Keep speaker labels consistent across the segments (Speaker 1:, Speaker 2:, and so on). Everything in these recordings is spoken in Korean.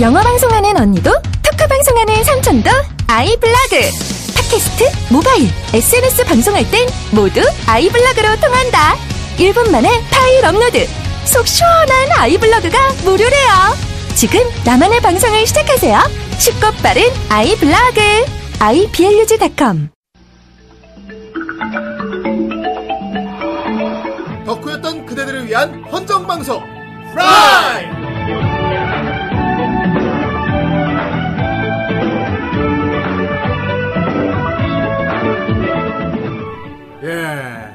Speaker 1: 영어 방송하는 언니도 토크 방송하는 삼촌도 아이블로그 팟캐스트, 모바일, SNS 방송할 땐 모두 아이블로그로 통한다. 1분 만에 파일 업로드. 속 시원한 아이블로그가 무료래요. 지금 나만의 방송을 시작하세요. 쉽고 빠른 아이블로그. iblog.com
Speaker 2: 덕후였던 그대들을 위한 헌정방송 프라이
Speaker 3: 예.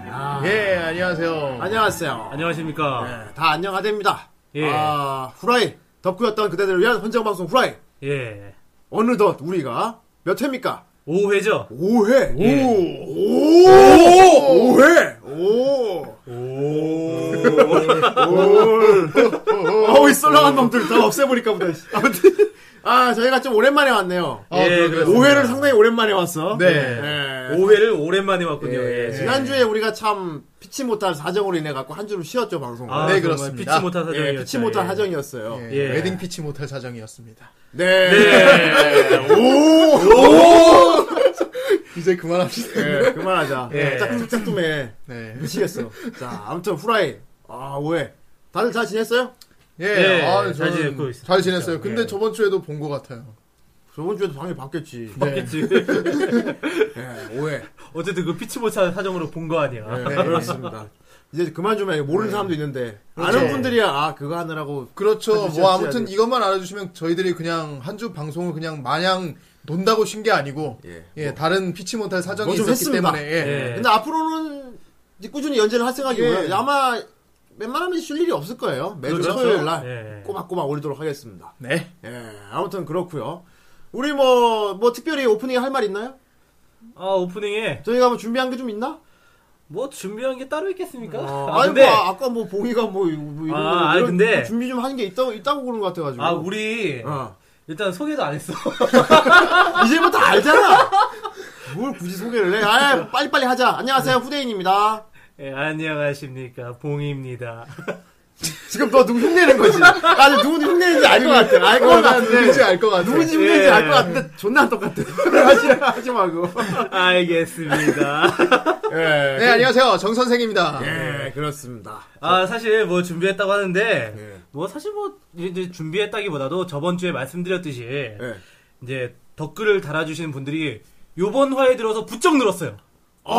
Speaker 3: 아,
Speaker 2: 예 안녕하세요
Speaker 3: 안녕하세요.
Speaker 4: 안녕하십니까.
Speaker 3: 예, 다 안녕하됩니다.
Speaker 4: 예.
Speaker 3: 아, 후라이. 덕후였던 그대들을 위한 헌정방송 후라이.
Speaker 4: 예.
Speaker 3: 어느덧 우리가 몇 회입니까?
Speaker 4: 오회죠
Speaker 3: 5회.
Speaker 4: 예.
Speaker 3: 오! 5회! 오! 오! 어우, 이 썰렁한 놈들 다 없애버릴까 보다. 씨. 아무튼, 아, 저희가 좀 오랜만에 왔네요.
Speaker 2: 아,
Speaker 4: 예,
Speaker 2: 그러게요.
Speaker 4: 그렇습니다.
Speaker 3: 5회를 상당히 오랜만에 왔어.
Speaker 2: 네.
Speaker 3: 예.
Speaker 4: 오회를 오랜만에 왔군요.
Speaker 3: 예.
Speaker 4: 예.
Speaker 3: 지난주에 우리가 참 피치 못할 사정으로 인해 갖고 한 주를 쉬었죠, 방송.
Speaker 4: 아,
Speaker 2: 네,
Speaker 4: 정말
Speaker 2: 그렇습니다.
Speaker 4: 피치 못한 사정이었죠.
Speaker 3: 예, 피치 못할 사정이었어요.
Speaker 2: 예,
Speaker 4: 예.
Speaker 2: 웨딩 피치 못할 사정이었습니다
Speaker 3: 네.
Speaker 4: 네.
Speaker 2: 이제 그만합시다
Speaker 3: 예, 그만하자.
Speaker 4: 예.
Speaker 3: 짝짝짝ตุ้해
Speaker 2: 네.
Speaker 3: 미치겠어. 자, 아무튼 후라이. 아, 왜? 다들 잘 지냈어요?
Speaker 2: 예,
Speaker 4: 예,
Speaker 2: 아,
Speaker 4: 잘
Speaker 2: 저는
Speaker 4: 지내고 있습니다.
Speaker 2: 잘 지냈어요 근데
Speaker 4: 예.
Speaker 2: 저번 주에도 본 것 같아요 네.
Speaker 3: 저번 주에도 방이 바뀌었지.
Speaker 4: 맞겠지.
Speaker 3: 예, 오해.
Speaker 4: 어쨌든 그 피치 못한 사정으로 본 거 아니야.
Speaker 3: 네, 그렇습니다. 이제 그만 좀 해. 모르는 사람도 있는데. 아는
Speaker 4: 네. 그렇죠.
Speaker 3: 분들이야. 아, 그거 하느라고.
Speaker 2: 그렇죠
Speaker 3: 해주셨지,
Speaker 2: 뭐 아무튼
Speaker 3: 아주.
Speaker 2: 이것만 알아주시면 저희들이 그냥 한 주 방송을 그냥 마냥 논다고 쉰 게 아니고
Speaker 3: 예.
Speaker 2: 예, 다른 피치 못할 사정이
Speaker 3: 뭐좀
Speaker 2: 있었기
Speaker 3: 했습니다.
Speaker 2: 때문에 예.
Speaker 4: 예.
Speaker 3: 근데 앞으로는 이제 꾸준히 연재를 할 생각이고요.
Speaker 2: 예.
Speaker 3: 아마 웬만하면 쉴 일이 없을 거예요. 매주
Speaker 4: 그렇죠.
Speaker 3: 토요일 날
Speaker 4: 예.
Speaker 3: 꼬박꼬박 올리도록 하겠습니다.
Speaker 2: 네.
Speaker 3: 예, 아무튼 그렇고요. 우리 뭐, 뭐 특별히 오프닝 할 말 있나요?
Speaker 4: 아, 오프닝에
Speaker 3: 저희가 뭐 준비한 게 좀 있나?
Speaker 4: 뭐 준비한 게 따로 있겠습니까?
Speaker 3: 아,
Speaker 4: 아,
Speaker 3: 아니
Speaker 4: 근데
Speaker 3: 뭐 아까 뭐 봉이가 뭐, 이거- 뭐 이런
Speaker 4: 아,
Speaker 3: 거
Speaker 4: 아니,
Speaker 3: 이런
Speaker 4: 근데-
Speaker 3: 준비 좀 한 게 있다고 있다고 그런 것 같아가지고.
Speaker 4: 아, 우리
Speaker 3: 어.
Speaker 4: 일단 소개도 안 했어.
Speaker 3: 이제부터 알잖아. 뭘 굳이 소개를 해? 아 빨리 빨리 하자. 안녕하세요 후대인입니다.
Speaker 4: 예, 안녕하십니까. 봉입니다.
Speaker 3: 지금 너 누구 흉내는 거지? 나는 누구 흉내는지 알 것 같아. 알 것
Speaker 2: 누군지
Speaker 3: 같은데
Speaker 2: 알 것 같아.
Speaker 3: 누군지
Speaker 4: 예.
Speaker 3: 흉내는지 알 것 같은데 존나 안 똑같아. 하지 하지 말고.
Speaker 4: 알겠습니다.
Speaker 3: 예.
Speaker 2: 네, 안녕하세요. 정 선생입니다.
Speaker 3: 예, 그렇습니다.
Speaker 4: 아, 사실 뭐 준비했다고 하는데
Speaker 3: 예.
Speaker 4: 뭐 사실 뭐 이제 준비했다기보다도 저번 주에 말씀드렸듯이
Speaker 3: 예.
Speaker 4: 이제 댓글을 달아주시는 분들이 요번 화에 들어서 부쩍 늘었어요.
Speaker 3: 아,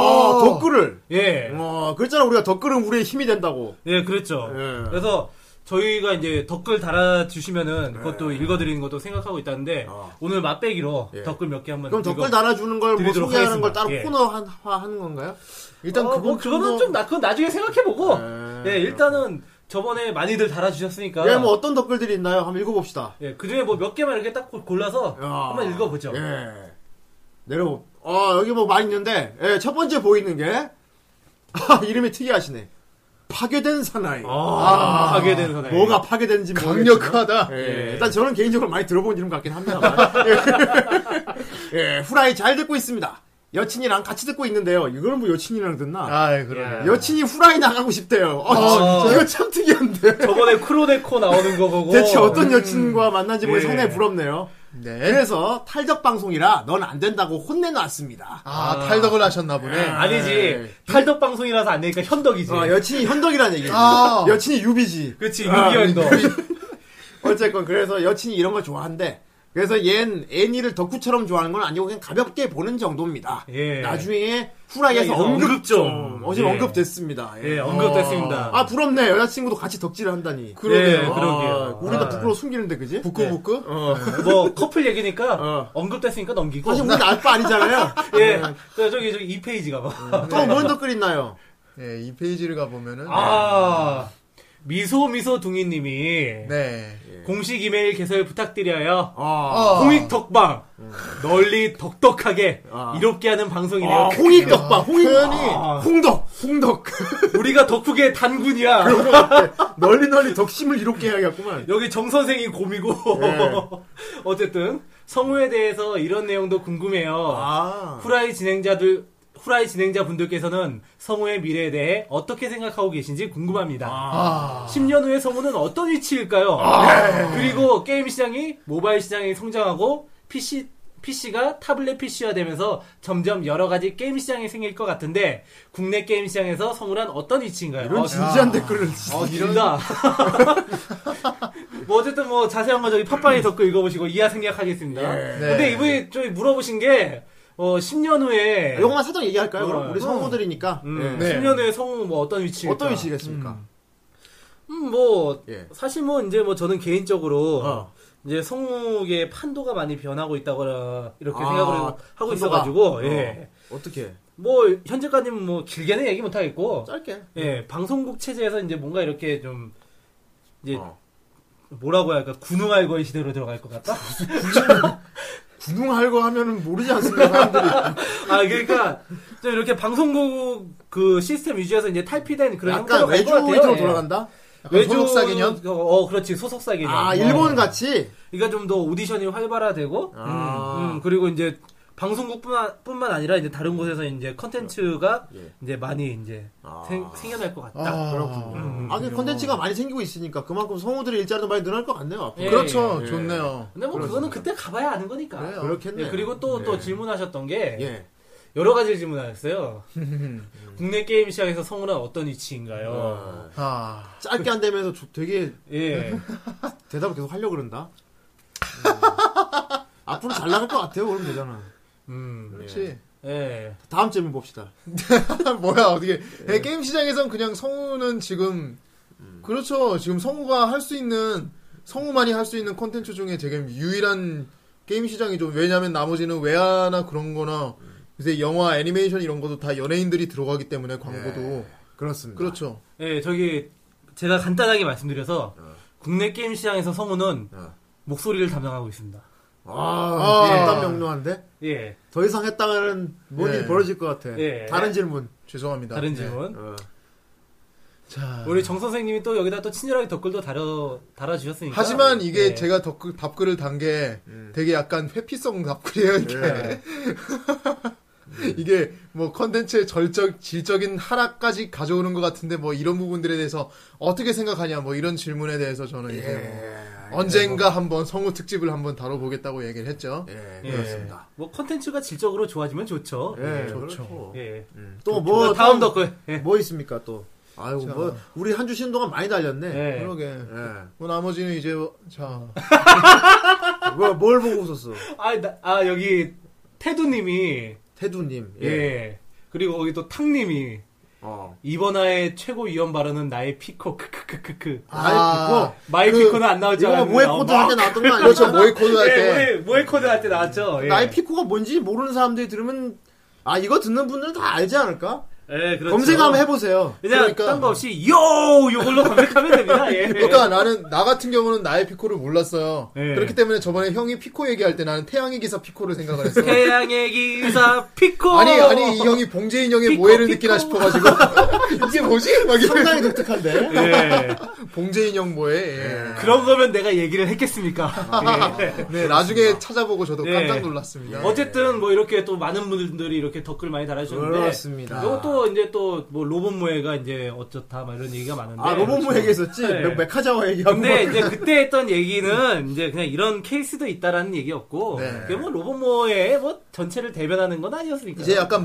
Speaker 3: 덧글을.
Speaker 4: 예.
Speaker 3: 어, 그랬잖아 우리가 덧글은 우리의 힘이 된다고.
Speaker 4: 예, 그랬죠.
Speaker 3: 예.
Speaker 4: 그래서 저희가 이제 댓글 달아주시면은 그것도 읽어드리는 것도 생각하고 있다는데
Speaker 3: 어.
Speaker 4: 오늘 맛배기로
Speaker 3: 예.
Speaker 4: 댓글 몇 개 한번
Speaker 3: 그럼
Speaker 4: 읽어-
Speaker 3: 덧글 달아주는 걸 뭐
Speaker 4: 드리도록
Speaker 3: 소개하는 걸
Speaker 4: 하겠습니다.
Speaker 3: 따로
Speaker 4: 예.
Speaker 3: 코너 한, 화 하는 건가요?
Speaker 2: 일단
Speaker 4: 어, 뭐
Speaker 2: 그건
Speaker 4: 그거는
Speaker 2: 더-
Speaker 4: 좀 나, 그건 나중에 생각해보고
Speaker 3: 예.
Speaker 4: 예, 일단은 저번에 많이들 달아주셨으니까
Speaker 3: 예, 뭐 어떤 댓글들이 있나요? 한번 읽어봅시다.
Speaker 4: 예, 그중에 뭐 몇 개만 이렇게 딱 골- 골라서 한번 읽어보죠.
Speaker 3: 예. 내려보. 아 여기 뭐 많이 있는데 예, 첫 번째 보이는 게 아, 이름이 특이하시네. 파괴된 사나이.
Speaker 4: 아, 파괴된 사나이.
Speaker 3: 뭐가 파괴된지
Speaker 2: 강력하다.
Speaker 3: 예, 일단 저는 개인적으로 많이 들어본 이름 같긴 합니다만. 예, 후라이 잘 듣고 있습니다. 여친이랑 같이 듣고 있는데요. 이거는 뭐 여친이랑 듣나?
Speaker 2: 아, 그러네.
Speaker 3: 여친이 후라이 나가고 싶대요. 아,
Speaker 4: 아,
Speaker 3: 이거 참 특이한데.
Speaker 4: 저번에 크로네코 나오는 거 보고
Speaker 3: 대체 어떤 여친과 만난지 모르
Speaker 4: 예.
Speaker 3: 상당히 부럽네요.
Speaker 2: 네.
Speaker 3: 그래서 탈덕 방송이라 넌 안 된다고 혼내놨습니다.
Speaker 2: 아, 탈덕을 하셨나 보네.
Speaker 4: 예. 아니지 탈덕 방송이라서 안 되니까 현덕이지.
Speaker 3: 어, 여친이 예, 현덕이란 얘기지.
Speaker 2: 아.
Speaker 3: 여친이 유비지. 아,
Speaker 4: 그렇지 유기현덕.
Speaker 3: 어쨌건 그래서 여친이 이런 걸 좋아한대. 그래서 얜 애니를 덕후처럼 좋아하는 건 아니고 그냥 가볍게 보는 정도입니다.
Speaker 4: 예.
Speaker 3: 나중에 후라이에서
Speaker 4: 후라이에서
Speaker 3: 언급
Speaker 4: 언급
Speaker 3: 좀.
Speaker 4: 좀.
Speaker 3: 어제
Speaker 4: 예.
Speaker 3: 언급됐습니다.
Speaker 4: 예, 언급됐습니다.
Speaker 3: 아 부럽네. 여자친구도 같이 덕질을 한다니.
Speaker 4: 그러게요.
Speaker 3: 아,
Speaker 4: 그러게요.
Speaker 3: 우리가
Speaker 4: 아.
Speaker 3: 부끄러워 숨기는데 그지?
Speaker 2: 부끄부끄?
Speaker 4: 뭐 커플 얘기니까
Speaker 3: 어.
Speaker 4: 언급됐으니까 넘기고.
Speaker 3: 사실 네. 우리 알바 아니잖아요.
Speaker 4: 예, 저, 저기 저기 2 페이지가 봐.
Speaker 3: 또 뭔 덕글 있나요?
Speaker 2: 네, 이 페이지를 가보면은.
Speaker 4: 아 미소 미소 둥이님이
Speaker 2: 네.
Speaker 4: 예. 공식 이메일 개설 부탁드려요.
Speaker 3: 아,
Speaker 2: 어.
Speaker 4: 홍익 덕방 널리 덕덕하게
Speaker 3: 음. 아.
Speaker 4: 이롭게 하는 방송이네요.
Speaker 3: 아, 홍익 덕방, 홍익
Speaker 4: 아.
Speaker 3: 홍덕, 홍덕.
Speaker 4: 우리가 덕후계 단군이야.
Speaker 3: 널리 널리 덕심을 이롭게 해야겠구만.
Speaker 4: 여기 정 선생이 곰이고
Speaker 3: 네.
Speaker 4: 어쨌든 성우에 대해서 이런 내용도 궁금해요.
Speaker 3: 아.
Speaker 4: 후라이 진행자들 후라이 진행자 분들께서는 성우의 미래에 대해 어떻게 생각하고 계신지 궁금합니다.
Speaker 3: 아.
Speaker 4: 10년 후의 성우는 어떤 위치일까요?
Speaker 3: 네.
Speaker 4: 그리고 게임 시장이 모바일 시장이 성장하고 PC PC가 타블렛 PC화 되면서 점점 여러 가지 게임 시장이 생길 것 같은데 국내 게임 시장에서 성우란 어떤 위치인가요?
Speaker 3: 이런
Speaker 4: 어,
Speaker 3: 진지한 댓글을
Speaker 2: 어, 이런
Speaker 4: 길다. 뭐 어쨌든 뭐 자세한 건 저기 팟빵에 덧글 읽어보시고 이하 생략하겠습니다.
Speaker 3: 예.
Speaker 4: 근데
Speaker 2: 네.
Speaker 4: 이분이 저기 물어보신 게 어, 10년 후에
Speaker 3: 요것만 살짝 얘기할까요? 그럼
Speaker 4: 어,
Speaker 3: 우리
Speaker 4: 어.
Speaker 3: 성우들이니까
Speaker 4: 음,
Speaker 3: 예.
Speaker 2: 네.
Speaker 4: 10년 후에 성우 뭐 어떤 위치?
Speaker 3: 어떤 위치겠습니까?
Speaker 4: 음, 뭐
Speaker 3: 예.
Speaker 4: 사실 뭐 이제 뭐 저는 개인적으로
Speaker 3: 어.
Speaker 4: 이제 성우의 판도가 많이 변하고 있다거나 이렇게
Speaker 3: 아,
Speaker 4: 생각을 하고
Speaker 3: 판도가.
Speaker 4: 있어가지고
Speaker 3: 어.
Speaker 4: 예.
Speaker 3: 어떻게?
Speaker 4: 뭐 현재까지는 뭐 길게는 얘기 못 하겠고
Speaker 3: 짧게.
Speaker 4: 예 방송국 체제에서 이제 뭔가 이렇게 좀 이제
Speaker 3: 어.
Speaker 4: 뭐라고 할까 군웅알거의 시대로 들어갈 것 같다.
Speaker 3: 구능할 거 하면은 모르지 않습니까 사람들이.
Speaker 4: 아 그러니까 좀 이렇게 방송국 그 시스템 위주에서 이제 탈피된 그런
Speaker 3: 약간
Speaker 4: 형태로 갈
Speaker 3: 외주
Speaker 4: 것 같아요.
Speaker 3: 위주로
Speaker 4: 예.
Speaker 3: 돌아간다.
Speaker 2: 약간 소속사 개념?
Speaker 4: 어, 어, 그렇지 소속사 개념.
Speaker 3: 아
Speaker 4: 어.
Speaker 3: 일본 같이.
Speaker 4: 그러니까 좀 더 오디션이 활발화되고
Speaker 3: 아.
Speaker 4: 음, 그리고 이제 방송국뿐만 뿐만 아니라 이제 다른 곳에서 이제 컨텐츠가
Speaker 3: 예.
Speaker 4: 이제 많이 이제
Speaker 3: 아.
Speaker 4: 생, 생겨날 것 같다.
Speaker 2: 아,
Speaker 3: 그렇군요.
Speaker 4: 음,
Speaker 3: 아, 그 컨텐츠가 많이 생기고 있으니까 그만큼 성우들의 일자리도 많이 늘어날 것 같네요. 앞으로.
Speaker 4: 예.
Speaker 2: 그렇죠.
Speaker 3: 예.
Speaker 2: 좋네요.
Speaker 4: 근데 뭐 그거는 그때 가봐야 아는 거니까.
Speaker 2: 그래요.
Speaker 3: 그렇겠네요.
Speaker 4: 예, 그리고 또 또 질문하셨던 게
Speaker 3: 예.
Speaker 4: 여러 가지 질문하셨어요. 국내 게임 시장에서 성우란 어떤 위치인가요?
Speaker 3: 어.
Speaker 2: 아,
Speaker 3: 짧게 안 되면서 조- 되게
Speaker 4: 예.
Speaker 3: 대답을 계속 하려고 그런다. 음. 앞으로 잘 나갈 것 같아요. 그러면 되잖아.
Speaker 4: 음.
Speaker 2: 그렇지.
Speaker 4: 예.
Speaker 3: 다음 질문 봅시다.
Speaker 2: 뭐야 어떻게 예, 게임 시장에선 그냥 성우는 지금 그렇죠. 지금 성우가 할 수 있는 성우만이 할 수 있는 콘텐츠 중에 되게 유일한 게임 시장이죠. 왜냐하면 나머지는 외화나 그런거나 이제 영화 애니메이션 이런 것도 다 연예인들이 들어가기 때문에 광고도
Speaker 3: 그렇습니다.
Speaker 2: 그렇죠.
Speaker 4: 예, 저기 제가 간단하게 말씀드려서 국내 게임 시장에서 성우는
Speaker 3: 어.
Speaker 4: 목소리를 담당하고 있습니다.
Speaker 3: 아,
Speaker 2: 예.
Speaker 3: 일단 명료한데
Speaker 4: 예.
Speaker 3: 더 이상 했다가는 뭔
Speaker 2: 예.
Speaker 3: 일이 벌어질 것 같아.
Speaker 4: 예.
Speaker 3: 다른 질문.
Speaker 2: 죄송합니다.
Speaker 4: 다른
Speaker 2: 네.
Speaker 4: 질문. 어.
Speaker 3: 어.
Speaker 2: 자,
Speaker 4: 우리 정 선생님이 또 여기다 또 친절하게 댓글도 달아 달아 주셨으니까.
Speaker 2: 하지만 이게
Speaker 4: 예.
Speaker 2: 제가 덧글- 답글을 단 게
Speaker 3: 음.
Speaker 2: 되게 약간 회피성 답글이에요. 이게
Speaker 3: 예.
Speaker 2: 이게 뭐 컨텐츠의 절적 질적인 하락까지 가져오는 것 같은데 뭐 이런 부분들에 대해서 어떻게 생각하냐 뭐 이런 질문에 대해서 저는 이제 뭐
Speaker 3: 예.
Speaker 2: 언젠가 한번 성우 특집을 한번 다뤄보겠다고 얘기를 했죠.
Speaker 3: 예.
Speaker 4: 예.
Speaker 3: 그렇습니다.
Speaker 4: 뭐 컨텐츠가 질적으로 좋아지면 좋죠.
Speaker 3: 예.
Speaker 2: 좋죠.
Speaker 3: 그렇고.
Speaker 4: 예.
Speaker 3: 음.
Speaker 4: 뭐
Speaker 3: 또뭐
Speaker 4: 다음 덕글. 예.
Speaker 3: 뭐 있습니까 또? 아유
Speaker 2: 자.
Speaker 3: 뭐 우리 한 주 쉬는 동안 많이 달렸네.
Speaker 4: 예.
Speaker 2: 그러게.
Speaker 3: 예.
Speaker 2: 뭐 나머지는 이제 자
Speaker 3: 뭐, 뭘 보고 웃었어?
Speaker 4: 아, 나- 아 여기 태두 님이
Speaker 3: 태두님.
Speaker 4: 예. 그리고 거기 또 탕 님이
Speaker 3: 어.
Speaker 4: 이번화의 최고 위험 발언은 나의 피코 크크크크크.
Speaker 3: 아이
Speaker 2: 아.
Speaker 3: 듣고
Speaker 4: 마이
Speaker 2: 그-
Speaker 4: 피코는 안 나오지
Speaker 3: 이거 뭐
Speaker 4: 않았는데
Speaker 3: 모에
Speaker 4: 나온
Speaker 3: 코드
Speaker 4: 막-
Speaker 3: 할 때 나왔던 거
Speaker 2: 그렇죠
Speaker 3: 아니야?
Speaker 2: 모의코드 할 때
Speaker 4: 예, 모에코드 할 때 나왔죠. 예.
Speaker 3: 나의 피코가 뭔지 모르는 사람들이 들으면 아 이거 듣는 분들은 다 알지 않을까?
Speaker 4: 예, 그렇죠.
Speaker 3: 검색 한번 해보세요.
Speaker 4: 그냥
Speaker 2: 그러니까.
Speaker 4: 딴거 없이 요 요걸로 검색하면 됩니다. 예.
Speaker 2: 그러니까 나는 나 같은 경우는 나의 피코를 몰랐어요.
Speaker 4: 예.
Speaker 2: 그렇기 때문에 저번에 형이 피코 얘기할 때 나는 태양의 기사 피코를 생각을 했어.
Speaker 4: 태양의 기사 피코.
Speaker 2: 아니 아니 이 형이 봉제인 형의
Speaker 4: 피코,
Speaker 2: 모해를
Speaker 4: 피코.
Speaker 2: 느끼나 싶어가지고 이게 뭐지? 막 이래.
Speaker 3: 상당히 독특한데.
Speaker 4: 예.
Speaker 2: 봉제인 형 모해. 예.
Speaker 4: 네, 그런 거면 내가 얘기를 했겠습니까? 예.
Speaker 2: 네, 나중에 찾아보고 저도
Speaker 4: 네.
Speaker 2: 깜짝 놀랐습니다.
Speaker 4: 어쨌든 뭐 이렇게 또 많은 분들이 이렇게 댓글 많이 달아주셨는데
Speaker 3: 그렇습니다.
Speaker 4: 이거 또 이제 또 뭐 로봇 모해가 이제 어쩌다 막 이런 얘기가 많은데
Speaker 3: 아 로봇모 얘기했었지.
Speaker 4: 네.
Speaker 3: 메- 메카자와 얘기하고.
Speaker 4: 근데 이제 그때 했던 얘기는 이제 그냥 이런 케이스도 있다라는 얘기였고
Speaker 2: 네.
Speaker 4: 그게 뭐 로봇모의 뭐 전체를 대변하는 건 아니었으니까
Speaker 2: 이제 약간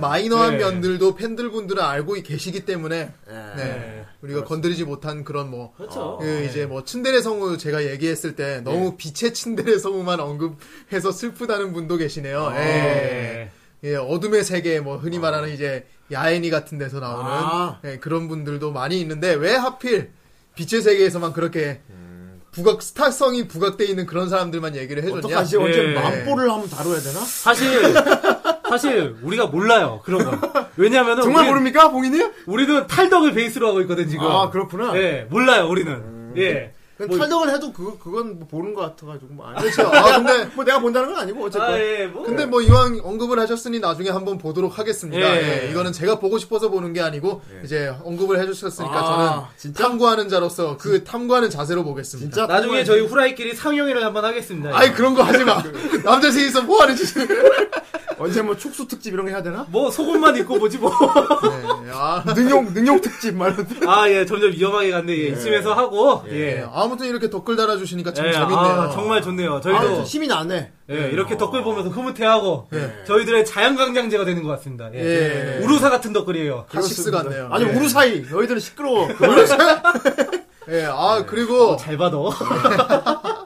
Speaker 4: 네.
Speaker 2: 마이너한 면들도 팬들분들은 알고 계시기 때문에
Speaker 3: 예.
Speaker 2: 네. 우리가 건드리지 못한 그런 뭐
Speaker 4: 그렇죠
Speaker 2: 그 이제 뭐 츤데레 성우 제가 얘기했을 때 너무
Speaker 4: 네.
Speaker 2: 빛의 츤데레 성우만 언급해서 슬프다는 분도
Speaker 4: 어,
Speaker 2: 계시네요. 예.
Speaker 4: 예.
Speaker 2: 예, 어둠의 세계 뭐 흔히 말하는 이제 야애니 같은 데서 나오는
Speaker 3: 아.
Speaker 2: 예, 그런 분들도 많이 있는데 왜 하필 빛의 세계에서만 그렇게 부각 스타성이 부각돼 있는 그런 사람들만 얘기를 해줬냐?
Speaker 3: 음.
Speaker 2: 뭐,
Speaker 3: 어떡하지? 언제
Speaker 4: 예.
Speaker 3: 만보를 한번 다뤄야 되나?
Speaker 4: 사실 사실 우리가 몰라요 그런 건 왜냐면은
Speaker 3: 정말
Speaker 4: 우리,
Speaker 3: 모릅니까, 봉이님?
Speaker 4: 우리는 탈덕을 베이스로 하고 있거든 지금
Speaker 3: 아 그렇구나.
Speaker 4: 예 몰라요 우리는 예
Speaker 3: 그냥
Speaker 4: 뭐-
Speaker 3: 탈덕을 해도 그 그건 뭐 보는 것 같아가지고 뭐. 아니.
Speaker 2: 그렇죠. 아, 근데
Speaker 3: 뭐 내가 본다는 네. 건 아니고 어쨌건.
Speaker 4: 아, 예, 뭐.
Speaker 2: 근데 뭐 이왕 언급을 하셨으니 나중에 한번 보도록 하겠습니다.
Speaker 4: 예.
Speaker 2: 예, 이거는 제가 보고 싶어서 보는 게 아니고 이제 언급을 해주셨으니까
Speaker 3: 예. 아,
Speaker 2: 저는 탐구하는 자로서 그 탐구하는 자세로 보겠습니다.
Speaker 3: 진짜
Speaker 4: 나중에
Speaker 3: 탐구하는-
Speaker 4: 저희 후라이끼리 상영회를 한번 하겠습니다
Speaker 2: 아이 그런 거 하지 마. 남자 셋이서 뭐 하는 짓?
Speaker 3: 언제 뭐 축수 특집 이런 거 해야 되나?
Speaker 4: 뭐 속옷만 입고 보지 뭐.
Speaker 2: 네, 아,
Speaker 3: 능용 능용 특집 말로.
Speaker 4: 아, 예, 점점 위험하게 갔네. 예, 이쯤에서 하고. 예.
Speaker 2: 네, 아무튼 이렇게 댓글 달아주시니까 참
Speaker 4: 예,
Speaker 2: 재밌네요.
Speaker 4: 아, 정말 좋네요. 저희도
Speaker 3: 아, 힘이 나네.
Speaker 4: 예,
Speaker 3: 어.
Speaker 4: 이렇게 덧글 보면서 흐뭇해하고
Speaker 2: 예.
Speaker 4: 저희들의 자양강장제가 되는 것 같습니다. 예.
Speaker 2: 예.
Speaker 4: 우루사 같은 덧글이에요.
Speaker 2: 가식스 같네요.
Speaker 3: 아니
Speaker 2: 예.
Speaker 3: 우루사이 너희들은 시끄러워. 뭐-
Speaker 2: 예, 아 그리고
Speaker 4: 잘 봐도
Speaker 3: 예,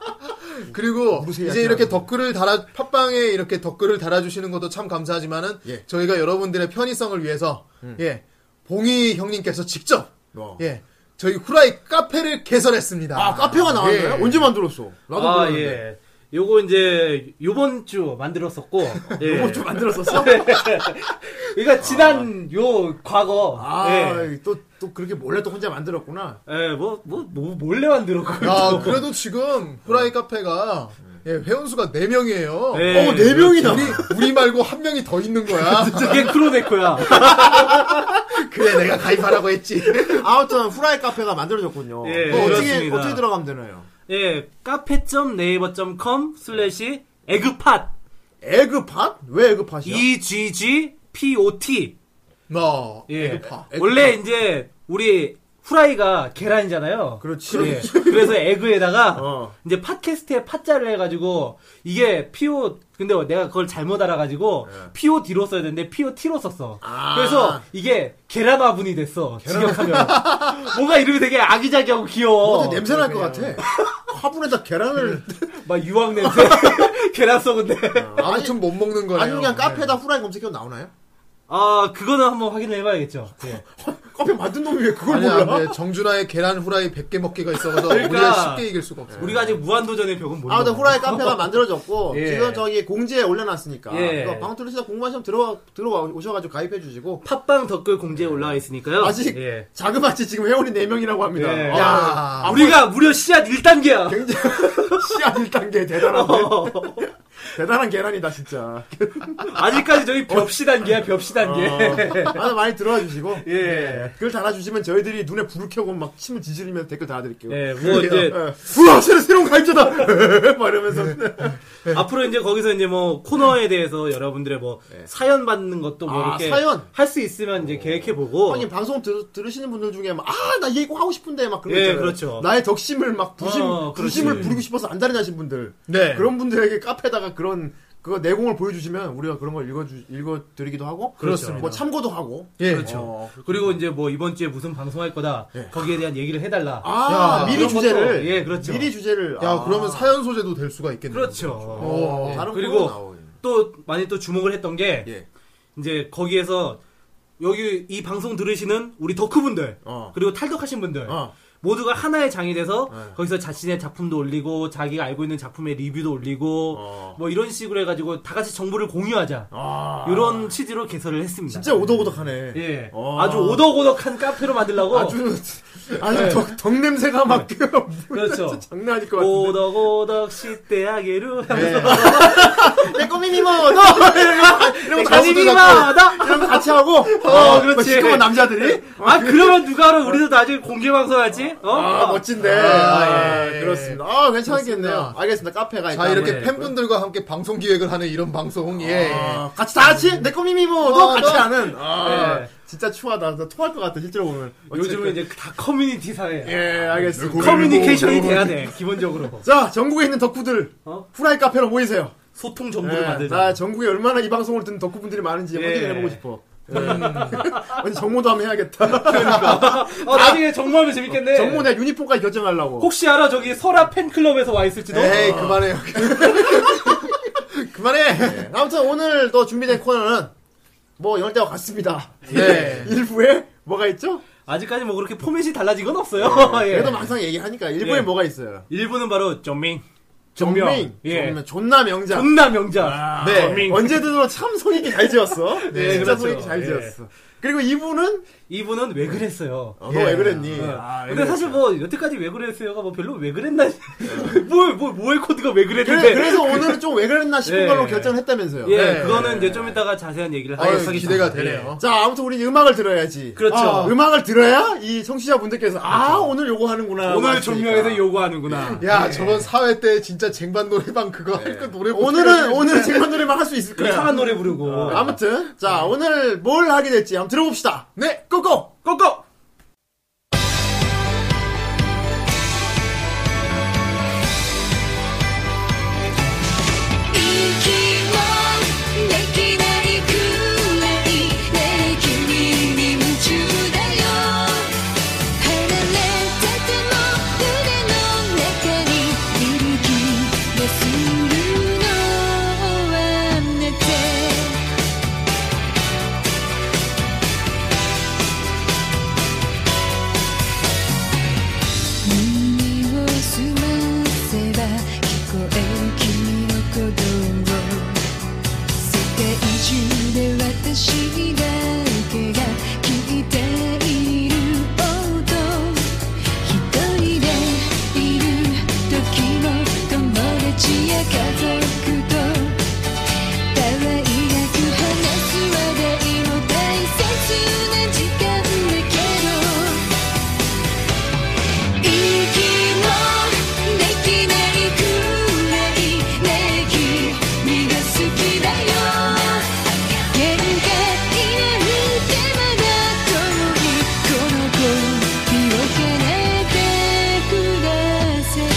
Speaker 2: 그리고
Speaker 3: 무세하지
Speaker 2: 이제 이렇게
Speaker 3: 않아요.
Speaker 2: 댓글을 달아 팟빵에 이렇게 댓글을 달아주시는 것도 참 감사하지만은
Speaker 3: 예.
Speaker 2: 저희가 여러분들의 편의성을 위해서 예 봉희 형님께서 직접
Speaker 3: 와.
Speaker 2: 예 저희 후라이 카페를 개설했습니다.
Speaker 3: 뭐. 아 카페가 나왔나요?
Speaker 2: 예.
Speaker 3: 언제 만들었어? 나도
Speaker 4: 아
Speaker 3: 모르는데.
Speaker 4: 예. 요거 이제 요번 주 만들었었고 예.
Speaker 3: 요거 좀 만들었었어?
Speaker 4: 그러니까 지난 요 과거
Speaker 3: 아,
Speaker 4: 예.
Speaker 3: 또, 또 그렇게 몰래 또 혼자 만들었구나.
Speaker 4: 예, 뭐, 뭐, 뭐, 몰래 만들었고.
Speaker 2: 아 그래도 지금 후라이 카페가 예, 회원수가 4 명이에요.
Speaker 4: 예.
Speaker 3: 어, 네 명이나.
Speaker 2: 우리 우리 말고 한 명이 더 있는 거야.
Speaker 4: 그게 크로네코야.
Speaker 2: 그래 내가 가입하라고 했지.
Speaker 3: 아무튼 후라이 카페가 만들어졌군요.
Speaker 4: 예,
Speaker 3: 그거 어떻게
Speaker 4: 그렇습니다.
Speaker 3: 어떻게 들어가면 되나요?
Speaker 4: 예, 카페.네이버.com 슬래시 에그팟
Speaker 3: 에그팟? 왜 에그팟이야?
Speaker 4: E EGGPOT
Speaker 2: 뭐
Speaker 4: 예.
Speaker 2: 에그파.
Speaker 4: 원래 이제 우리 후라이가 계란이잖아요.
Speaker 3: 그렇지.
Speaker 4: 예. 그래서 에그에다가
Speaker 3: 어.
Speaker 4: 이제 팟캐스트에 팟자를 해가지고 이게 PO 근데 내가 그걸 잘못 알아가지고 POD로 써야 되는데 POT로 썼어.
Speaker 3: 예. 아.
Speaker 4: 그래서 이게 계란화분이 됐어. 직역하면 뭔가 이름이 되게 아기자기하고 귀여워.
Speaker 3: 어, 냄새 날 것 같아. 화분에다 계란을
Speaker 4: 막 유황 냄새. 계란 썩은데.
Speaker 3: 어.
Speaker 2: 아무튼 못 먹는 거네요.
Speaker 3: 아니 그냥 카페에다 후라이 검색해도 나오나요?
Speaker 4: 아 그거는 한번 확인을 해봐야겠죠. 예.
Speaker 3: 카페 만든 놈이 왜 그걸
Speaker 2: 아니야,
Speaker 3: 몰라?
Speaker 2: 근데 정준하의 계란 후라이 100개 먹기가 있어서
Speaker 4: 그러니까.
Speaker 2: 우리가 쉽게 이길 수가 없어.
Speaker 4: 우리가 아직 무한도전의 벽은 못.
Speaker 3: 아무튼
Speaker 4: 넘어.
Speaker 3: 후라이 카페가 만들어졌고
Speaker 4: 예.
Speaker 3: 지금 저기 공지에 올려놨으니까
Speaker 4: 예.
Speaker 3: 그거 방토리에서 궁금하시면 들어와 들어와 오셔가지고 가입해 주시고
Speaker 4: 팟빵 댓글 공지에 올라와 있으니까요.
Speaker 3: 아직
Speaker 4: 예.
Speaker 3: 자그마치 지금 회원이 4 명이라고 합니다.
Speaker 4: 예.
Speaker 3: 야
Speaker 2: 아,
Speaker 4: 아, 우리가 무려 씨앗 1단계야.
Speaker 3: 굉장히 시합 1단계 대단한데
Speaker 4: 어.
Speaker 3: 대단한 계란이다 진짜.
Speaker 4: 아직까지 저희 벽시 단계야, 벽시 단계.
Speaker 3: 어. 아주 많이 들어와 주시고
Speaker 4: 예.
Speaker 3: 댓글 달아주시면 저희들이 눈에 불을 켜고 막 침을 지지르면서 댓글 달아드릴게요.
Speaker 4: 예, 뭐 이제
Speaker 3: 예. 우와 새로 새로운 가입자다 막 이러면서
Speaker 4: 앞으로 이제 거기서 이제 뭐 코너에 대해서 여러분들의 뭐 사연 받는 것도 뭐
Speaker 3: 아,
Speaker 4: 이렇게
Speaker 3: 사연? 어.
Speaker 4: 할 수 있으면 이제 계획해 보고
Speaker 3: 형님 방송 들, 들으시는 분들 중에 막아나 이거 하고 싶은데 막 그런 거
Speaker 4: 예,
Speaker 3: 있잖아요.
Speaker 4: 그렇죠.
Speaker 3: 나의 덕심을 막 부심
Speaker 4: 어, 그렇지.
Speaker 3: 부심을 부리고 싶어서 안달이 나신 분들
Speaker 2: 네.
Speaker 3: 그런 분들에게 카페에다가 그런 그거 내공을 보여주시면 우리가 그런 걸 읽어 읽어 드리기도 하고
Speaker 2: 그렇습니다.
Speaker 3: 뭐 참고도 하고
Speaker 2: 예.
Speaker 4: 그렇죠. 그리고 이제 뭐 이번 주에 무슨 방송할 거다 거기에 대한 얘기를 해달라.
Speaker 3: 아
Speaker 2: 야,
Speaker 3: 미리
Speaker 4: 그런
Speaker 3: 주제를
Speaker 4: 것도, 예, 그렇죠.
Speaker 3: 미리 주제를
Speaker 2: 야,
Speaker 3: 아.
Speaker 2: 그러면 사연 소재도 될 수가 있겠네요.
Speaker 4: 그렇죠.
Speaker 2: 어,
Speaker 3: 예, 다른
Speaker 4: 그리고-
Speaker 3: 그리고 나오네.
Speaker 4: 또 많이 또 주목을 했던 게
Speaker 3: 예.
Speaker 4: 이제 거기에서 여기 이 방송 들으시는 우리 덕후분들
Speaker 3: 어.
Speaker 4: 그리고 탈덕하신 분들
Speaker 3: 어. 네.
Speaker 4: 모두가 하나의 장이 돼서 거기서 자신의 작품도 올리고 자기가 알고 있는 작품의 리뷰도 올리고
Speaker 3: 어.
Speaker 4: 뭐 이런 식으로 해가지고 다 같이 정보를 공유하자
Speaker 3: 아.
Speaker 4: 이런 취지로 개설을 했습니다.
Speaker 3: 진짜 오덕오덕하네.
Speaker 4: 예,
Speaker 3: 어.
Speaker 4: 아주 오덕오덕한 카페로 만들라고
Speaker 3: 아주
Speaker 4: 예.
Speaker 3: 아주 덕, 덕 냄새가 막
Speaker 4: 그렇죠.
Speaker 3: 장난 아닐 것 같은데.
Speaker 4: 예. 오덕오덕 시대하게루
Speaker 3: 네. 내 꼬미니모 뭐, 너 이런 거 같이
Speaker 4: 다니마다
Speaker 3: 이런 거 같이 하고.
Speaker 4: 어,
Speaker 3: 뭐
Speaker 4: 그렇지.
Speaker 3: 시커먼 남자들이.
Speaker 4: 아 그러면 누가 알아 우리도 나중에 공개 방송하지? 어?
Speaker 3: 아,
Speaker 4: 어.
Speaker 3: 멋진데.
Speaker 2: 아, 예.
Speaker 3: 그렇습니다. 아, 괜찮겠네요. 알겠습니다. 카페가
Speaker 2: 자, 이렇게
Speaker 4: 네.
Speaker 2: 팬분들과 함께 방송 기획을 하는 이런 방송, 예.
Speaker 3: 아, 같이 다 같이 내 꼬미미모도
Speaker 2: 어,
Speaker 3: 같이
Speaker 2: 너.
Speaker 3: 하는. 아,
Speaker 4: 예.
Speaker 3: 진짜 추하다. 나 토할 것 같아. 실제로 보면.
Speaker 4: 요즘은 이제 다 커뮤니티 사회야. 예.
Speaker 3: 예, 알겠습니다.
Speaker 4: 커뮤니케이션이 돼야 돼 기본적으로.
Speaker 3: 자, 전국에 있는 덕후들
Speaker 4: 뭐, 어?
Speaker 3: 후라이 카페로 모이세요.
Speaker 4: 소통 정보를
Speaker 3: 예,
Speaker 4: 만들자.
Speaker 3: 나 전국에 얼마나 이 방송을 듣는 덕후분들이 많은지
Speaker 4: 예.
Speaker 3: 확인해 보고 싶어. 아니, 정모도 한번 해야겠다.
Speaker 4: 어, 나중에 정모하면 재밌겠네.
Speaker 3: 정모 내 유니폼까지 결정하려고.
Speaker 4: 혹시 알아? 저기 설아 팬클럽에서 와 있을지도.
Speaker 2: 에이, 그만해요. 그만해!
Speaker 3: 네, 아무튼 오늘 또 준비된 코너는 뭐 연대와 같습니다.
Speaker 2: 네.
Speaker 3: 일부에 뭐가 있죠?
Speaker 4: 아직까지 뭐 그렇게 포맷이 달라진 건 없어요. 예.
Speaker 3: 그래도 항상 얘기하니까 일부에
Speaker 4: 예.
Speaker 3: 뭐가 있어요?
Speaker 4: 일부는 바로 정민.
Speaker 3: 정명,
Speaker 4: 예.
Speaker 3: 정명, 존나 명작.
Speaker 4: 존나 명작.
Speaker 3: 네,
Speaker 4: 정민.
Speaker 3: 언제 들어도 참 손익이 잘 지었어.
Speaker 4: 네,
Speaker 3: 진짜
Speaker 4: 그렇죠.
Speaker 3: 손익이 잘
Speaker 4: 예.
Speaker 3: 지었어. 그리고 이분은
Speaker 4: 이분은 왜 그랬어요?
Speaker 3: 어, 너왜 그랬니?
Speaker 4: 예.
Speaker 3: 아, 왜
Speaker 4: 근데 사실
Speaker 3: 그랬어요?
Speaker 4: 뭐 여태까지 왜 그랬어요가 뭐 별로 왜 그랬나 뭘, 뭘 모의 코드가 왜 그랬는데
Speaker 3: 그래, 서 오늘은 좀 왜 그랬나 싶은
Speaker 4: 예.
Speaker 3: 걸로 결정을 했다면서요.
Speaker 4: 예
Speaker 2: 네.
Speaker 4: 그거는 이제 좀 이따가 자세한 얘기를
Speaker 2: 아유,
Speaker 4: 하겠습니다 예.
Speaker 2: 기대가 되네요.
Speaker 3: 자, 아무튼 우리 음악을 들어야지.
Speaker 4: 그렇죠.
Speaker 3: 아, 음악을 들어야 이 청취자분들께서 아, 오늘 요거 하는구나.
Speaker 4: 오늘
Speaker 3: 알수
Speaker 4: 종료해서
Speaker 3: 있다.
Speaker 4: 요구하는구나
Speaker 2: 야, 저번 사회 때 진짜 쟁반 노래방 그거 할 거 노래 못
Speaker 3: 네. 오늘은
Speaker 2: 해가지고.
Speaker 3: 오늘 쟁반 노래만 할 수 있을 거야.
Speaker 4: 이상한 그 노래 부르고
Speaker 3: 아무튼 자, 오늘 뭘 하게 될지 한번 들어봅시다. 네, 고고. 고고.
Speaker 5: 「息をできないくらいね君に夢中だよ」「離れてても腕の中にいる気がするのあなた」耳を澄ませば聞こえる君の鼓動世界中で私だけが聞いている音一人でいる時も友達や家族とたわいなく話す話題も大切な時間だけど息もできないくらいね君に夢中だよ離れてても限界になってまだ遠いこの恋を叶えてください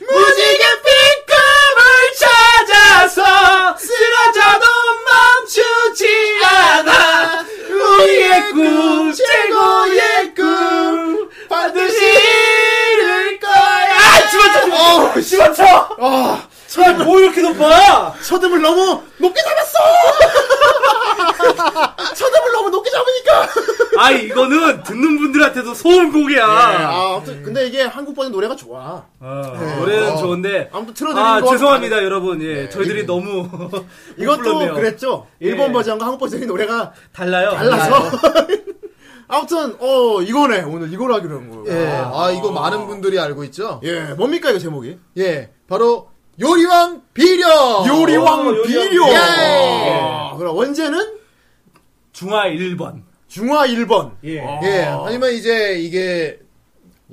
Speaker 3: 무지개 핑크을 찾아서 쓰러져도 멈추지 않아 우리의 꿈 최고의 꿈 반드시 이룰 거야 아 집어쳐 어 집어쳐
Speaker 2: 아,
Speaker 3: 뭐 이렇게 높아
Speaker 2: 서듬을 너무
Speaker 3: 높게 잡았어 쳐다볼 너무 높게 잡으니까
Speaker 4: 아 이거는 듣는 분들한테도 소음 곡이야
Speaker 3: 아 아무튼 근데 이게 한국 버전 노래가 좋아
Speaker 4: 어, 노래는
Speaker 2: 어.
Speaker 4: 좋은데
Speaker 3: 아무튼 뭐 틀어드리는
Speaker 4: 아
Speaker 3: 거
Speaker 4: 죄송합니다 여러분 예 저희들이 너무 못
Speaker 3: 이것도
Speaker 4: 불렀네요.
Speaker 3: 그랬죠
Speaker 4: 예. 아,
Speaker 3: 일본 버전과 한국 버전의 노래가
Speaker 4: 달라요
Speaker 3: 달라서.
Speaker 4: 네.
Speaker 3: 아무튼 어 이거네 오늘 이걸 하기로 한 거예요.
Speaker 2: 예. 아, 이거 많은 분들이 알고 있죠?
Speaker 3: 예, 뭡니까 이거 제목이?
Speaker 2: 예. 바로 요리왕 비려.
Speaker 4: 어,
Speaker 3: 요리왕
Speaker 4: 요리왕
Speaker 3: 비료.
Speaker 4: 비료.
Speaker 3: 아, 그럼 원제는
Speaker 4: 중화 1번
Speaker 3: 중화 1번.
Speaker 4: 예
Speaker 2: 예. 하지만 이제 이게
Speaker 3: 아.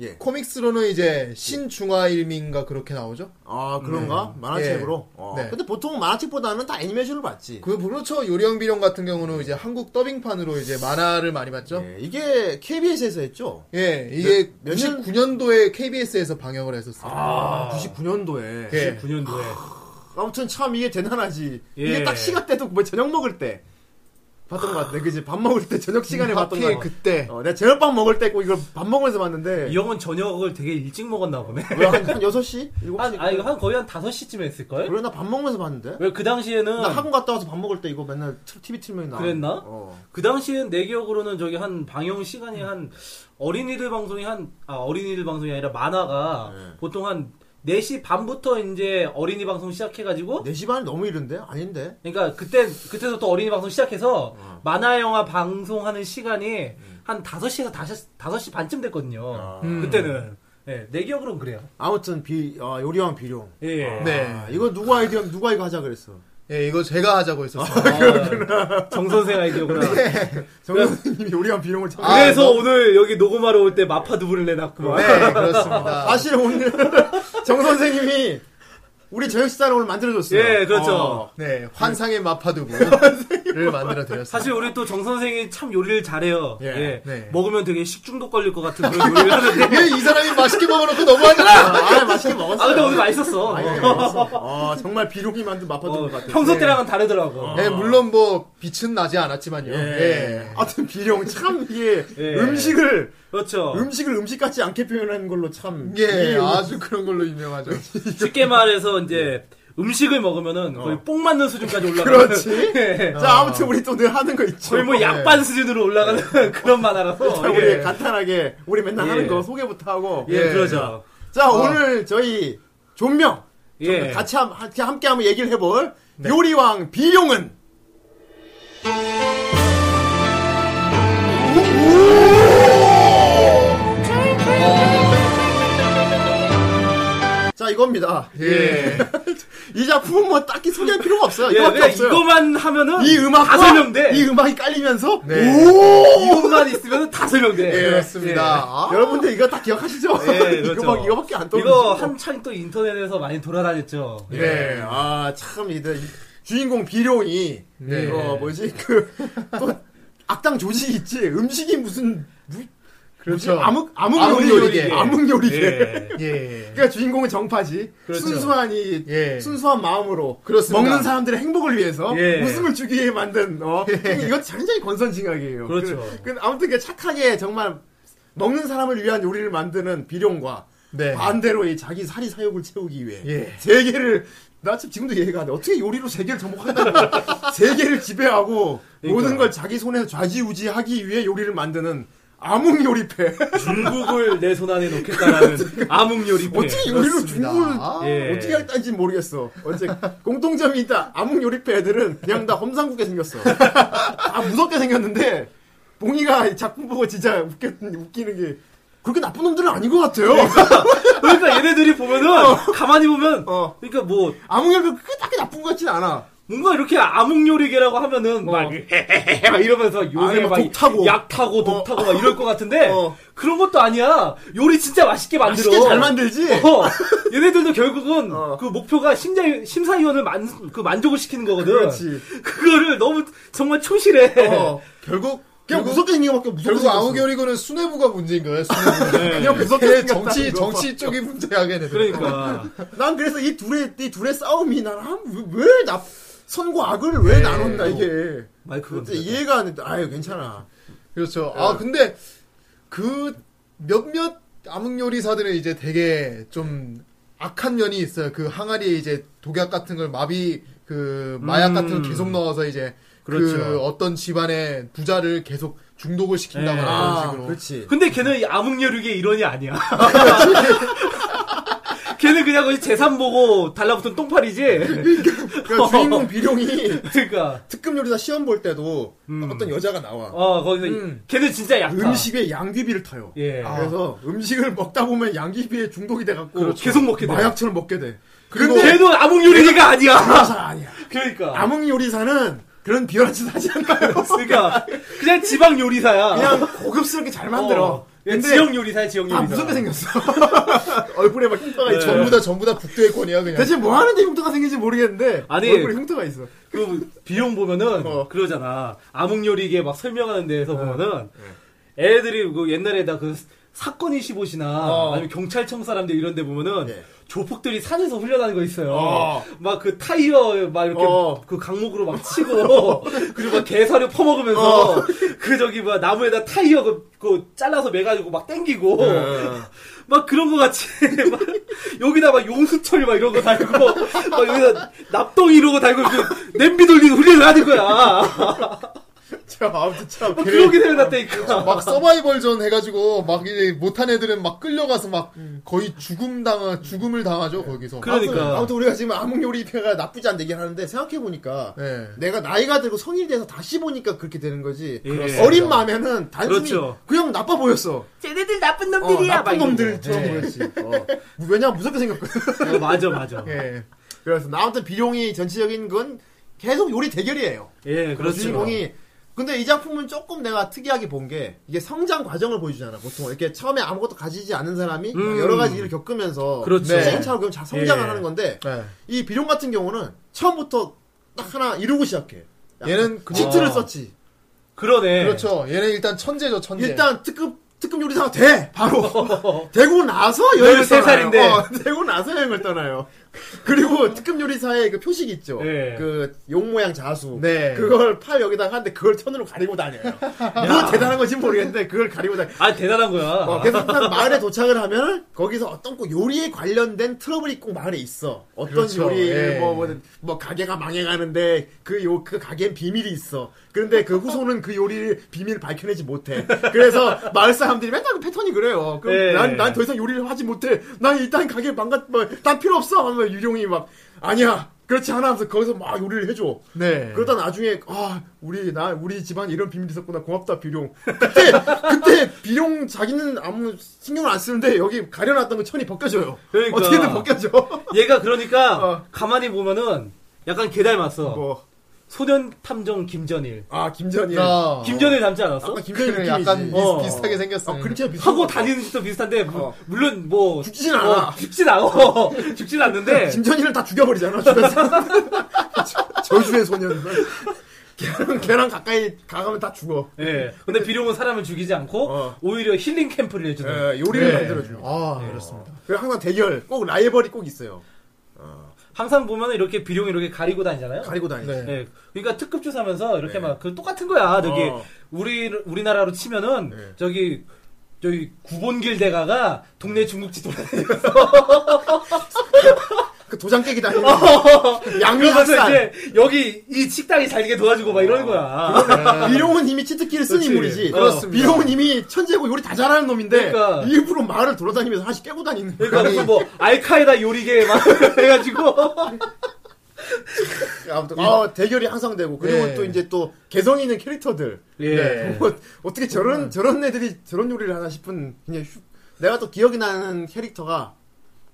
Speaker 3: 예.
Speaker 2: 코믹스로는 이제 신중화일민가 그렇게 나오죠?
Speaker 3: 아 그런가 만화책으로.
Speaker 2: 예.
Speaker 3: 어.
Speaker 2: 네.
Speaker 3: 근데 보통 만화책보다는 다 애니메이션을 봤지.
Speaker 2: 그 그렇죠. 요리왕 비령 같은 경우는 이제 한국 더빙판으로 이제 만화를 많이 봤죠.
Speaker 3: 예, 이게 KBS에서 했죠.
Speaker 2: 예, 이게
Speaker 3: 몇- 몇 년?
Speaker 2: 99년도에 KBS에서 방영을 했었어요.
Speaker 3: 아 99년도에.
Speaker 2: 예.
Speaker 4: 9년도에
Speaker 3: 아무튼 참 이게 대단하지.
Speaker 4: 예.
Speaker 3: 이게 딱 시간 때도 뭐 저녁 먹을 때 봤던 것 같아. 그지 밥 먹을 때 저녁 시간에 봤던 것
Speaker 2: 하필
Speaker 3: 같아.
Speaker 2: 그때
Speaker 3: 어, 내가 저녁밥 먹을 때 꼭 이걸 밥 먹으면서 봤는데
Speaker 4: 이 형은 저녁을 되게 일찍 먹었나 보네
Speaker 3: 왜한 6시? 7시?
Speaker 4: 한, 아, 이거 한 거의 한 5시쯤 했을걸?
Speaker 3: 그래 나 밥 먹으면서 봤는데?
Speaker 4: 왜 그 당시에는
Speaker 3: 나 학원 갔다 와서 밥 먹을 때 이거 맨날 틀- TV 틀면 나
Speaker 4: 그랬나?
Speaker 3: 어.
Speaker 4: 그 당시엔 내 기억으로는 저기 한 방영 시간이 한 어린이들 방송이 한, 아, 어린이들 방송이 아니라 만화가
Speaker 3: 네.
Speaker 4: 보통 한 4시 반부터 이제 어린이 방송 시작해가지고
Speaker 3: 4시 반이 너무 이른데? 아닌데?
Speaker 4: 그러니까 그때 그때서 또 어린이 방송 시작해서 만화 영화 방송하는 시간이 한 5시에서 5시, 5시 반쯤 됐거든요. 그때는 예, 내 기억으로는 그래요.
Speaker 3: 아무튼 비, 아, 요리왕 비룡
Speaker 4: 예.
Speaker 2: 네.
Speaker 3: 이거 누구 아이디어 누가 이거 하자 그랬어
Speaker 2: 예, 이거 제가 하자고
Speaker 3: 아.
Speaker 2: 했었어요.
Speaker 4: 아, 정 선생 아이디어구나.
Speaker 3: 정선생님이 요리왕 비룡을 찾아
Speaker 2: 아,
Speaker 4: 그래서
Speaker 2: 너-
Speaker 4: 오늘 여기 녹음하러 올 때 마파 두부를 내놨구만.
Speaker 2: 네,
Speaker 4: 아.
Speaker 2: 그렇습니다.
Speaker 3: 사실 오늘 정선생님이 우리 저녁 식사를 오늘 만들어줬어요
Speaker 4: 예, 그렇죠.
Speaker 3: 어.
Speaker 2: 네, 환상의
Speaker 3: 아.
Speaker 2: 마파두부를 만들어 드렸습니다.
Speaker 4: 사실 우리 또 정 선생이 참 요리를 잘해요.
Speaker 3: 예,
Speaker 4: 예.
Speaker 2: 네.
Speaker 4: 먹으면 되게 식중독 걸릴 것 같은 그런 요리를 하는데.
Speaker 2: 예, 이 사람이 맛있게 먹어놓고 너무하잖아.
Speaker 3: 아, 아, 맛있게 먹었어
Speaker 4: 아 근데 오늘 맛있었어.
Speaker 3: 아, 정말 비룡이 만든 마파두부
Speaker 4: 어,
Speaker 3: 예. 같아
Speaker 4: 평소 때랑은 다르더라고.
Speaker 3: 어.
Speaker 2: 예, 물론 뭐 빛은 나지 않았지만요.
Speaker 3: 예.
Speaker 2: 예.
Speaker 3: 하여튼 비룡 참 이게
Speaker 4: 예.
Speaker 3: 음식을
Speaker 4: 그렇죠.
Speaker 3: 음식을 음식 같지 않게 뭐 그렇죠. 표현하는 걸로 참
Speaker 2: 예,
Speaker 3: 이게
Speaker 2: 아주 그런 걸로 유명하죠.
Speaker 4: 쉽게 말해서 이제 음식을 먹으면은 거의 뽕 맞는 수준까지 올라가는
Speaker 3: 어. 그렇지. 어,
Speaker 4: 예.
Speaker 3: 자, 아무튼 우리 또 늘 하는 거 있죠.
Speaker 4: 거의 뭐 약반 수준으로 올라가는 그런 만화라서
Speaker 3: 자,
Speaker 4: 예.
Speaker 3: 예. 그렇죠, 우리 간단하게 우리 맨날
Speaker 4: 예.
Speaker 3: 하는 거 소개부터 하고.
Speaker 4: 예, 그러죠 어.
Speaker 3: 자, 오늘 저희 존명
Speaker 4: 예
Speaker 3: 같이 함, 함께 한번 얘기를 해볼
Speaker 4: 네.
Speaker 3: 요리왕 비룡은 자 이겁니다.
Speaker 2: 예.
Speaker 3: 이 작품은 뭐 딱히 소개할 필요가 없어요.
Speaker 4: 예,
Speaker 3: 이거밖에
Speaker 4: 그냥
Speaker 3: 없어요.
Speaker 4: 이거만 하면은
Speaker 3: 이 음악과
Speaker 4: 다 설명돼
Speaker 3: 이 음악이 깔리면서
Speaker 2: 네.
Speaker 4: 이것만 있으면은 다 설명돼
Speaker 2: 예, 그렇습니다.
Speaker 3: 아.
Speaker 2: 아,
Speaker 3: 여러분들 이거 다 기억하시죠?
Speaker 4: 예, 그렇죠.
Speaker 3: 이거 막, 이거밖에 안 떠오르죠.
Speaker 4: 이거 한창 또 인터넷에서 많이 돌아다녔죠
Speaker 3: 예. 아, 참, 이들, 이 주인공 비룡이,
Speaker 2: 네.
Speaker 3: 이거 뭐지, 그, 또, 악당 조직이 있지. 음식이 무슨, 무,
Speaker 2: 그렇죠.
Speaker 3: 암흑, 암흑,
Speaker 2: 암흑
Speaker 3: 요리계. 네.
Speaker 2: 요리계.
Speaker 3: 암흑 요리계.
Speaker 4: 예.
Speaker 2: 예.
Speaker 3: 그러니까 주인공은 정파지.
Speaker 4: 그렇죠.
Speaker 3: 순수한 이,
Speaker 2: 예.
Speaker 3: 순수한 마음으로.
Speaker 2: 그렇습니다.
Speaker 3: 먹는 사람들의 행복을 위해서.
Speaker 4: 예.
Speaker 3: 웃음을 주기 위해 만든, 어. 이거 굉장히 권선징악이에요.
Speaker 4: 그렇죠.
Speaker 3: 그, 그, 아무튼 그 착하게 정말, 먹는 사람을 위한 요리를 만드는 비룡과,
Speaker 2: 네.
Speaker 3: 반대로 이 자기 사리 사욕을 채우기 위해
Speaker 2: 예.
Speaker 3: 세계를 나 지금 지금도 이해가 안 돼. 어떻게 요리로 세계를 정복한다고 세계를 지배하고 모든 걸 자기 손에서 좌지우지하기 위해 요리를 만드는 암흑 요리패.
Speaker 4: 중국을 내 손 안에 놓겠다라는 암흑 요리패
Speaker 3: 어떻게 요리로
Speaker 2: 그렇습니다.
Speaker 3: 중국을
Speaker 2: 아.
Speaker 4: 예.
Speaker 3: 어떻게 할지 모르겠어. 어째 공통점이 있다. 암흑 요리패 애들은 그냥 다 험상궂게 생겼어. 다 무섭게 생겼는데 봉이가 이 작품 보고 진짜 웃겨, 웃기는 게 그렇게 나쁜 놈들은 아닌 것 같아요.
Speaker 4: 그러니까 얘네들이 보면은 가만히 보면
Speaker 3: 어.
Speaker 4: 그러니까 뭐
Speaker 3: 암흑 요리패 그게 딱히 나쁜 것 같진 않아.
Speaker 4: 뭔가 이렇게 암흑요리계라고 하면은 막, 헤헤헤 막 이러면서 요새
Speaker 3: 어. 아니, 막
Speaker 4: 막
Speaker 3: 독 타고.
Speaker 4: 약 타고 독 타고 막 이럴 것 같은데
Speaker 3: 어.
Speaker 4: 그런 것도 아니야 요리 진짜 맛있게 만들어
Speaker 3: 맛있게 잘 만들지.
Speaker 4: 아, 어. 얘네들도 결국은
Speaker 3: 네. 어.
Speaker 4: 그 목표가 심사 심사위원을 만, 그 만족을 시키는 거거든
Speaker 3: 그렇지.
Speaker 4: 그거를 너무 정말 초실해
Speaker 3: 어.
Speaker 2: 결국
Speaker 3: 그냥
Speaker 2: 결국-
Speaker 3: 무섭게 생긴 것밖에 무섭게
Speaker 2: 결국
Speaker 3: 생겼어.
Speaker 2: 아우결이고는 수뇌부가 문제인 거예요. 수뇌부.
Speaker 4: 네.
Speaker 3: 그냥 무섭게
Speaker 2: 걔
Speaker 3: 생겼다.
Speaker 2: 정치
Speaker 3: 이거.
Speaker 2: 정치 쪽이 문제하게 되는.
Speaker 4: 그러니까
Speaker 3: 난 그래서 이 둘의 이 둘의 싸움이 난왜나 선과 악을 왜 나눴나 이게.
Speaker 4: 마이크가
Speaker 3: 근데 이해가 안 돼. 아유 괜찮아.
Speaker 2: 그렇죠. 아 근데 그 몇몇 암흑 요리사들은 이제 되게 좀 악한 면이 있어요. 그 항아리에 이제 독약 같은 걸 마비 그 마약
Speaker 4: 음.
Speaker 2: 같은 걸 계속 넣어서 이제 그
Speaker 4: 그렇죠.
Speaker 2: 어떤 집안의 부자를 계속 중독을 시킨다거나
Speaker 4: 예.
Speaker 2: 아, 그런 식으로.
Speaker 3: 아, 그렇지.
Speaker 4: 근데 걔는 이 암흑요리계 일원이 아니야 걔는 그냥 거기 재산 보고 달라붙은 똥파리지
Speaker 3: 그러니까 주인공 비룡이
Speaker 4: 그러니까
Speaker 3: 특급 요리사 시험 볼 때도
Speaker 4: 음.
Speaker 3: 어떤 여자가 나와.
Speaker 4: 어 거기서
Speaker 2: 음.
Speaker 4: 걔는 진짜 약타
Speaker 3: 음식에 아, 양귀비를 타요.
Speaker 4: 예.
Speaker 3: 그래서 음식을 먹다 보면 양귀비에 중독이 돼갖고
Speaker 4: 계속 먹게 돼.
Speaker 3: 그렇죠. 마약처럼 먹게 돼.
Speaker 4: 근데 걔도 암흑요리가 아니야.
Speaker 3: 요리사 아니야.
Speaker 4: 그러니까.
Speaker 3: 암흑 요리사는 그런 비열한 짓 하지 않아요.
Speaker 4: 그러니까 그냥 지방 요리사야.
Speaker 3: 그냥 고급스럽게 잘 만들어.
Speaker 4: 어. 그냥 지역 요리사야 지역
Speaker 3: 아,
Speaker 4: 요리사.
Speaker 3: 무섭게 생겼어. 얼굴에 막 흉터가 있어.
Speaker 2: 전부 다 전부 다 국도의 권이야 그냥.
Speaker 3: 네. 대체 뭐 하는데 흉터가 생긴지 모르겠는데.
Speaker 4: 아니,
Speaker 3: 얼굴에 흉터가 있어.
Speaker 4: 그 비용 보면은
Speaker 3: 어.
Speaker 4: 그러잖아. 암흑요리계 막 설명하는 데에서 보면은 애들이 그 옛날에다 그 사건 25시나 아니면 경찰청 사람들 이런 데 보면은
Speaker 3: 어. 예.
Speaker 4: 조폭들이 산에서 훈련하는 거 있어요.
Speaker 3: 어.
Speaker 4: 막 그 타이어 막 이렇게
Speaker 3: 어.
Speaker 4: 그 강목으로 막 치고 그리고 막 개사료 퍼먹으면서 그 저기 뭐 나무에다 타이어 그, 그 잘라서 매가지고 막 땡기고 네. 막 그런 거 같이 막 여기다 막 용수철 막 이런 거 달고 막 여기다 납동 이러고 달고 그 냄비 돌리고 훈련을 하는 거야.
Speaker 3: 참, 아무튼 참.
Speaker 4: 막
Speaker 3: 걔-
Speaker 4: 그러게 되어났다니까.
Speaker 2: 막 서바이벌전 해가지고 막 이제 못한 애들은 막 끌려가서 막 거의 죽음 당하 죽음을 당하죠 거기서.
Speaker 4: 그러니까.
Speaker 3: 아무튼 우리가 지금 암흑 요리패가 나쁘지 않다 얘기를 하는데 생각해보니까.
Speaker 2: 예.
Speaker 3: 내가 나이가 들고 성인이 돼서 다시 보니까 그렇게 되는 거지.
Speaker 4: 예.
Speaker 3: 그렇습니다. 어린 마음에는 단순히
Speaker 4: 그렇죠.
Speaker 3: 그냥 나빠 보였어.
Speaker 1: 쟤네들 나쁜
Speaker 3: 어, 나쁜 놈들처럼
Speaker 2: 예.
Speaker 3: 보였지. 어. 왜냐면 무섭게 생겼거든.
Speaker 4: 어, 맞아 맞아. 예,
Speaker 2: 예.
Speaker 3: 그래서 나 아무튼 비룡이 전체적인 건 계속 요리 대결이에요.
Speaker 4: 그렇죠.
Speaker 3: 주인공이 근데 이 작품은 조금 내가 특이하게 본 게 이게 성장 과정을 보여주잖아 보통 이렇게 처음에 아무것도 가지지 않은 사람이
Speaker 4: 음.
Speaker 3: 여러 가지 일을 겪으면서 네.
Speaker 4: 그렇죠.
Speaker 3: 시행착오 겪으면 잘 성장을
Speaker 4: 예.
Speaker 3: 하는 건데
Speaker 2: 네.
Speaker 3: 이 비룡 같은 경우는 처음부터 딱 하나 이루고 시작해
Speaker 2: 얘는
Speaker 3: 그
Speaker 2: 그-
Speaker 3: 치트를
Speaker 4: 아.
Speaker 3: 썼지
Speaker 4: 그러네.
Speaker 2: 그렇죠. 얘는 일단 천재죠 천재.
Speaker 3: 일단 특급 특급 요리사가 돼 바로 되고 나서 여행을
Speaker 4: 열세
Speaker 3: 떠나요
Speaker 4: 살인데.
Speaker 3: 어, 되고 나서 여행을 떠나요 그리고 특급 요리사의 그 표식 있죠.
Speaker 4: 네.
Speaker 3: 그 용 모양 자수.
Speaker 2: 네.
Speaker 3: 그걸 팔 여기다가 하는데 그걸 천으로 가리고 다녀요. 뭐 대단한 건지 모르겠는데 그걸 가리고 다녀.
Speaker 4: 아 대단한 거야.
Speaker 3: 어, 그래서 항상 마을에 도착을 하면 거기서 어떤 꼭 요리에 관련된 트러블이 꼭 마을에 있어. 어떤
Speaker 2: 그렇죠.
Speaker 3: 요리
Speaker 2: 예.
Speaker 3: 뭐, 뭐, 뭐 가게가 망해가는데 그 요 그 가게엔 비밀이 있어. 그런데 그 후손은 그 요리를 비밀을 밝혀내지 못해. 그래서 마을 사람들이 맨날 그 패턴이 그래요. 그럼
Speaker 4: 예.
Speaker 3: 난 난 더 이상 요리를 하지 못해. 난 일단 가게 망가 뭐난 필요 없어. 하면 유령이 막 아니야. 그렇지 않아 하면서 거기서 막 요리를 해줘.
Speaker 2: 네.
Speaker 3: 그러다 나중에 아 우리 나 우리 집안 이런 비밀이 있었구나 고맙다 비룡 그때 그때 비룡 자기는 아무 신경을 안 쓰는데 여기 가려놨던 거 천이 벗겨져요
Speaker 4: 그러니까.
Speaker 3: 어떻게든 벗겨져
Speaker 4: 얘가 그러니까
Speaker 3: 어.
Speaker 4: 가만히 보면은 약간 걔 닮았어.
Speaker 2: 뭐.
Speaker 4: 소년 탐정 김전일.
Speaker 3: 뭐아 김전일
Speaker 2: 아,
Speaker 4: 김전일 닮지 않았어?
Speaker 3: 아까 김전일
Speaker 2: 그래,
Speaker 3: 느낌이지
Speaker 2: 약간 비,
Speaker 4: 어.
Speaker 2: 비슷하게 생겼어.
Speaker 3: 아, 그림체가 비슷
Speaker 4: 하고 다니는 짓도 비슷한데 무-
Speaker 3: 어.
Speaker 4: 물론 뭐
Speaker 3: 죽진 않아.
Speaker 4: 어, 죽진 않아. 죽진 않는데
Speaker 3: 김전일을 다 죽여버리잖아 죽여서 저주의 소년 걔랑 걔랑 가까이 가가면 다 죽어
Speaker 4: 예. 근데 비룡은 사람을 죽이지 않고
Speaker 3: 어.
Speaker 4: 오히려 힐링 캠프를 해주는.
Speaker 3: 예, 요리를
Speaker 2: 네.
Speaker 3: 만들어줘 예.
Speaker 2: 아, 그렇습니다.
Speaker 3: 그리고 항상 대결 꼭 라이벌이 꼭 있어요
Speaker 4: 항상 보면 이렇게 비룡이 이렇게 가리고 다니잖아요.
Speaker 3: 가리고 다니지
Speaker 2: 네.
Speaker 4: 예. 그러니까 특급 조사면서 이렇게 막 그 똑같은 거야. 저기
Speaker 3: 어.
Speaker 4: 우리 우리나라로 치면은
Speaker 3: 네.
Speaker 4: 저기 저기 구본길 대가가 동네 중국집
Speaker 3: 음.
Speaker 4: 돌아다니면서
Speaker 3: 그 도장 깨기 다니는 어. 양미
Speaker 4: 그러면서
Speaker 3: 학살
Speaker 4: 이제 여기 이 식당이 잘게 도와주고 막 이러는 거야.
Speaker 3: 비룡은 이미 치트키를 쓴
Speaker 4: 그렇지.
Speaker 3: 인물이지.
Speaker 4: 어. 그렇습니다.
Speaker 3: 비룡은 이미 천재고 요리 다 잘하는 놈인데
Speaker 4: 그러니까.
Speaker 3: 일부러 마을을 돌아다니면서 하나씩 깨고 다니는 거야.
Speaker 4: 그러니까 무슨 뭐 알카에다 요리계 막 해가지고
Speaker 2: 아무튼
Speaker 3: 아, 대결이 항상 되고 그리고
Speaker 2: 예.
Speaker 3: 또 이제 또 개성 있는 캐릭터들.
Speaker 4: 예.
Speaker 3: 뭐, 어떻게 저런 저런 애들이 저런 요리를 하나 싶은 그냥 휴- 내가 또 기억이 나는 캐릭터가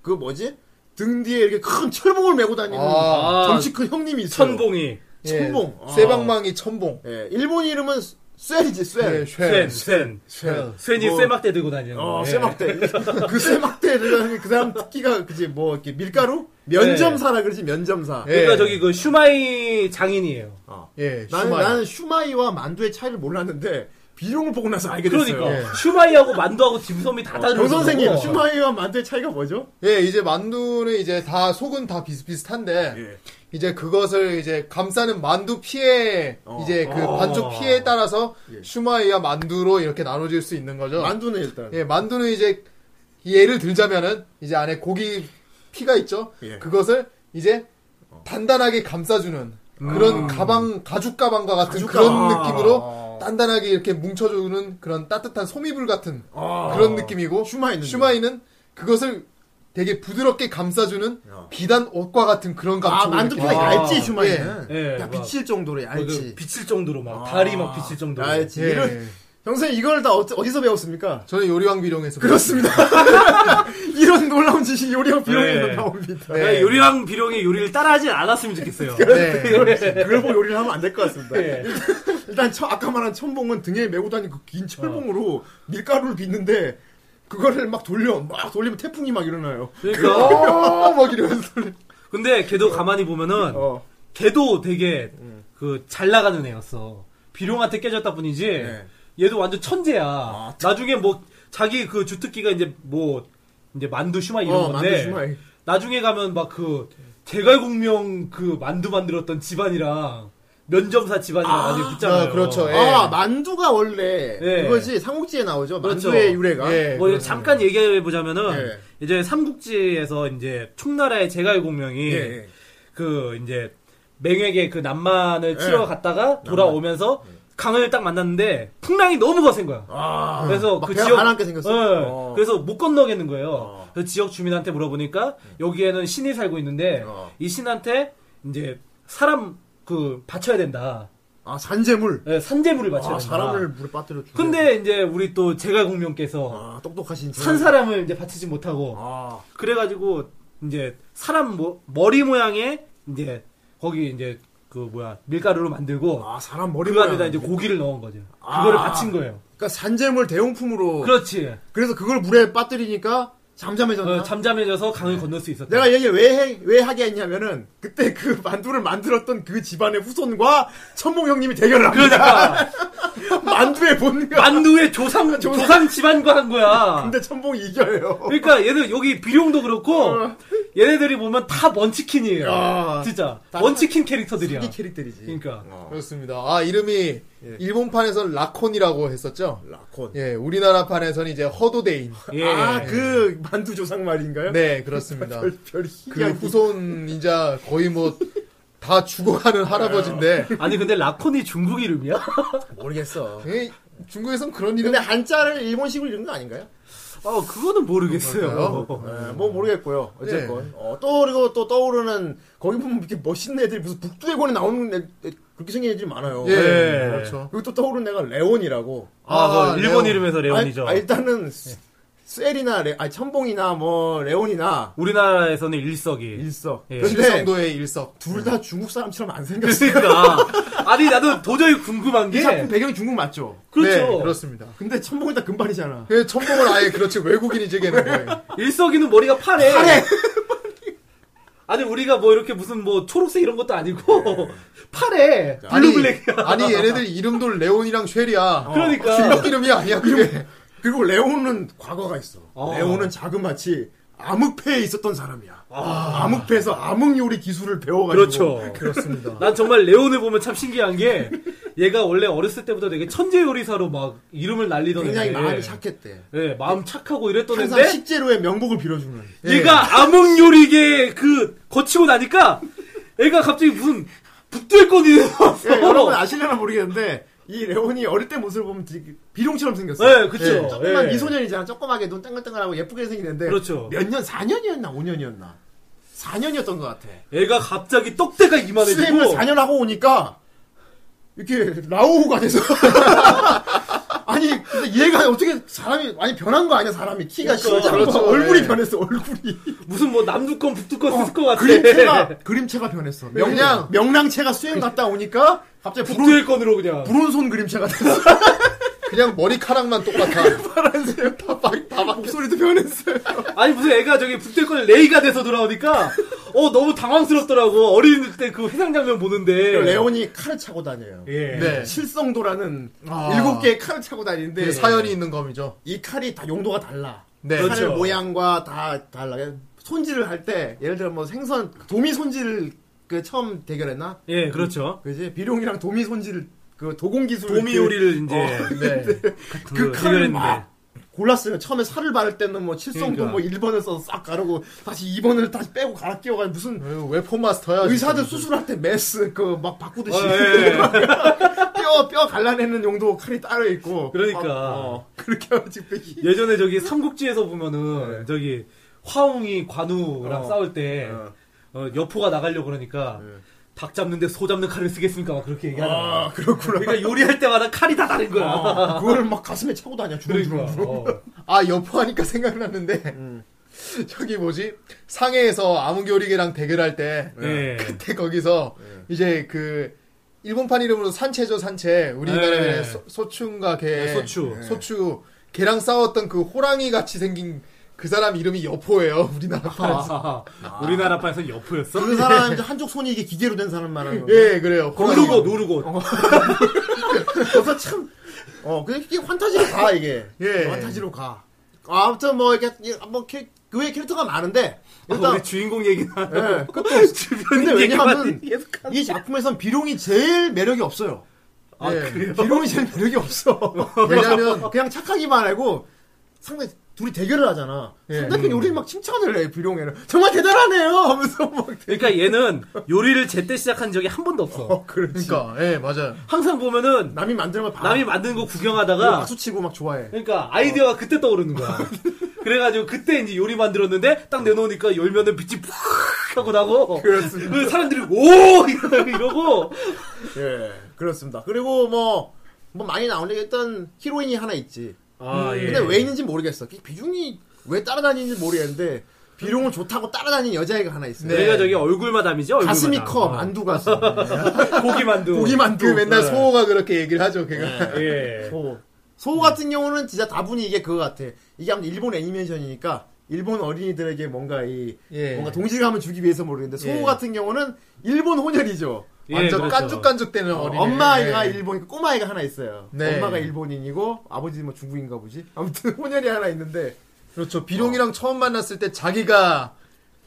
Speaker 3: 그 뭐지? 등 뒤에 이렇게 큰 철봉을 메고 다니는
Speaker 2: 아.
Speaker 3: 덩치 큰 형님이 있어요.
Speaker 4: 천봉이
Speaker 2: 예,
Speaker 3: 천봉. 아.
Speaker 2: 쇠방망이 천봉.
Speaker 3: 예, 일본 이름은 쇠이지 쇠.
Speaker 2: 네,
Speaker 4: 센,
Speaker 2: 쇠.
Speaker 4: 센.
Speaker 2: 쇠.
Speaker 4: 센이
Speaker 3: 뭐.
Speaker 4: 쇠막대 들고 다니는 거.
Speaker 3: 어,
Speaker 4: 예.
Speaker 3: 쇠막대. 그 쇠막대를 그 사람 특기가 그지 뭐 이렇게 밀가루 면점사라 그러지 면점사.
Speaker 2: 예.
Speaker 4: 그러니까 저기 그 슈마이 장인이에요.
Speaker 2: 예,
Speaker 3: 나는
Speaker 2: 슈마이.
Speaker 3: 나는 슈마이와 만두의 차이를 몰랐는데 비룡을 보고 나서 알게 됐어요. 네. 어,
Speaker 4: 그러니까
Speaker 2: 예.
Speaker 4: 슈마이하고 만두하고 dim섬이 다 어. 다르고.
Speaker 3: 정 아, 선생님 슈마이와 만두의 차이가 뭐죠?
Speaker 2: 예, 이제 만두는 이제 다 속은 다 비슷비슷한데
Speaker 3: 예.
Speaker 4: 예.
Speaker 2: 이제 그것을 이제 감싸는 만두 피해
Speaker 3: 어.
Speaker 2: 이제 그 반죽 피해에 따라서 슈마이와 만두로 이렇게 나눠질 수 있는 거죠.
Speaker 3: 만두는 일단
Speaker 2: 예, 만두는 이제 예를 들자면은 이제 안에 고기 피가 있죠.
Speaker 3: 예. 어.
Speaker 2: 그것을 이제 단단하게 감싸주는 그런 가방 가죽 음. 가방과 같은 그런
Speaker 3: 가방. 아.
Speaker 2: 느낌으로 단단하게 이렇게 뭉쳐주는 그런 따뜻한 소미불 같은 그런 느낌이고
Speaker 3: 아. 슈마이는
Speaker 2: 슈마이는 그것을 되게 부드럽게 감싸주는
Speaker 3: 어.
Speaker 2: 비단 옷과 같은 그런
Speaker 3: 아
Speaker 2: 감촉.
Speaker 3: 만두피가
Speaker 4: 와.
Speaker 2: 어.
Speaker 3: 얇지 슈마이는.
Speaker 4: 예.
Speaker 3: 야
Speaker 4: 막-
Speaker 3: 비칠 정도로
Speaker 4: 막 그,
Speaker 3: 얇지. 아.
Speaker 4: 비칠 정도로 막 다리 막 비칠 정도로.
Speaker 3: 얇지.
Speaker 2: 예.
Speaker 3: 이런- 형 선생님 이걸 다 어디, 어디서 배웠습니까?
Speaker 2: 저는 요리왕 비룡에서
Speaker 3: 그렇습니다. 이런 놀라운 지식 요리형 비룡에서
Speaker 4: 예.
Speaker 3: 나옵니다.
Speaker 4: 예, 요리왕 비룡이 요리를 따라하지 않았으면 좋겠어요.
Speaker 2: 네.
Speaker 3: 예. 그걸 보고 요리를 하면 안 될 것 같습니다.
Speaker 4: 예.
Speaker 3: 일단 처- 아까 말한 천봉은 등에 메고 다니는 그 긴 철봉으로 밀가루를 빚는데 그거를 막 돌려 막 돌리면 태풍이 막 일어나요.
Speaker 4: 그러니까.
Speaker 3: 막 이러면서
Speaker 4: 근데 걔도 가만히 보면은
Speaker 3: 어.
Speaker 4: 걔도 되게
Speaker 3: 네.
Speaker 4: 그 잘 나가는 애였어. 비룡한테 깨졌다 뿐이지.
Speaker 3: 네.
Speaker 4: 얘도 완전 천재야.
Speaker 3: 아,
Speaker 4: 나중에 뭐 자기 그 주특기가 이제 뭐 이제 만두 슈마 이런
Speaker 3: 어,
Speaker 4: 건데
Speaker 3: 만두 슈마이.
Speaker 4: 나중에 가면 막 그 대갈공명 그 만두 만들었던 집안이랑 면점사 집안이랑 나중에 붙잖아요. 어.
Speaker 2: 아, 그렇죠. 예.
Speaker 3: 아 만두가 원래
Speaker 4: 예.
Speaker 3: 그거지 삼국지에 나오죠.
Speaker 4: 그렇죠.
Speaker 3: 만두의 유래가. 그렇죠.
Speaker 2: 예.
Speaker 4: 뭐 잠깐 얘기해 보자면은
Speaker 3: 예.
Speaker 4: 이제 삼국지에서 이제 총나라의 제갈공명이
Speaker 3: 예, 예.
Speaker 4: 그 이제 맹에게 그 남만을 치러
Speaker 3: 예.
Speaker 4: 갔다가 돌아오면서 강을 딱 만났는데 풍랑이 너무 거센 거야.
Speaker 3: 아,
Speaker 4: 그래서
Speaker 3: 막
Speaker 4: 그
Speaker 3: 배가
Speaker 4: 지역
Speaker 3: 가라앉게 생겼어.
Speaker 4: 예.
Speaker 3: 어.
Speaker 4: 그래서 못 건너겠는 거예요.
Speaker 3: 어.
Speaker 4: 그래서 지역 주민한테 물어보니까 여기에는 신이 살고 있는데
Speaker 3: 어.
Speaker 4: 이 신한테 이제 사람 그 바쳐야 된다.
Speaker 3: 아 산재물.
Speaker 4: 예, 산재물을 바쳐야
Speaker 3: 아,
Speaker 4: 된다.
Speaker 3: 사람을 물에 빠뜨려 죽여.
Speaker 4: 근데 이제 우리 또 제갈 공명께서
Speaker 3: 아, 똑똑하신
Speaker 4: 산 사람을 이제 바치지 못하고
Speaker 3: 아,
Speaker 4: 그래가지고 이제 사람 뭐, 머리 모양의 이제 거기 이제 그 뭐야 밀가루로 만들고
Speaker 3: 아 사람 머리
Speaker 4: 그 안에다
Speaker 3: 모양.
Speaker 4: 이제 고기를 넣은 거죠.
Speaker 3: 아.
Speaker 4: 그거를 바친 거예요.
Speaker 3: 그러니까 산재물 대용품으로.
Speaker 4: 그렇지.
Speaker 3: 그래서 그걸 물에 빠뜨리니까 잠잠해졌나?
Speaker 4: 어, 잠잠해져서 강을 건널 수 있었다.
Speaker 3: 내가 얘기를 왜, 해- 왜 하게 했냐면은, 그때 그 만두를 만들었던 그 집안의 후손과 천봉 형님이 대결을 합니다.
Speaker 4: 그러니까
Speaker 3: 만두의 본가.
Speaker 4: 만두의 조상 조상 집안과 한 거야.
Speaker 3: 근데 천봉이 이겨요.
Speaker 4: 그러니까 얘는 여기 비룡도 그렇고 얘네들이 보면 다 먼치킨이에요.
Speaker 2: 야.
Speaker 4: 진짜
Speaker 3: 다
Speaker 4: 먼치킨 캐릭터들이야.
Speaker 3: 이 캐릭터이지.
Speaker 4: 그러니까
Speaker 3: 어.
Speaker 2: 그렇습니다. 아 이름이
Speaker 3: 예.
Speaker 2: 일본판에서는 라콘이라고 했었죠.
Speaker 3: 라콘.
Speaker 2: 예, 우리나라판에서는 이제 허도데인.
Speaker 4: 예.
Speaker 3: 아, 그 만두 조상 말인가요?
Speaker 2: 네, 그렇습니다.
Speaker 3: 별, 별
Speaker 2: 그
Speaker 3: 희귀한
Speaker 2: 후손 이자 거의 뭐 다 죽어가는 할아버지인데
Speaker 4: 아니 근데 라콘이 중국 이름이야? 뭐
Speaker 3: 모르겠어.
Speaker 2: 에이, 중국에선 그런 예, 이름
Speaker 3: 근데 한자를 일본식으로 읽은 거 아닌가요?
Speaker 4: 어 그거는 모르겠어요. 네.
Speaker 2: 그런가요?
Speaker 3: 네, 뭐 모르겠고요. 어쨌건 어, 또 그리고 또 떠오르는 거기 보면 이렇게 멋있는 애들이 무슨 북두대권에 나오는 애, 애- 그렇게 생긴 애들이 많아요.
Speaker 2: 예,
Speaker 4: 네.
Speaker 2: 그렇죠.
Speaker 3: 그리고 또 떠오르는 애가 레온이라고.
Speaker 4: 아,
Speaker 2: 아,
Speaker 4: 그 일본
Speaker 2: 레온.
Speaker 4: 이름에서 레온이죠. 예.
Speaker 3: 아, 일단은 스- 셀이나 레, 아 천봉이나 뭐 레온이나
Speaker 4: 우리나라에서는 일석이.
Speaker 3: 일석.
Speaker 4: 예.
Speaker 3: 근데
Speaker 2: 실성도의 일석.
Speaker 3: 둘 다 중국 사람처럼 안 생겼어.
Speaker 4: 그러니까 예. 아니 나도 도저히 궁금한
Speaker 3: 이
Speaker 4: 게
Speaker 3: 작품 배경이 중국 맞죠?
Speaker 4: 그렇죠.
Speaker 2: 네, 그렇습니다.
Speaker 3: 근데 천봉이 다 금발이잖아.
Speaker 2: 그 천봉을 아예 그렇지 외국인이지 걔는 거의.
Speaker 4: 일석이는 머리가 파래. 파래. 아니 우리가 뭐 이렇게 무슨 뭐 초록색 이런 것도 아니고 파래. 블루
Speaker 2: 아니,
Speaker 4: 블랙이야.
Speaker 2: 아니 아, 얘네들 이름도 레온이랑 쉐리야.
Speaker 3: 어.
Speaker 4: 그러니까.
Speaker 2: 중국 이름이 아니야 그게.
Speaker 3: 그리고 레온은 과거가 있어.
Speaker 4: 아.
Speaker 3: 레온은 자그마치 암흑패에 있었던 사람이야. 암흑패에서 암흑 요리 기술을 배워가지고.
Speaker 4: 아. 그렇죠.
Speaker 2: 그렇습니다.
Speaker 4: 난 정말 레온을 보면 참 신기한 게 얘가 원래 어렸을 때부터 되게 천재 요리사로 막 이름을 날리던
Speaker 3: 굉장히
Speaker 4: 애.
Speaker 3: 마음이 착했대.
Speaker 4: 예, 마음 착하고 이랬던
Speaker 3: 항상
Speaker 4: 애인데
Speaker 3: 식재료의 명복을 빌어주는.
Speaker 4: 얘가 암흑 요리계 그 거치고 나니까 애가 갑자기 무슨 붙들거리
Speaker 3: 예, 여러분 아실려나 모르겠는데 이 레온이 어릴 때 모습을 보면 되게 비룡처럼 생겼어.
Speaker 4: 예, 그쵸.
Speaker 3: 예, 조금만
Speaker 4: 예.
Speaker 3: 미소년이잖아. 조그맣게 눈 땡글땡글하고 예쁘게 생기는데.
Speaker 4: 그렇죠.
Speaker 3: 몇 년, 4년이었나 5년이었나. 4년이었던 것 같아.
Speaker 4: 애가 갑자기 떡대가
Speaker 3: 수행을
Speaker 4: 이만해지고
Speaker 3: 4년 하고 오니까 이렇게 라오가 돼서 아니 근데 얘가 어떻게 사람이 많이 변한 거 아니야 사람이 키가
Speaker 4: 그러니까,
Speaker 3: 진짜
Speaker 2: 그렇죠.
Speaker 3: 얼굴이
Speaker 2: 예.
Speaker 3: 변했어 얼굴이
Speaker 4: 무슨 뭐 남두건 북두건 쓸 것 같아.
Speaker 3: 어,
Speaker 4: 네.
Speaker 3: 그림체가 그림체가 변했어
Speaker 2: 명량.
Speaker 3: 명량 명량체가 수행 갔다 오니까 갑자기
Speaker 4: 북두일
Speaker 3: 불운
Speaker 4: 건으로 그냥.
Speaker 3: 불운손 그림체가 됐어
Speaker 2: 그냥 머리카락만 똑같아.
Speaker 3: 파란색 다다 목소리도 변했어요
Speaker 4: 아니 무슨 애가 저기 북두일건 레이가 돼서 돌아오니까 어 너무 당황스럽더라고. 어린 때 그 회상 장면 보는데.
Speaker 3: 레온이 칼을 차고 다녀요
Speaker 4: 네. 예.
Speaker 2: 네.
Speaker 3: 실성도라는
Speaker 2: 아.
Speaker 3: 일곱 개의 칼을 차고 다니는데
Speaker 2: 이게 그 사연이 있는 검이죠.
Speaker 3: 이 칼이 다 용도가 달라.
Speaker 2: 네.
Speaker 3: 칼의
Speaker 4: 그렇죠.
Speaker 3: 모양과 다 달라. 손질을 할 때 예를 들어 뭐 생선 도미 손질을 그 처음 대결했나?
Speaker 4: 예, 그렇죠.
Speaker 3: 그지 비룡이랑 도미 손질 그 도공 기술
Speaker 4: 도미 요리를 이제
Speaker 2: 네.
Speaker 3: 그 칼을
Speaker 4: 해결했는데.
Speaker 3: 막 골랐어요. 처음에 살을 바를 때는 뭐 칠성도
Speaker 4: 그러니까.
Speaker 3: 뭐 1번을 써서 싹 가르고 다시 2번을 다시 빼고 갈아 끼워가지고 무슨
Speaker 2: 아유, 웨폰 마스터야.
Speaker 3: 의사들
Speaker 2: 진짜.
Speaker 3: 수술할 때 메스 그 막 바꾸듯이
Speaker 4: 어, 예, 예.
Speaker 3: 뼈 뼈 갈라내는 용도 칼이 따로 있고
Speaker 4: 그러니까.
Speaker 3: 막, 어, 그렇게 해가지고 이-
Speaker 4: 예전에 저기 삼국지에서 보면은 저기 화웅이 관우랑
Speaker 3: 네. 어.
Speaker 4: 싸울 때
Speaker 3: 어.
Speaker 4: 어, 여포가 나가려고 그러니까 닭 잡는데 소 잡는 칼을 쓰겠습니까? 막 그렇게 얘기하는 거야.
Speaker 3: 아 그렇구나.
Speaker 4: 그러니까 요리할 때마다 칼이 다 다른 거야.
Speaker 3: 어, 그거를 막 가슴에 차고 다녀
Speaker 4: 그러니까.
Speaker 3: 주렁주렁 주렁.
Speaker 4: 어.
Speaker 2: 아, 여포하니까 생각났는데. 저기 뭐지? 상해에서 아무교리계랑 대결할 때.
Speaker 4: 네.
Speaker 2: 그때 거기서
Speaker 4: 예.
Speaker 2: 이제 그 일본판 이름으로 산채죠, 산채. 우리나라에
Speaker 4: 네.
Speaker 2: 소, 소충과 개. 예.
Speaker 4: 네, 소추.
Speaker 2: 소추. 걔랑 싸웠던 그 호랑이 같이 생긴 그 사람 이름이 여포예요, 우리나라판.
Speaker 4: 아, 우리나라판에서 여포였어?
Speaker 3: 그 사람 이제 한쪽 손이 이게 기계로 된 사람 말하는 거.
Speaker 2: 예, 그래요.
Speaker 4: 고르고 누르고.
Speaker 3: 어. 그래서 참, 어, 그냥 이게 환타지로 가 이게.
Speaker 2: 예.
Speaker 3: 환타지로 가. 아, 아무튼 뭐 이렇게 뭐 캐- 그 외에 캐릭터가 많은데
Speaker 4: 아,
Speaker 3: 일단
Speaker 4: 우리 주인공 얘기는 안 하고
Speaker 3: 예,
Speaker 4: 주변
Speaker 3: 근데
Speaker 4: 얘기만
Speaker 3: 왜냐하면
Speaker 4: 계속 하는
Speaker 3: 이 작품에선 비룡이 제일 매력이 없어요.
Speaker 4: 아,
Speaker 2: 예.
Speaker 3: 네.
Speaker 4: 그래요?
Speaker 3: 비룡이 제일 매력이 없어.
Speaker 2: 왜냐면-
Speaker 3: 그냥 착하기만 하고 상대 둘이 대결을 하잖아.
Speaker 2: 예.
Speaker 3: 상대편 요리 막 칭찬을 해 비룡에는 정말 대단하네요 하면서 막.
Speaker 4: 그러니까 얘는 요리를 제때 시작한 적이 한 번도 없어.
Speaker 3: 어, 그렇지.
Speaker 2: 그러니까, 예, 맞아요.
Speaker 4: 항상 보면은
Speaker 3: 남이 만드는 걸 봐.
Speaker 4: 남이 만든 거
Speaker 3: 그리고
Speaker 4: 구경하다가
Speaker 3: 박수 치고 막 좋아해.
Speaker 4: 그러니까 아이디어가 그때 떠오르는 거야. 그래가지고 그때 이제 요리 만들었는데 딱 내놓으니까 열면은 빛이 푹 하고 나고
Speaker 3: 그렇습니다.
Speaker 4: 그 사람들이 오 이러- 이러고
Speaker 3: 예, 그렇습니다. 그리고 뭐, 뭐 많이 나오는 게 일단 히로인이 하나 있지.
Speaker 4: 아,
Speaker 3: 근데 왜 있는지 모르겠어. 그 비중이 왜 따라다니는지 모르겠는데, 비룡을 좋다고 따라다니는 여자애가 하나 있어요.
Speaker 4: 네. 내가 저기 얼굴 마담이죠? 얼굴
Speaker 3: 네. 가슴이
Speaker 4: 마담.
Speaker 3: 커,
Speaker 4: 아. 네.
Speaker 3: 만두 가슴.
Speaker 4: 고기 만두.
Speaker 3: 고기 만두.
Speaker 2: 그 맨날 소호가 그렇게 얘기를 하죠, 걔가.
Speaker 4: 예.
Speaker 3: 소. 소 같은 경우는 진짜 다분히 이게 그거 같아. 이게 아무튼 일본 애니메이션이니까, 일본 어린이들에게 뭔가 이,
Speaker 2: 예.
Speaker 3: 뭔가 동질감을 주기 위해서 모르겠는데, 소
Speaker 2: 예.
Speaker 3: 같은 경우는 일본 혼혈이죠.
Speaker 4: 예,
Speaker 2: 완전
Speaker 4: 그렇죠.
Speaker 2: 깐죽깐죽대는
Speaker 3: 어,
Speaker 2: 어린이.
Speaker 3: 엄마가
Speaker 2: 예.
Speaker 3: 일본이고 꼬마아이가 하나 있어요.
Speaker 2: 네.
Speaker 3: 엄마가 일본인이고 아버지 뭐 중국인가 보지. 아무튼 혼혈이 하나 있는데
Speaker 2: 어. 그렇죠. 비룡이랑 처음 만났을 때 자기가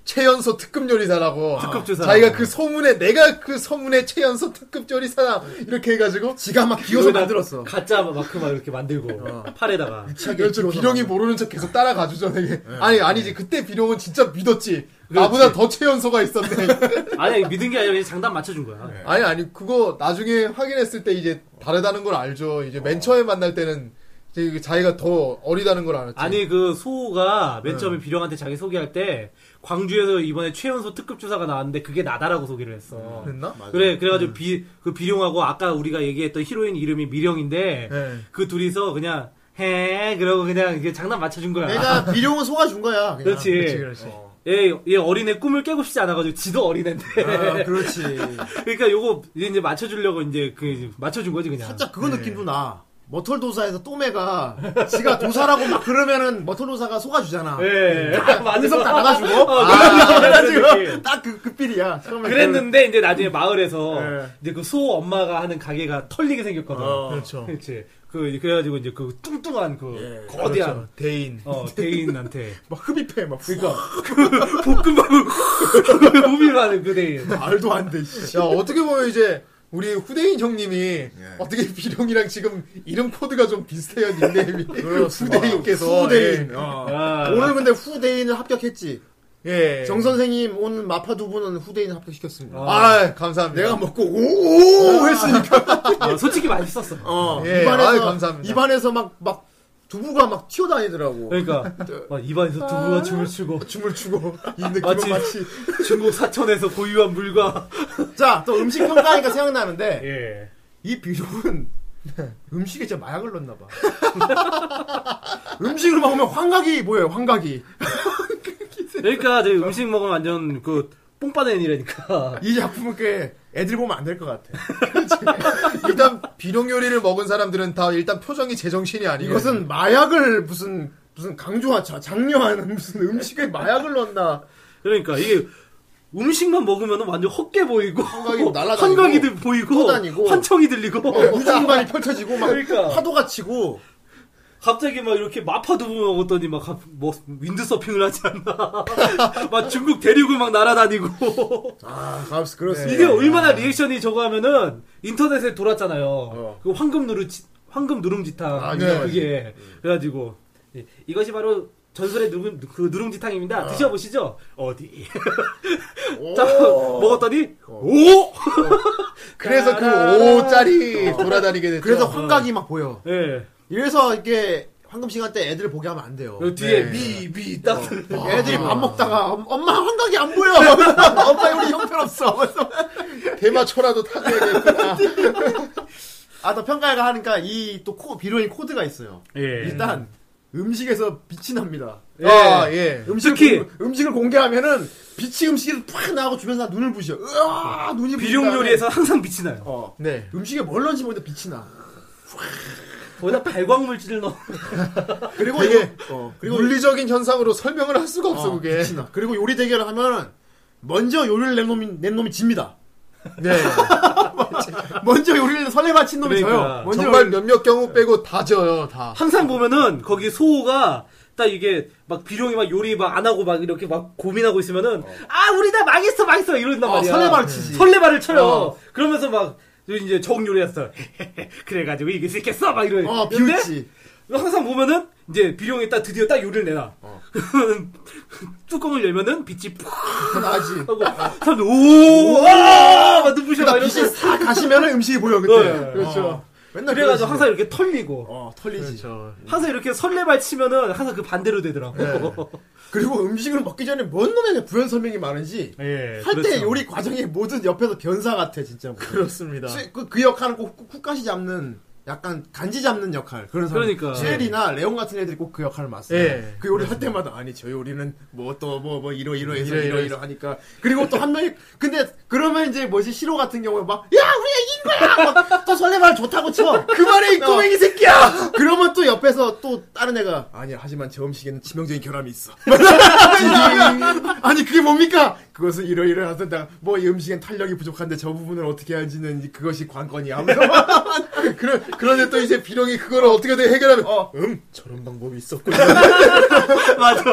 Speaker 2: 최연소 특급 요리사라고.
Speaker 4: 특급 조사.
Speaker 2: 자기가 그 소문에 내가 그 소문에 최연소 특급 요리사다 이렇게 해가지고 그
Speaker 3: 지가 막 기어서 만들었어. 어.
Speaker 4: 가짜 마크 막 이렇게 만들고 팔에다가
Speaker 2: 그렇죠. 비룡이 모르는 척 계속 따라가주죠, 되게.
Speaker 3: 네.
Speaker 2: 아니 아니지 그때 비룡은 진짜 믿었지. 나보다 더 최연소가 있었네.
Speaker 4: 아니 믿은 게 아니라 그냥 장단 맞춰준 거야.
Speaker 3: 네.
Speaker 2: 아니 아니 그거 나중에 확인했을 때 이제 다르다는 걸 알죠. 이제 맨 처음에 만날 때는 이제 이게 자기가 더 어리다는 걸 알았지.
Speaker 4: 아니 그 소호가
Speaker 3: 어.
Speaker 4: 맨 처음에 비룡한테 자기 소개할 때 광주에서 이번에 최연소 특급 조사가 나왔는데 그게 나다라고 소개를 했어.
Speaker 3: 음.
Speaker 2: 그랬나?
Speaker 4: 그래 그래가지고 비 그 비룡하고 아까 우리가 얘기했던 히로인 이름이 미령인데
Speaker 2: 네.
Speaker 4: 그 둘이서 그냥 해 그러고 그냥 이게 장난 맞춰준 거야.
Speaker 3: 내가 비룡은 속아준 거야. 그냥.
Speaker 4: 그렇지.
Speaker 2: 그렇지 그렇지.
Speaker 3: 어.
Speaker 4: 얘, 얘 어린애 꿈을 깨고 싶지 않아가지고 지도 어린애인데.
Speaker 3: 아, 그렇지.
Speaker 4: 그러니까 요거 이제 맞춰주려고 이제 그 이제 맞춰준 거지 그냥.
Speaker 3: 살짝 그거
Speaker 2: 네.
Speaker 3: 느낌도 나. 머털 도사에서 또메가 지가 도사라고 막 그러면은 머털 도사가 속아주잖아.
Speaker 2: 네.
Speaker 4: 예.
Speaker 3: 안에서
Speaker 4: 맞아서.
Speaker 3: 나가지고
Speaker 4: 어,
Speaker 3: 나가지고
Speaker 4: 그렇지.
Speaker 3: 딱그 급필이야. 처음에
Speaker 4: 그랬는데 이제 나중에 마을에서
Speaker 3: 예.
Speaker 4: 이제 그 소 엄마가 하는 가게가 털리게 생겼거든.
Speaker 2: 그렇죠.
Speaker 4: 그렇지. 그 이제 그래가지고 이제 그 뚱뚱한 그 거대한
Speaker 2: 대인.
Speaker 4: 어, 대인한테
Speaker 3: 막 흡입해 막
Speaker 4: 그러니까 그 볶음밥을 무비로 하는 그 대인.
Speaker 3: 아, 말도 안 돼. 씨.
Speaker 2: 야 어떻게 보면 이제 우리 후대인 형님이 어떻게 비룡이랑 지금 이름 코드가 좀 비슷해요 닉네임이 후대인께서
Speaker 3: 후대인.
Speaker 2: 예.
Speaker 3: 어.
Speaker 4: 아,
Speaker 3: 오늘 근데 후대인을 합격했지.
Speaker 2: 예.
Speaker 3: 정 선생님 온 마파 두 분은 후대인 합격시켰습니다.
Speaker 2: 아 감사합니다. 아,
Speaker 3: 내가 먹고 오오 했으니까.
Speaker 4: 어, 솔직히 많이 썼어.
Speaker 3: 어.
Speaker 2: 예,
Speaker 3: 입안에서
Speaker 2: 아유, 감사합니다. 예.
Speaker 3: 입안에서 막 막 두부가 막 튀어다니더라고.
Speaker 4: 그러니까 막 입안에서 두부와 춤을 추고
Speaker 3: 아, 춤을 추고 이 느낌은
Speaker 4: 마치-
Speaker 3: 마치
Speaker 4: 중국 사천에서 고유한 물과
Speaker 3: 자 또 음식 평가하니까 생각나는데
Speaker 4: 예.
Speaker 3: 이 비룡은 음식에 진짜 마약을 넣었나 봐. 음식을 먹으면 환각이 뭐예요? 환각이.
Speaker 4: 그러니까 저희 음식 먹으면 완전 그 뽕빠nen이라니까.
Speaker 3: 이 작품은 꽤 애들 보면 안 될 것 같아.
Speaker 2: 일단 비룡 요리를 먹은 사람들은 다 일단 표정이 제정신이 아니에요.
Speaker 3: 이것은 마약을 무슨 무슨 강조하자 장려하는 무슨 음식에 마약을 넣었나.
Speaker 4: 그러니까 이게 음식만 먹으면 완전 헛게 보이고
Speaker 3: 환각이 날아다니고,
Speaker 4: 환각이들 보이고
Speaker 3: 떠다니고, 어,
Speaker 4: 환청이 들리고
Speaker 3: 우주공간이 펼쳐지고 막
Speaker 4: 그러니까.
Speaker 3: 파도가 치고
Speaker 4: 갑자기 막 이렇게 마파두부 먹었더니 막 뭐 윈드서핑을 하지 않나 막 중국 대륙을 막 날아다니고
Speaker 3: 아 가스 그렇습니다.
Speaker 4: 이게 얼마나 리액션이 저거 하면은 인터넷에 돌았잖아요 그 황금 누르 황금 누룽지탕
Speaker 2: 아, 네.
Speaker 4: 그게 그래가지고 이- 이것이 바로 전설의 누룽, 그 누룽지탕입니다 드셔보시죠 어디 자, 먹었더니 오
Speaker 2: 그래서 그 5짜리 돌아다니게 됐죠. 어.
Speaker 3: 그래서 환각이 막 보여.
Speaker 4: 예.
Speaker 3: 이래서 이게 황금 시간 때 애들 보게 하면 안 돼요.
Speaker 4: 그 뒤에
Speaker 2: 네.
Speaker 4: 미미딱
Speaker 3: 애들이 밥 먹다가 엄- 엄마 환각이 안 보여. 엄마 우리 형편없어.
Speaker 2: 대마초라도 타줘야겠구나.
Speaker 3: 아, 또 평가가 하니까 이 또 코, 비로인 코드가 있어요.
Speaker 4: 예.
Speaker 3: 일단 음식에서 빛이 납니다.
Speaker 4: 예.
Speaker 2: 아, 예.
Speaker 3: 음식을,
Speaker 4: 특히-
Speaker 3: 공- 음식을 공개하면은 빛이 음식을 팍 나오고 주변에서 눈을 부셔. 으아, 눈이 부신
Speaker 4: 비룡
Speaker 3: 다음에
Speaker 4: 요리에서 항상 빛이 나요.
Speaker 3: 어.
Speaker 2: 네.
Speaker 3: 음식에 뭘 넣는지 모르는데 빛이 나.
Speaker 4: 거기다 발광 물질을 넣어.
Speaker 3: 그리고
Speaker 2: 되게
Speaker 3: 이거- 어, 그리고
Speaker 2: 물리적인 현상으로 설명을 할 수가 없어,
Speaker 3: 어,
Speaker 2: 그게.
Speaker 3: 빛이 나. 그리고 요리 대결을 하면은 먼저 요리를 낸 놈이 낸 놈이 집니다.
Speaker 2: 네.
Speaker 3: 먼저 요리를 설레 바친 놈이
Speaker 4: 그러니까.
Speaker 3: 져요. 먼저
Speaker 2: 아, 정말
Speaker 3: 요리를-
Speaker 2: 몇몇 경우 빼고 다 져요, 다.
Speaker 4: 항상 보면은 거기 소호가 딱 이게 막 비룡이 막 요리 막 안 하고 막 이렇게 막 고민하고 있으면은 아 우리 다 망했어 망했어 이런단
Speaker 3: 어,
Speaker 4: 말이야.
Speaker 3: 설레발을 치지.
Speaker 4: 설레발을 쳐요.
Speaker 3: 어.
Speaker 4: 그러면서 막 이제 정 요리했어. 그래가지고 이길 수 있겠어 막 이런.
Speaker 3: 어, 비웃지.
Speaker 4: 항상 보면은 이제 비룡이 딱 드디어 딱 요리를 내놔. 그러면 뚜껑을 열면은 빛이 푹
Speaker 3: 나지. 아.
Speaker 4: 하고 사람들 오와막 눈부셔 막 이러면서
Speaker 3: 빛이 싹 가시면은 음식이 보여 그때.
Speaker 4: 네.
Speaker 3: 그렇죠.
Speaker 2: 어.
Speaker 3: 맨날
Speaker 4: 그래가지고
Speaker 3: 그러시죠.
Speaker 4: 항상 이렇게 털리고
Speaker 3: 어 털리지.
Speaker 2: 그렇죠.
Speaker 4: 항상 이렇게 설레발 치면은 항상 그 반대로 되더라고.
Speaker 3: 그리고 음식을 먹기 전에 뭔 놈에게 부연 설명이 많은지
Speaker 4: 예,
Speaker 3: 할 때
Speaker 4: 그렇죠.
Speaker 3: 요리 과정의 모든 옆에서 변사 같아 진짜. 뭐.
Speaker 2: 그렇습니다.
Speaker 3: 쇠- 그, 그 역할은 꼭 쿡- 쿡가시 잡는 약간 간지 잡는 역할 그런 사람.
Speaker 4: 그러니까.
Speaker 3: 쉘이나 레옹 같은 애들이 꼭 그 역할을 맡습니다.
Speaker 2: 예.
Speaker 3: 그 요리 할 때마다 아니 저 요리는 뭐 또 뭐 뭐 이러 이러해서
Speaker 2: 이러,
Speaker 3: 이러
Speaker 2: 이러해서.
Speaker 3: 이러 하니까 그리고 또 한 명이 근데 그러면 이제 뭐지 시로 같은 경우에 막 야 우리가 이긴 거야 막 또 설레발 좋다고 쳐. 그 말에 이 꼬맹이 새끼야. 그러면 또 옆에서 또 다른 애가 아니 하지만 저 음식에는 치명적인 결함이 있어. 아니 그게 뭡니까? 그것은 이러이러하던다. 뭐이 음식엔 탄력이 부족한데 저 부분을 어떻게 하는지는 그것이 관건이야.
Speaker 2: 그러, 그런데 또 이제 비룡이 그걸 어떻게든 해결하면,
Speaker 3: 어.
Speaker 2: 음, 저런 방법이 있었군요.
Speaker 4: 맞아.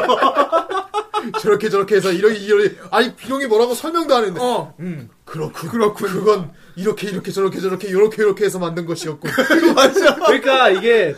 Speaker 2: 저렇게 저렇게 해서 이러 이러 아니 비룡이 뭐라고 설명도 안 했는데.
Speaker 3: 어.
Speaker 2: 음 그렇군. 그렇군. 그건 이렇게 이렇게 저렇게 저렇게 이렇게 이렇게 해서 만든 것이었고.
Speaker 4: 그러니까 이게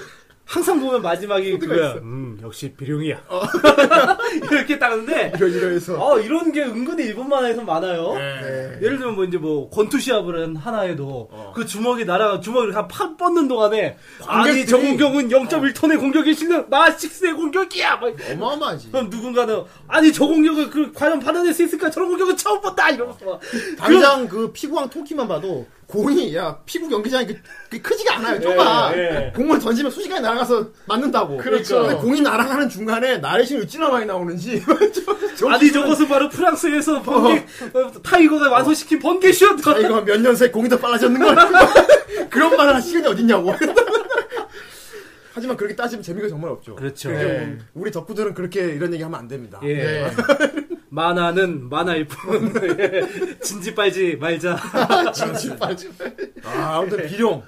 Speaker 4: 항상 보면 마지막이 그거야. 음, 역시 비룡이야. 이렇게 따는데
Speaker 2: 이러 이러해서.
Speaker 4: 어, 이런 게 은근히 일본 만화에서 많아요.
Speaker 3: 네.
Speaker 4: 예를 들면 뭐 이제 뭐 권투 시합을 한 하나에도 그 주먹이 날아가 주먹을 한팍 뻗는 동안에 아니
Speaker 3: 관객들이-
Speaker 4: 저 공격은 0.1톤의 공격이 실는 마식스의 공격이야. 막
Speaker 2: 어마어마하지.
Speaker 4: 그럼 누군가는 아니 저 공격을 그 과연 받아낼 수 있을까? 저런 공격은 처음 본다 이러면서 막
Speaker 3: 당장 그 피구왕 토끼만 봐도 공이 야 피구 경기장이 그, 그 크지가 않아요. 좁아.
Speaker 4: 예.
Speaker 3: 공을 던지면 순식간에 날아가서 맞는다고.
Speaker 2: 그렇죠.
Speaker 3: 근데 공이 날아가는 중간에 나레신이 어찌나 많이 나오는지. 저-
Speaker 4: 아니 저것은 바로 프랑스에서 번개 어, 타이거가 완성시킨 번개 슛.
Speaker 3: 아, 이거 몇 년 새 공이 더 빨라졌는 걸 그런 말 할 시간이 어딨냐고. 하지만 그렇게 따지면 재미가 정말 없죠.
Speaker 4: 그렇죠.
Speaker 3: 그래서 우리 덕후들은 그렇게 이런 얘기 하면 안 됩니다.
Speaker 4: 예. 만화는 만화일 뿐. 예. 진지 빨지 말자.
Speaker 3: 아, 아무튼 비룡.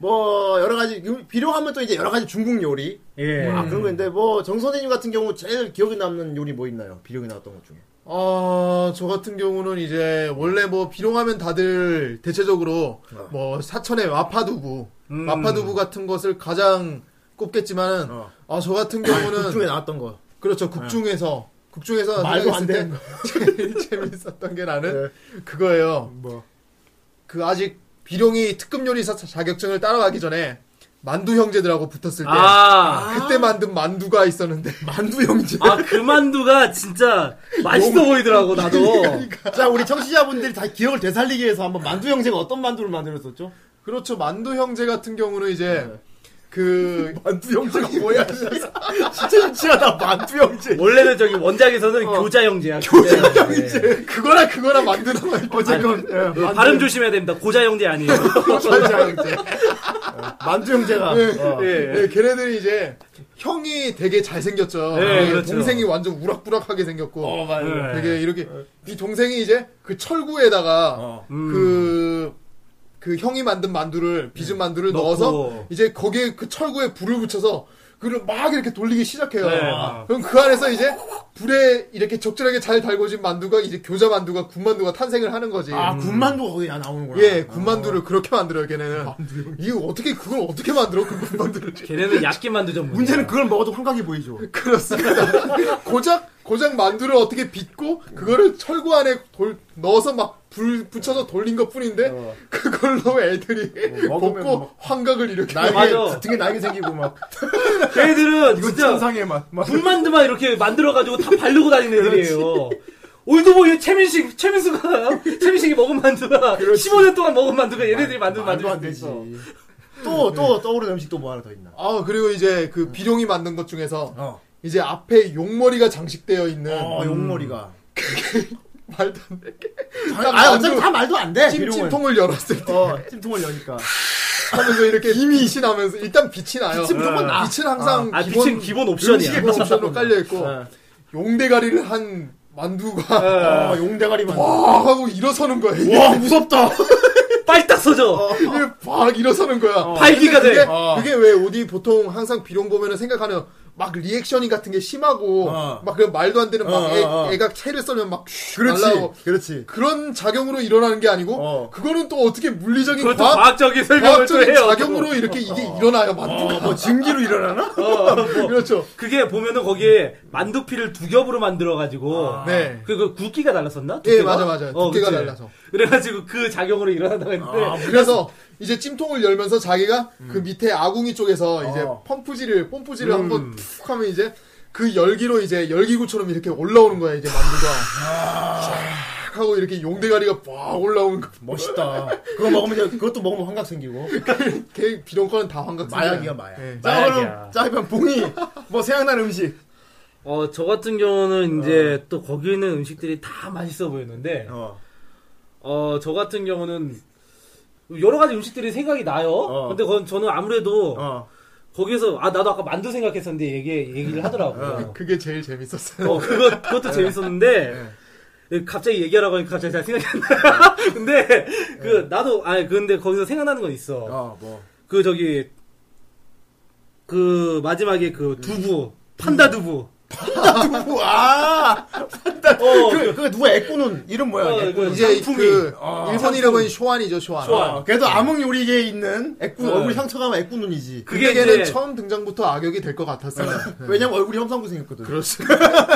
Speaker 3: 뭐 여러 가지 요- 비룡하면 또 이제 여러 가지 중국 요리
Speaker 4: 예.
Speaker 3: 아 그런 거 있는데 뭐 정 선생님 같은 경우 제일 기억에 남는 요리 뭐 있나요? 비룡이 나왔던 것 중에
Speaker 2: 어, 저 같은 경우는 이제 원래 뭐 비룡하면 다들 대체적으로
Speaker 3: 어.
Speaker 2: 뭐 사천의 와파두부,
Speaker 4: 음.
Speaker 2: 와파두부 같은 것을 가장 꼽겠지만,
Speaker 3: 어.
Speaker 2: 어. 저 같은
Speaker 3: 그 중에
Speaker 2: 경우는
Speaker 3: 나왔던 거 네.
Speaker 2: 그렇죠 국중에서 국중에서
Speaker 3: 말도 안 네.
Speaker 2: 생각했을 때 제일 재밌었던 게 나는 그거예요.
Speaker 3: 뭐?
Speaker 2: 그 아직 비룡이 특급 요리사 자- 자격증을 따라가기 전에 만두 형제들하고 붙었을 때
Speaker 4: 아.
Speaker 2: 그때 만든 만두가 있었는데
Speaker 3: 만두 형제.
Speaker 4: 아, 그 만두가 진짜 맛있어 보이더라고, 나도.
Speaker 3: 자 우리 청취자분들이 다 기억을 되살리기 위해서 한번 만두 형제가 어떤 만두를 만들었었죠?
Speaker 2: 그렇죠 만두 형제 같은 경우는 이제
Speaker 3: 네.
Speaker 2: 그
Speaker 3: 만두 형제가 뭐야? 진짜 진짜 유치하다 만두 형제.
Speaker 4: 원래는 저기 원작에서는
Speaker 3: 어.
Speaker 4: 교자 형제야. 네. 교자 형제.
Speaker 2: 그거나 그거나 만드는 거
Speaker 3: 어쨌건 예, 만두-
Speaker 4: 그 발음 조심해야 됩니다. 고자 형제 아니에요.
Speaker 3: 만두 형제가 어.
Speaker 4: 예.
Speaker 2: 네, 걔네들이 이제 형이 되게 잘생겼죠.
Speaker 3: 예,
Speaker 4: 네,
Speaker 2: 네,
Speaker 4: 그렇죠.
Speaker 2: 동생이 완전 우락부락하게 생겼고.
Speaker 4: 어, 맞아요.
Speaker 2: 되게 이렇게 이 동생이 이제 그 철구에다가
Speaker 4: 어.
Speaker 3: 음.
Speaker 2: 그, 그 형이 만든 만두를 빚은
Speaker 3: 예.
Speaker 2: 만두를
Speaker 4: 넣고.
Speaker 2: 넣어서 이제 거기에 그 철구에 불을 붙여서 그걸 막 이렇게 돌리기 시작해요.
Speaker 4: 네, 막.
Speaker 2: 그럼 그 안에서 이제 불에 이렇게 적절하게 잘 달궈진 만두가 이제 교자 만두가 군만두가 탄생을 하는 거지.
Speaker 3: 아 군만두가 거기 다 나오는구나.
Speaker 2: 예,
Speaker 3: 아.
Speaker 2: 군만두를 그렇게 만들어요, 걔네는. 이거 어떻게, 그걸 어떻게 만들어, 그 군만두를.
Speaker 4: 걔네는 약기 만두 전문.
Speaker 3: 문제는 그걸 먹어도 환각이 보이죠.
Speaker 2: 그렇습니다. 고작 고작 만두를 어떻게 빚고 그거를 철구 안에 돌 넣어서 막 불 붙여서 돌린 것 뿐인데 그걸로 애들이
Speaker 3: 어, 먹으면
Speaker 2: 먹고
Speaker 3: 막-
Speaker 2: 환각을 일으켜.
Speaker 3: 그
Speaker 4: 맞아.
Speaker 3: 등에 날개 생기고 막
Speaker 4: 걔네들은
Speaker 3: 이건
Speaker 4: 진짜
Speaker 3: 천상의 맛. 막.
Speaker 4: 군만두만 이렇게 만들어가지고 다 바르고 다니는 애들이에요. 올드보이 최민식, 최민수가, 최민식이 먹은 만두가, 15년 동안 먹은 만두가 얘네들이
Speaker 2: 아,
Speaker 4: 만든
Speaker 3: 말도 안
Speaker 4: 만두가
Speaker 3: 되지.
Speaker 4: 있어.
Speaker 3: 또 또 떠오르는 음식 또 뭐 하나 더 있나?
Speaker 2: 아 그리고 이제 그 비룡이 만든 것 중에서
Speaker 3: 어.
Speaker 2: 이제 앞에 용머리가 장식되어 있는
Speaker 3: 어, 용머리가.
Speaker 2: 말도 안 돼.
Speaker 3: 아, 어차피 다 말도 안 돼. 비룡은.
Speaker 2: 찜찜통을 열었을 때
Speaker 3: 어, 찜통을 여니까.
Speaker 2: 하면서 이렇게 빛이 나면서 일단 빛이 나요. 어.
Speaker 3: 빛은 무조건 그 나.
Speaker 2: 빛은 항상
Speaker 4: 아,
Speaker 2: 기본
Speaker 4: 빛은 기본 옵션이야.
Speaker 2: 음식의 기본 그 옵션으로 깔려 있고
Speaker 3: 네.
Speaker 2: 용대가리를 한 만두가
Speaker 3: 어, 용대가리만. 와,
Speaker 2: 와 하고 일어서는 거예요. 이게.
Speaker 3: 무섭다.
Speaker 4: 빨딱 서져.
Speaker 2: 이게 막 일어서는 거야.
Speaker 4: 발기가
Speaker 2: 근데
Speaker 4: 돼.
Speaker 2: 그게, 그게 왜 어디 보통 항상 비룡 보면은 생각하는 막 리액션이 같은 게 심하고
Speaker 3: 어.
Speaker 2: 막 그런 말도 안 되는 막
Speaker 3: 어, 어, 어.
Speaker 2: 애, 가 채를 썰면 막
Speaker 3: 그렇지.
Speaker 2: 날라오고.
Speaker 3: 그렇지.
Speaker 2: 그런 작용으로 일어나는 게 아니고
Speaker 3: 어.
Speaker 2: 그거는 또 어떻게 물리적인
Speaker 4: 그것도
Speaker 2: 과학,
Speaker 4: 과학적인 설명을 또
Speaker 2: 과학적인
Speaker 4: 해요.
Speaker 2: 작용으로 이렇게 이게 일어나야 만두가
Speaker 3: 뭐 증기로 일어나나?
Speaker 2: 그렇죠.
Speaker 4: 그게 보면은 거기에 만두피를 두 겹으로 만들어 가지고
Speaker 2: 네.
Speaker 4: 그그 굵기가 달랐었나?
Speaker 2: 예
Speaker 4: 두께가?
Speaker 2: 맞아 맞아
Speaker 4: 어,
Speaker 2: 두께가
Speaker 4: 그치.
Speaker 2: 달라서 아, 뭐.
Speaker 4: 그래가지고 그 작용으로 일어난다고 했는데
Speaker 2: 그래서 이제 찜통을 열면서 자기가
Speaker 4: 음.
Speaker 2: 그 밑에 아궁이 쪽에서 이제
Speaker 4: 어.
Speaker 2: 펌프질을 펌프질을 한번 툭 하면 이제 그 열기로 이제 열기구처럼 이렇게 올라오는 거야 이제 만두가
Speaker 4: 아.
Speaker 2: 쫙 하고 이렇게 용대가리가 빡 올라오는 거.
Speaker 3: 멋있다. 그거 먹으면, 이제 그것도 먹으면 환각 생기고.
Speaker 2: 걔 비룡권은 다 환각.
Speaker 3: 마약이야, 마약.
Speaker 2: 예.
Speaker 3: 자,
Speaker 4: 마약이야.
Speaker 3: 그럼, 자, 그럼 네. 봉이. 뭐 생각나는 음식.
Speaker 4: 어, 저 같은 경우는
Speaker 2: 어.
Speaker 4: 이제 또 거기 있는 음식들이 다 맛있어 보였는데
Speaker 3: 어.
Speaker 4: 어, 저 같은 경우는 여러 가지 음식들이 생각이 나요.
Speaker 3: 어.
Speaker 4: 근데 그건 저는 아무래도
Speaker 3: 어.
Speaker 4: 거기에서 아 나도 아까 만두 생각했었는데 얘기 얘기를 하더라고요.
Speaker 2: 그게 제일 재밌었어요.
Speaker 4: 어, 그거, 그것도 재밌었는데, 예, 갑자기 얘기하라고 하니까 갑자기 잘 생각이 안 나. 근데, 그, 나도, 아니, 근데 거기서 생각나는 건 있어.
Speaker 3: 어, 뭐.
Speaker 4: 그, 저기, 그, 마지막에 그 두부, 판다 두부.
Speaker 3: 판다두부 아 판다
Speaker 4: 어,
Speaker 3: 그, 그 누가 애꾸는 이름 뭐야
Speaker 4: 어,
Speaker 3: 애꾸는
Speaker 4: 그
Speaker 2: 이제
Speaker 4: 상품이. 어.
Speaker 2: 그 일본 이름은 쇼안이죠 쇼안.
Speaker 4: 쇼안.
Speaker 3: 어, 그래도 암흑 요리계에 있는 애꾸
Speaker 4: 네.
Speaker 3: 얼굴 상처가 애꾸 눈이지 네.
Speaker 4: 그게
Speaker 2: 그게는
Speaker 4: 이제 네.
Speaker 2: 처음 등장부터 악역이 될 것 같았어요.
Speaker 3: 왜냐면 얼굴이 험상궂 생겼거든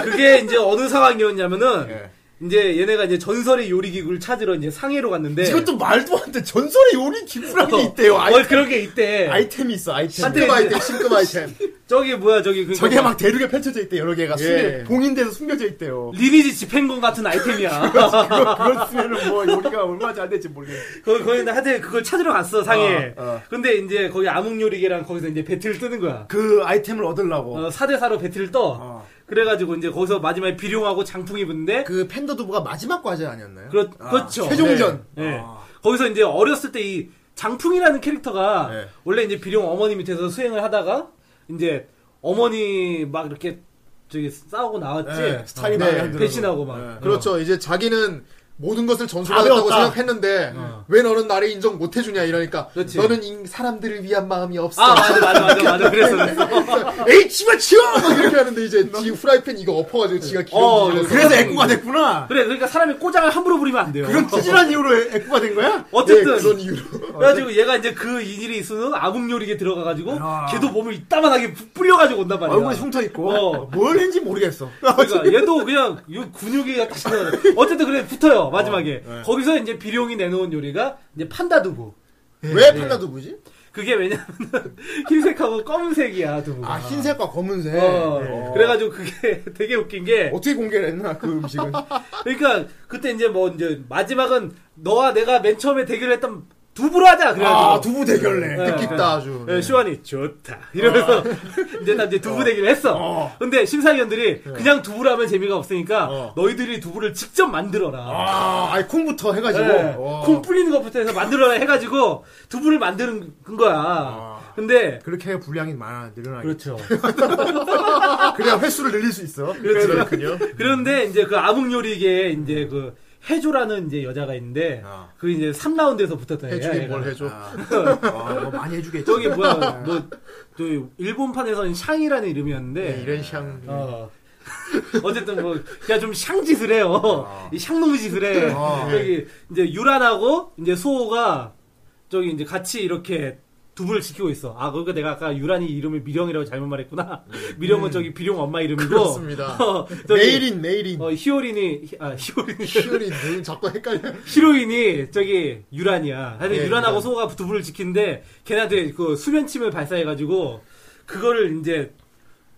Speaker 4: 그게 이제 어느 상황이었냐면은
Speaker 3: 예.
Speaker 4: 이제 얘네가 이제 전설의 요리 기구를 찾으러 이제 상해로 갔는데
Speaker 3: 이것도 말도 안 돼 전설의 요리 기구라는
Speaker 4: 어,
Speaker 3: 게 있대요
Speaker 4: 어,
Speaker 3: 아이,
Speaker 4: 그런 게 있대.
Speaker 3: 템이 있어 아이템
Speaker 4: 한때
Speaker 2: 신급 아이템 신급 아이템.
Speaker 4: 저기 뭐야 저기 그
Speaker 3: 저게 막 대륙에 펼쳐져 있대 여러 개가 숨겨, 봉인돼서 숨겨져 있대요
Speaker 4: 리니지 집행권 같은 아이템이야.
Speaker 3: 그거 그걸 쓰면은 뭐 요리가 얼마나 잘 될지 모르겠어
Speaker 4: 거기 거기 하여튼 그걸 찾으러 갔어 상해.
Speaker 3: 어, 어.
Speaker 4: 근데 이제 거기 암흑 요리계랑 거기서 이제 배틀을 뜨는 거야.
Speaker 3: 그 아이템을 얻으려고
Speaker 4: 어, 4대 4로 배틀을 떠.
Speaker 3: 어.
Speaker 4: 그래가지고 이제 거기서 마지막에 비룡하고 장풍이 붙는데
Speaker 3: 그 팬더 두부가 마지막 과제 아니었나요?
Speaker 4: 그렇 그렇죠.
Speaker 3: 최종전. 아.
Speaker 4: 예. 예. 거기서 이제 어렸을 때 이 장풍이라는 캐릭터가
Speaker 3: 네.
Speaker 4: 원래 이제 비룡 어머니 밑에서 수행을 하다가 이제 어머니 막 이렇게 저기 싸우고 나왔지.
Speaker 3: 네, 스타일이
Speaker 2: 네,
Speaker 3: 많이 흔들어서.
Speaker 4: 배신하고 막.
Speaker 3: 네.
Speaker 2: 그렇죠. 이제 자기는 모든 것을
Speaker 3: 다
Speaker 2: 전수받았다고
Speaker 3: 배웠다.
Speaker 2: 생각했는데 왜 너는 나를 인정 못해주냐 이러니까
Speaker 4: 어. 그렇지.
Speaker 2: 너는 인- 사람들을 위한 마음이 없어.
Speaker 4: 아 맞아 맞아 맞아 맞아 그랬어.
Speaker 2: 에이 치마 치워 막 이렇게 하는데 이제 지 프라이팬 이거 엎어가지고 지가 예,
Speaker 4: 어,
Speaker 2: 기름 질
Speaker 3: 그래서 애꾸가 됐구나.
Speaker 4: 그래 그러니까 사람이 꼬장을 함부로 부리면 안 돼요.
Speaker 3: 그런 찌질한 이유로 애꾸가 된 거야?
Speaker 2: 예,
Speaker 4: 어쨌든
Speaker 2: 그런 이유로
Speaker 4: 그래가지고 얘가 이제 그 일이 있으면 암흑 요리에 들어가가지고
Speaker 3: 야.
Speaker 4: 걔도 몸을 이따만하게 부- 뿌려가지고 온단 말이야.
Speaker 3: 얼굴에 흉터 있고
Speaker 4: 어.
Speaker 3: 뭘 했는지 모르겠어.
Speaker 4: 그러니까 얘도 그냥 요 근육이 딱 신나. 어쨌든 그래 붙어요 마지막에
Speaker 3: 네.
Speaker 4: 거기서 이제 비룡이 내놓은 요리가 이제 판다 두부.
Speaker 3: 왜 팔라 두부지?
Speaker 4: 그게 왜냐면은 흰색하고 검은색이야 두부.
Speaker 3: 아 흰색과 검은색.
Speaker 4: 어,
Speaker 3: 어.
Speaker 4: 그래가지고 그게 되게 웃긴 게
Speaker 3: 어떻게 공개를 했나 그 음식은?
Speaker 4: 그러니까 그때 이제 뭐 이제 마지막은 너와 내가 맨 처음에 대결했던 두부로 하자 그래가지고
Speaker 3: 아 두부 대결래.
Speaker 4: 네.
Speaker 2: 깊다 아주.
Speaker 4: 네, 시완이 좋다 이러면서 이제 나 이제 두부 대기를 했어.
Speaker 3: 어. 네.
Speaker 4: 근데 심사위원들이 그냥 두부라면 재미가 없으니까
Speaker 3: 어.
Speaker 4: 너희들이 두부를 직접 만들어라.
Speaker 3: 아 아니 콩부터 해가지고.
Speaker 4: 네,
Speaker 3: 와.
Speaker 4: 콩 뿌리는 것부터 해서 만들어라 해가지고 두부를 만드는 거야.
Speaker 2: 아.
Speaker 4: 근데
Speaker 3: 그렇게 해야 분량이 많아 늘어나.
Speaker 4: 그렇죠.
Speaker 3: 그래야 횟수를 늘릴 수 있어.
Speaker 2: 그렇군요.
Speaker 4: 그렇죠. 그런데 이제 그 암흑 요리계에 이제 그 해조라는 이제 여자가 있는데
Speaker 3: 아.
Speaker 4: 그 이제 3라운드에서 붙었던 애야.
Speaker 2: 해주긴
Speaker 4: 얘가.
Speaker 2: 뭘 해줘.
Speaker 3: 아, 아, 뭐 많이 해주겠지.
Speaker 4: 저기 뭐야 뭐 저기 일본판에서는 샹이라는 이름이었는데
Speaker 2: 이런 향.
Speaker 4: 어. 어쨌든 뭐 그냥 좀 샹짓을 해요.
Speaker 2: 아.
Speaker 4: 이 샹놈의 짓을 해.
Speaker 3: 어.
Speaker 4: 여기 이제 유란하고 이제 소호가 저기 이제 같이 이렇게 두부를 지키고 있어. 아 그러니까 내가 아까 유란이 이름을 미령이라고 잘못 말했구나. 미령은 저기 비룡 엄마 이름이고.
Speaker 2: 음. 그렇습니다.
Speaker 4: 어, 저기,
Speaker 3: 메일인 메일인.
Speaker 4: 어, 히오린이 히- 아 히오린
Speaker 2: 시율이 눈 자꾸 헷갈려.
Speaker 3: 네.
Speaker 4: 히로인이 저기 유란이야. 하여튼
Speaker 2: 예,
Speaker 4: 유란하고
Speaker 2: 유란.
Speaker 4: 소호가 두부를 지키는데 걔네한테 그 수면침을 발사해가지고 그거를 이제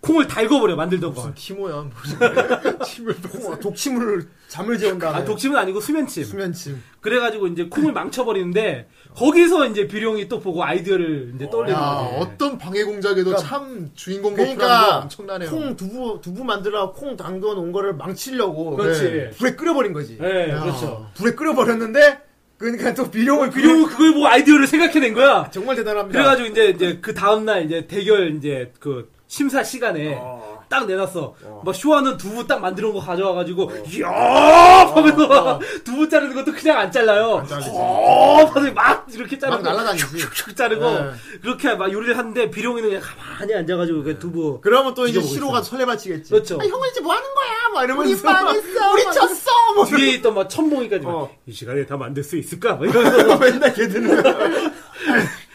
Speaker 4: 콩을 달궈버려 만들던 걸.
Speaker 2: 티모야. 뭐.
Speaker 3: 침을
Speaker 4: 뭐,
Speaker 3: 통- 독침을 잠을 재운다.
Speaker 4: 아, 독침은 아니고 수면침.
Speaker 3: 네. 수면침.
Speaker 4: 그래가지고 이제 콩을 망쳐버리는데 거기서 이제 비룡이 또 보고 아이디어를 이제 떠올리는
Speaker 2: 야
Speaker 4: 거지.
Speaker 2: 어떤 방해 공작에도
Speaker 3: 그러니까-
Speaker 2: 참 주인공
Speaker 3: 그러니까
Speaker 2: 그러니까 엄청나네요.
Speaker 3: 콩 두부 두부 만들라고 콩 담궈 놓은 거를 망치려고
Speaker 4: 그렇지.
Speaker 3: 네. 불에 끓여버린 거지.
Speaker 4: 예,
Speaker 2: 야.
Speaker 4: 그렇죠.
Speaker 3: 불에 끓여버렸는데 그러니까 또 비룡을
Speaker 4: 비룡은
Speaker 3: 끓여
Speaker 4: 그걸 보고 아이디어를 생각해낸 거야.
Speaker 3: 정말 대단합니다.
Speaker 4: 그래가지고 이제 이제 그 다음날 이제 대결 이제 그 심사 시간에
Speaker 3: 어.
Speaker 4: 딱 내놨어. 막 쇼하는 두부 딱 만들어 온거 가져와가지고 이야 하면서 막 두부 자르는 것도 그냥 안 잘라요. 어, 하면서 막 이렇게 자르고
Speaker 2: 막 날아다니지.
Speaker 4: 슉슉 자르고 그렇게 막 요리를 하는데 비룡이는 그냥 가만히 앉아가지고 그 두부
Speaker 3: 그러면 또 이제
Speaker 4: 뒤져보고
Speaker 3: 시로가 설레발치겠지.
Speaker 4: 그렇죠.
Speaker 3: 아, 형은 이제 뭐 하는 거야? 막 이러면서 우리 망했어. 우리 졌어. 뭐
Speaker 4: 뒤에 있던 막 천봉이까지 막,
Speaker 3: 어.
Speaker 4: 이 시간에 다 만들 수 있을까? 막 이러면서
Speaker 3: 맨날 걔들은.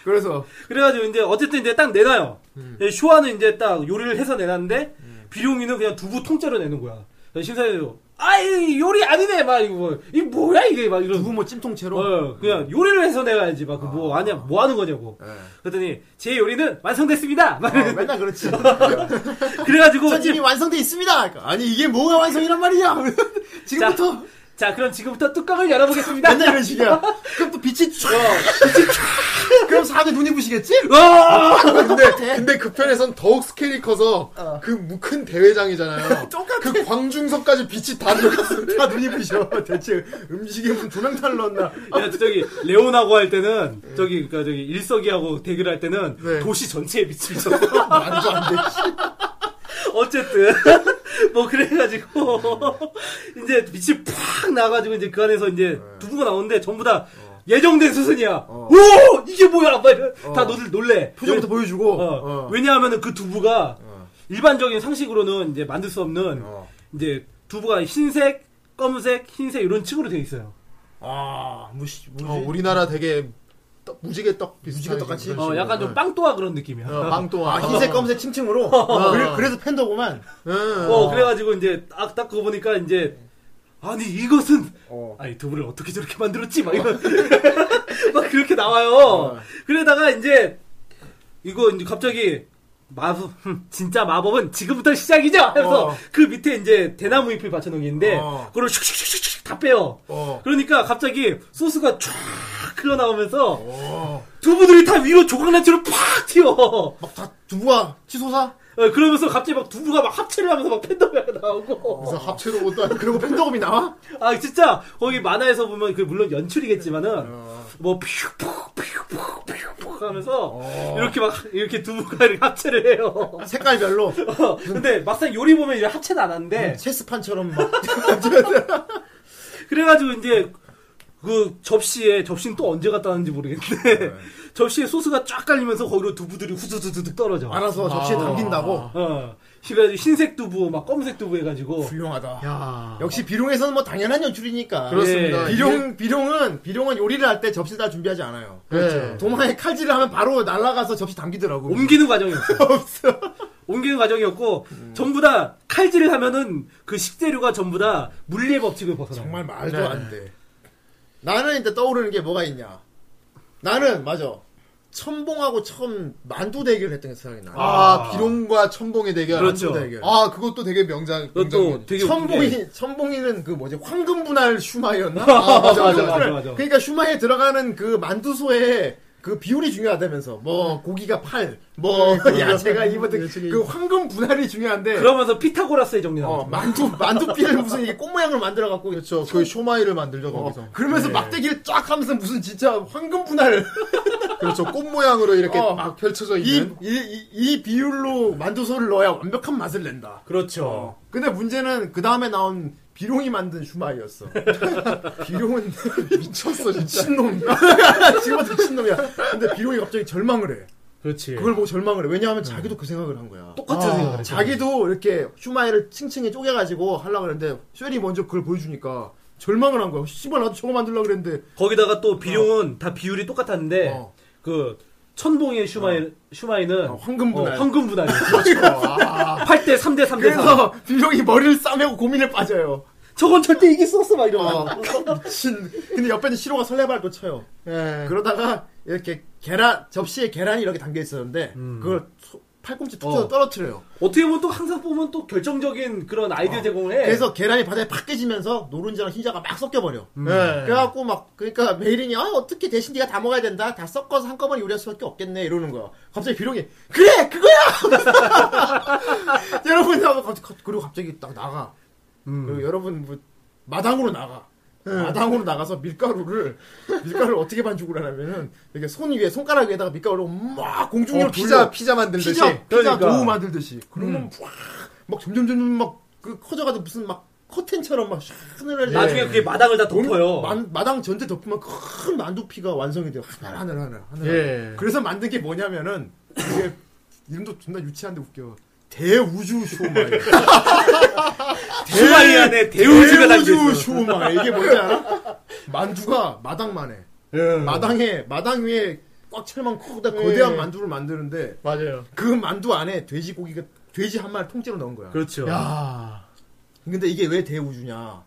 Speaker 3: 그래서 음.
Speaker 4: 그래가지고 이제 어쨌든 이제 딱 내놔요. 예, 쇼아는 이제 딱 요리를 해서 내놨는데 비룡이는 그냥 두부 통째로 내는 거야. 그래서 심사위원이 아이 요리 아니네 막 이거 뭐, 이 뭐야 이게 막 이런
Speaker 3: 두부 뭐 찜통채로. 음.
Speaker 4: 어, 그냥 요리를 해서 내가야지 막 그뭐 아니야 뭐 하는 거냐고.
Speaker 3: 예.
Speaker 4: 그랬더니 제 요리는 완성됐습니다. 막
Speaker 3: 어, 맨날 그렇지.
Speaker 4: 그래가지고
Speaker 3: 선진이 완성돼 있습니다. 그러니까, 아니 이게 뭐가 완성이란 말이야. 지금부터
Speaker 4: 자 그럼 지금부터 뚜껑을 열어보겠습니다.
Speaker 3: 맨날 이런 식이야. 그럼 또 빛이 쫙.
Speaker 4: 어.
Speaker 3: 빛이 쫙. 그럼 사람들 눈이 부시겠지? 아,
Speaker 4: 와!
Speaker 2: 근데 근데 그 편에선 더욱 스케일이 커서 그 큰 대회장이잖아요.
Speaker 3: 어. 똑같아.
Speaker 2: 그 광중석까지 빛이 다 들어갔는데
Speaker 3: 다 눈이 부셔. 대체 음식에 무슨 조명탄을 넣었나?
Speaker 4: 야, 저기 레온하고 할 때는 저기 그러니까 저기 일석이하고 대결할 때는
Speaker 2: 네.
Speaker 4: 도시 전체에 빛을 줬어. 말도 안 돼. 어쨌든 뭐 그래가지고 이제 빛이 팍 나가지고 이제 그 안에서 이제 두부가 나오는데 전부 다 예정된 수순이야. 오 이게 뭐야? 막 이런- 다 너들 놀래.
Speaker 3: 표정부터 보여주고.
Speaker 4: 어.
Speaker 3: 어.
Speaker 4: 왜냐하면은 그 두부가 일반적인 상식으로는 이제 만들 수 없는
Speaker 2: 어.
Speaker 4: 이제 두부가 흰색, 검은색, 흰색 이런 층으로 되어 있어요.
Speaker 6: 아, 무시, 뭐지?
Speaker 2: 어, 우리나라 되게 떡- 무지개 떡 비슷한
Speaker 3: 무지개 떡같이?
Speaker 2: 그런
Speaker 4: 어,
Speaker 2: 식으로.
Speaker 4: 약간 좀
Speaker 2: 네.
Speaker 4: 빵또아 그런 느낌이야.
Speaker 2: 어, 빵 또한
Speaker 3: 아, 흰색, 검색, 층층으로. 어. 그래, 그래서 팬더구만. 아.
Speaker 4: 어, 그래가지고 이제 딱 닦고 보니까 이제 아니 이것은
Speaker 3: 어.
Speaker 4: 아니 두부를 어떻게 저렇게 만들었지 막 이런 막 그렇게 나와요. 그러다가 이제 이거 이제 갑자기 마법 흠, 진짜 마법은 지금부터 시작이죠. 하면서
Speaker 2: 어.
Speaker 4: 그 밑에 이제 대나무 잎을 받쳐놓은 게 있는데
Speaker 2: 어.
Speaker 4: 그걸 슉슉슉슉 다 빼요.
Speaker 2: 어.
Speaker 4: 그러니까 갑자기 소스가 쫙 흘러나오면서 두부들이 다 위로 조각난처럼 팍 튀어.
Speaker 2: 다 두부와 치소사
Speaker 4: 어, 그러면서 갑자기 막 두부가 막 합체를 하면서 막 팬더가 나오고.
Speaker 3: 어.
Speaker 2: 무슨 합체로 옷도 아니고
Speaker 3: 그리고 팬더곰이 나와?
Speaker 4: 아 진짜 거기 만화에서 보면 그 물론 연출이겠지만은
Speaker 3: 어.
Speaker 4: 뭐 피우푹 피우푹 피우푹 하면서
Speaker 3: 어.
Speaker 4: 이렇게 막 이렇게 두부가 이렇게 합체를 해요.
Speaker 3: 색깔별로.
Speaker 4: 어, 근데 막상 요리 보면 이제 합체는 안 하는데
Speaker 3: 체스판처럼 막.
Speaker 4: 그래가지고 이제 그 접시에 접시는 또 언제 갖다 놨는지 모르겠는데
Speaker 3: 네.
Speaker 4: 접시에 소스가 쫙 깔리면서 거기로 두부들이 후두두두둑 떨어져.
Speaker 3: 알아서 접시에 담긴다고.
Speaker 4: 어, 그래가지고 흰색 두부 막 검은색 두부 해가지고
Speaker 3: 훌륭하다.
Speaker 2: 야
Speaker 3: 역시 비룡에서는 뭐 당연한 연출이니까.
Speaker 2: 그렇습니다
Speaker 4: 예.
Speaker 2: 이게-
Speaker 3: 비룡, 비룡은, 비룡은 요리를 할 때 접시 다 준비하지 않아요.
Speaker 2: 그렇죠.
Speaker 3: 도마에 칼질을 하면 바로 날아가서 접시 담기더라고.
Speaker 4: 옮기는 과정이었어. 옮기는 과정이었고 전부 다 칼질을 하면은 그 식재료가 전부 다 물리의 법칙을 벗어나.
Speaker 3: 정말 말도
Speaker 4: 네.
Speaker 3: 안 돼. 나는 이제 떠오르는 게 뭐가 있냐. 나는, 맞아. 첨봉하고 처음 만두 대결을 했던 게 생각이 나.
Speaker 2: 아, 비룡과 천봉의 대결
Speaker 4: 그렇죠.
Speaker 2: 대결. 아 그것도 되게 명장
Speaker 4: 그것도
Speaker 2: 명장면
Speaker 4: 되게 웃긴 게
Speaker 3: 천봉이 천봉이는 그 뭐지 황금 분할 슈마였나?
Speaker 4: 아, 맞아, 맞아, 맞아, 맞아.
Speaker 3: 그러니까 슈마에 들어가는 그 만두소에 그 비율이 중요하다면서
Speaker 4: 음.
Speaker 3: 뭐 고기가 팔,
Speaker 4: 네,
Speaker 3: 뭐 야채가 이거든 그 황금 분할이 중요한데
Speaker 4: 그렇죠. 그러면서 피타고라스의 정리
Speaker 3: 어,
Speaker 4: 나왔어.
Speaker 3: 만두 만두피를 무슨 이게 꽃 모양을 만들어 갖고
Speaker 2: 그렇죠 그 쇼마이를
Speaker 3: 어.
Speaker 2: 만들죠 거기서 네.
Speaker 3: 그러면서 막대기를 쫙 하면서 무슨 진짜 황금 분할
Speaker 2: 그렇죠 꽃 모양으로 이렇게
Speaker 3: 어.
Speaker 2: 막 펼쳐져
Speaker 3: 이,
Speaker 2: 있는
Speaker 3: 이, 이, 이 비율로 만두소를 넣어야 완벽한 맛을 낸다. 어.
Speaker 4: 그렇죠.
Speaker 3: 근데 문제는 그 다음에 나온 비룡이 만든 슈마이였어. 비룡은
Speaker 2: 미쳤어 진짜
Speaker 3: 미친놈. 지금부터 미친놈이야. 근데 비룡이 갑자기 절망을 해.
Speaker 4: 그렇지.
Speaker 3: 그걸 보고 절망을 해.
Speaker 2: 음.
Speaker 3: 왜냐하면 자기도 그 생각을 한 거야.
Speaker 4: 똑같은 생각을 했죠.
Speaker 3: 그러니까 자기도 이렇게 슈마이를 층층이 쪼개가지고 하려고 그랬는데 쉘이 먼저 그걸 보여주니까 절망을 한 거야. 씨발 나도 저거 만들려고 그랬는데
Speaker 4: 거기다가 또 비룡은 다 비율이 똑같았는데
Speaker 3: 어.
Speaker 4: 그 천봉의 슈마이 슈마이는
Speaker 3: 어, 황금 분할. 그렇죠. 아.
Speaker 4: 황금 분할이었어. 8대 3대 3대 3.
Speaker 3: 그래서 비룡이 머리를 싸매고 고민에 빠져요.
Speaker 4: 저건 절대 이길 수 없어 막
Speaker 3: 어,
Speaker 4: 이러면서.
Speaker 3: 미친. 근데 옆에는 시로가 설레발도 쳐요.
Speaker 2: 예.
Speaker 3: 그러다가 이렇게 계란 접시에 계란이 이렇게 담겨 있었는데 그걸 소- 팔꿈치 툭 쳐서
Speaker 4: 어.
Speaker 3: 떨어뜨려요.
Speaker 4: 어떻게 보면 또 항상 보면 또 결정적인 그런 아이디어 제공을 해.
Speaker 3: 그래서 계란이 바닥에 팍 깨지면서 노른자랑 흰자가 막 섞여버려. 네.
Speaker 2: 예.
Speaker 3: 그래갖고 막 그러니까 메이린이 아 어떻게 대신 네가 다 먹어야 된다 다 섞어서 한꺼번에 요리할 수밖에 없겠네 이러는 거야 갑자기 비룡이 그래 그거야 여러분 하고 갑자기 갑- 그리고 갑자기 딱 나가
Speaker 2: 음.
Speaker 3: 그리고 여러분 뭐 마당으로 나가
Speaker 2: 네.
Speaker 3: 마당으로 나가서 밀가루를 밀가루를 어떻게 반죽을 하냐면은 이렇게 손 위에 손가락 위에다가 밀가루를 막 공중으로
Speaker 2: 어, 피자
Speaker 3: 돌려.
Speaker 2: 피자 만들듯이 음.
Speaker 3: 피자 피자
Speaker 4: 그러니까.
Speaker 3: 도우 만들듯이 그러면 막 점점 점점 막그 커져가지고 무슨 막 커튼처럼 막 샤넬을
Speaker 4: 네. 나중에 그게 마당을 다
Speaker 3: 네. 돈-
Speaker 4: 덮어요.
Speaker 3: 만- 마당 전체 덮으면 큰 만두피가 완성이 돼요. 하늘 하늘 하늘 하늘.
Speaker 2: 예.
Speaker 3: 그래서 만든 게 뭐냐면은 이게 이름도 존나 유치한데 웃겨. 대우주 쇼마이.
Speaker 4: 슈마이 안에 대우주가 담겨
Speaker 3: 대우주
Speaker 4: 있어.
Speaker 3: 쇼마이. 이게 뭔지 알아? 만두가 마당만 해.
Speaker 2: 음. 예.
Speaker 3: 마당에 마당 위에 꽉 찰만 크다
Speaker 2: 네.
Speaker 3: 거대한 만두를 만드는데
Speaker 2: 맞아요
Speaker 3: 그 만두 안에 돼지고기가 돼지 한 마리 통째로 넣은 거야.
Speaker 4: 그렇죠.
Speaker 2: 야
Speaker 3: 근데 이게 왜 대우주냐?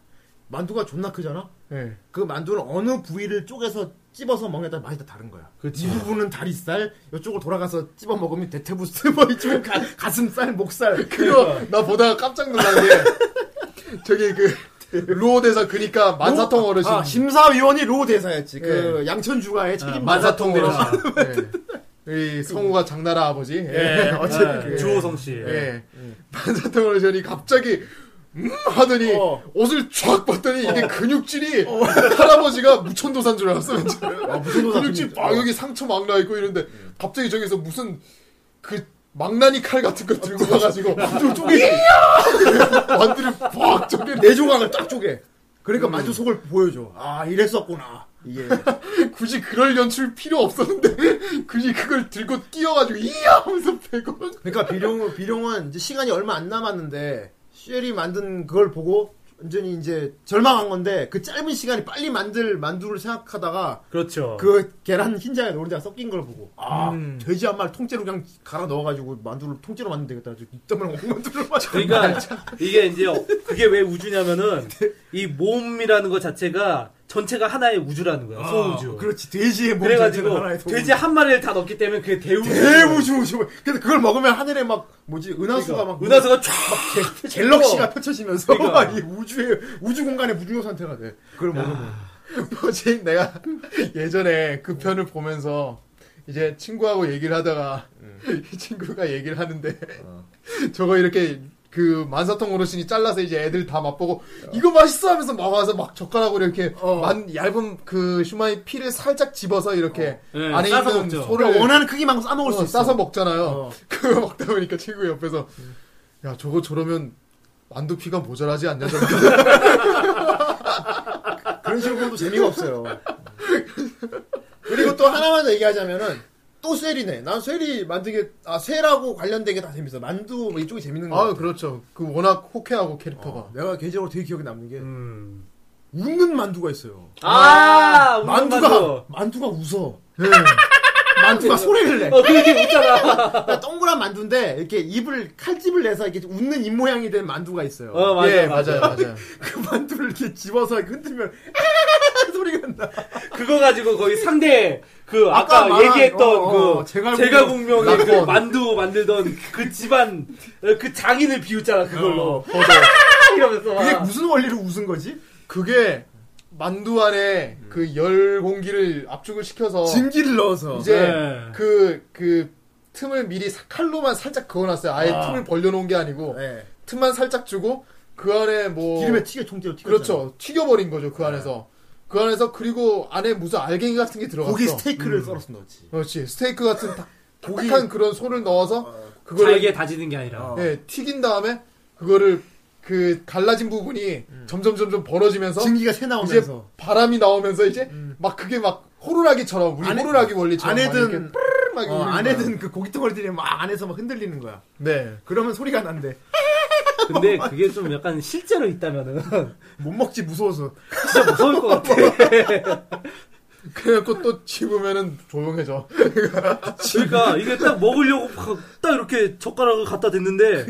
Speaker 3: 만두가 존나 크잖아.
Speaker 2: 예.
Speaker 3: 그 만두를 어느 부위를 쪼개서 찝어서 먹느냐에 따라 맛이 다 다른 거야. 이 부분은 다리살, 이쪽으로 돌아가서 찝어 먹으면 대퇴부스, 뭐 이쪽은 가, 가슴살, 목살.
Speaker 2: 그거 나 보다가 깜짝 놀란 게 그러니까. 저기 그 루오 대사 그니까 만사통 어르신 예.
Speaker 3: 아, 심사위원이 로 대사였지. 그 양천주가의 책임
Speaker 2: 만사통
Speaker 3: 대사.
Speaker 2: 대사. 예. 이 성우가 장나라 아버지.
Speaker 3: 예,
Speaker 2: 예.
Speaker 3: 어쨌든 그-
Speaker 4: 주호성 씨.
Speaker 2: 예. 만사통 어르신이 갑자기 음 하더니
Speaker 3: 어.
Speaker 2: 옷을 쫙 벗더니 이게 근육질이 할아버지가 무천도사인 줄 알았어. 왠지.
Speaker 3: 아, 무슨 도사
Speaker 2: 근육질
Speaker 3: 근육질.
Speaker 2: 막 여기 상처 막 나 있고
Speaker 3: 예.
Speaker 2: 이런데 갑자기 저기서 무슨 그 망나니 칼 같은 거 들고
Speaker 3: 아,
Speaker 2: 와가지고 완두를 쪼개 완두를 팍 쪼개 예.
Speaker 3: 네
Speaker 2: 음.
Speaker 3: 내 조각을 딱 쪼개. 그러니까 만두 속을 보여줘. 아, 이랬었구나. 이게
Speaker 2: 굳이 그럴 연출 필요 없었는데 굳이 그걸 들고 뛰어가지고 이야 하면서 100원
Speaker 3: 그러니까 비룡 비룡은 이제 시간이 얼마 안 남았는데 쉘이 만든 그걸 보고 완전히 이제 절망한 건데 그 짧은 시간이 빨리 만들 만두를 생각하다가
Speaker 4: 그렇죠.
Speaker 3: 그 계란 흰자에 노른자가 섞인 걸 보고 아
Speaker 2: 음.
Speaker 3: 돼지 한 마리 통째로 그냥 갈아 넣어가지고 만두를 통째로 만들면 되겠다 그래서 이따만 만두를
Speaker 4: 그러니까 이게 이제 그게 왜 우주냐면은 이 몸이라는 것 자체가 전체가 하나의 우주라는 거야. 소우주.
Speaker 3: 아, 그렇지 돼지의 몸 자체는
Speaker 4: 그래가지고
Speaker 3: 하나의 소-
Speaker 4: 돼지 한 마리를 다 넣기 때문에 그게 대우주.
Speaker 3: 대우주 주 근데 그걸 먹으면 하늘에 막 뭐지 은하수가
Speaker 4: 그러니까
Speaker 3: 막
Speaker 4: 은하수가 쫙
Speaker 3: 막 갤럭시가 펼쳐지면서
Speaker 4: 그러니까.
Speaker 3: 이 우주의 우주 공간의 무중력 상태가 돼 그걸 먹으면
Speaker 2: 뭐지 내가 예전에 그 편을 보면서 이제 친구하고 얘기를 하다가
Speaker 4: 음.
Speaker 2: 이 친구가 얘기를 하는데
Speaker 4: 어.
Speaker 2: 저거 이렇게 그 만사통 어르신이 잘라서 이제 애들 다 맛보고 이거 맛있어 하면서 막 와서 막 젓가락으로 이렇게
Speaker 4: 어.
Speaker 2: 만 얇은 그 슈마이 피를 살짝 집어서 이렇게
Speaker 4: 네,
Speaker 2: 안에
Speaker 4: 싸서
Speaker 2: 있는
Speaker 4: 먹죠.
Speaker 2: 소를
Speaker 3: 그러니까 원하는 크기만 싸먹을 수
Speaker 2: 어,
Speaker 3: 있어
Speaker 2: 싸서 먹잖아요.
Speaker 3: 어.
Speaker 2: 그거 먹다 보니까 친구 옆에서 야 저거 저러면 만두 피가 모자라지 않냐 저거.
Speaker 3: 그런 식으로 보면 또 재미가 없어요. 그리고 또 하나만 더 얘기하자면은 또 쇠리네. 난 쇠리 만들게 아 쇠라고 관련된 게 다 재밌어. 만두 뭐 이쪽이 재밌는 거.
Speaker 2: 아그
Speaker 3: 같아.
Speaker 2: 그렇죠. 그 워낙 호쾌하고 캐릭터가.
Speaker 3: 어, 내가 개인적으로 되게 기억에 남는 게
Speaker 4: 음.
Speaker 3: 웃는 만두가 있어요.
Speaker 4: 아, 웃는 만두.
Speaker 3: 만두가 네. 만두. 가 웃어. 만두가 소리를 내.
Speaker 4: 어, 그렇게 웃잖아.
Speaker 3: 그러니까 동그란 만두인데 이렇게 입을 칼집을 내서 이렇게 웃는 입 모양이 된 만두가 있어요.
Speaker 4: 어, 맞아.
Speaker 2: 예
Speaker 4: 맞아.
Speaker 2: 맞아요 맞아요.
Speaker 3: 그 만두를 이렇게 집어서 흔들면 소리가 나.
Speaker 4: 그거 가지고 거의 상대 그
Speaker 3: 아까
Speaker 4: 아까,
Speaker 3: 말한,
Speaker 4: 얘기했던
Speaker 3: 어, 어,
Speaker 4: 그
Speaker 3: 제갈공명.
Speaker 4: 제갈공명의 그
Speaker 2: 낙원.
Speaker 4: 만두 만들던 그 집안 어, 그 장인을 비웃잖아 그걸로
Speaker 2: 어.
Speaker 4: 이러면서
Speaker 3: 그게
Speaker 4: 막.
Speaker 3: 무슨 원리로 웃은 거지?
Speaker 2: 그게 만두 안에
Speaker 4: 음.
Speaker 2: 그 열 공기를 압축을 시켜서
Speaker 3: 진기를 넣어서.
Speaker 2: 이제
Speaker 4: 네.
Speaker 2: 그 그 틈을 미리 사- 칼로만 살짝 그어놨어요. 아예 틈을 벌려놓은 게 아니고
Speaker 3: 예.
Speaker 2: 틈만 살짝 주고 그 안에 뭐
Speaker 3: 기름에 튀겨 통째로 튀겨.
Speaker 2: 그렇죠. 튀겨버린 거죠, 그 안에서. 그 안에서, 그리고 안에 무슨 알갱이 같은 게 들어갔어.
Speaker 3: 고기 스테이크를
Speaker 2: 음.
Speaker 3: 썰어서 넣었지.
Speaker 2: 그렇지. 스테이크 같은 딱, 고기한 그런 소를 넣어서, 그거를,
Speaker 4: 잘게 다지는 게 아니라
Speaker 3: 어.
Speaker 2: 예, 튀긴 다음에, 그거를, 그, 갈라진 부분이 점점 점점 벌어지면서,
Speaker 3: 증기가 새
Speaker 2: 이제
Speaker 3: 나오면서
Speaker 2: 바람이 나오면서, 이제, 막 그게 막, 호루라기처럼, 우리
Speaker 3: 안에-
Speaker 2: 호루라기 원리처럼.
Speaker 3: 안에
Speaker 2: 막
Speaker 3: 든-
Speaker 2: 이렇게 뿌르르 막
Speaker 3: 어,
Speaker 2: 울리는
Speaker 3: 안에
Speaker 2: 거야.
Speaker 3: 든 그 고기 덩어리들이 막 안에서 막 흔들리는 거야.
Speaker 2: 네.
Speaker 3: 그러면 소리가 난대.
Speaker 4: 근데 그게 좀 약간 실제로 있다면은
Speaker 3: 못 먹지 무서워서.
Speaker 4: 진짜 무서울 것 같아
Speaker 2: 그래갖고 또 집으면은 조용해져.
Speaker 4: 그러니까 이게 딱 먹으려고 막- 딱 이렇게 젓가락을 갖다 댔는데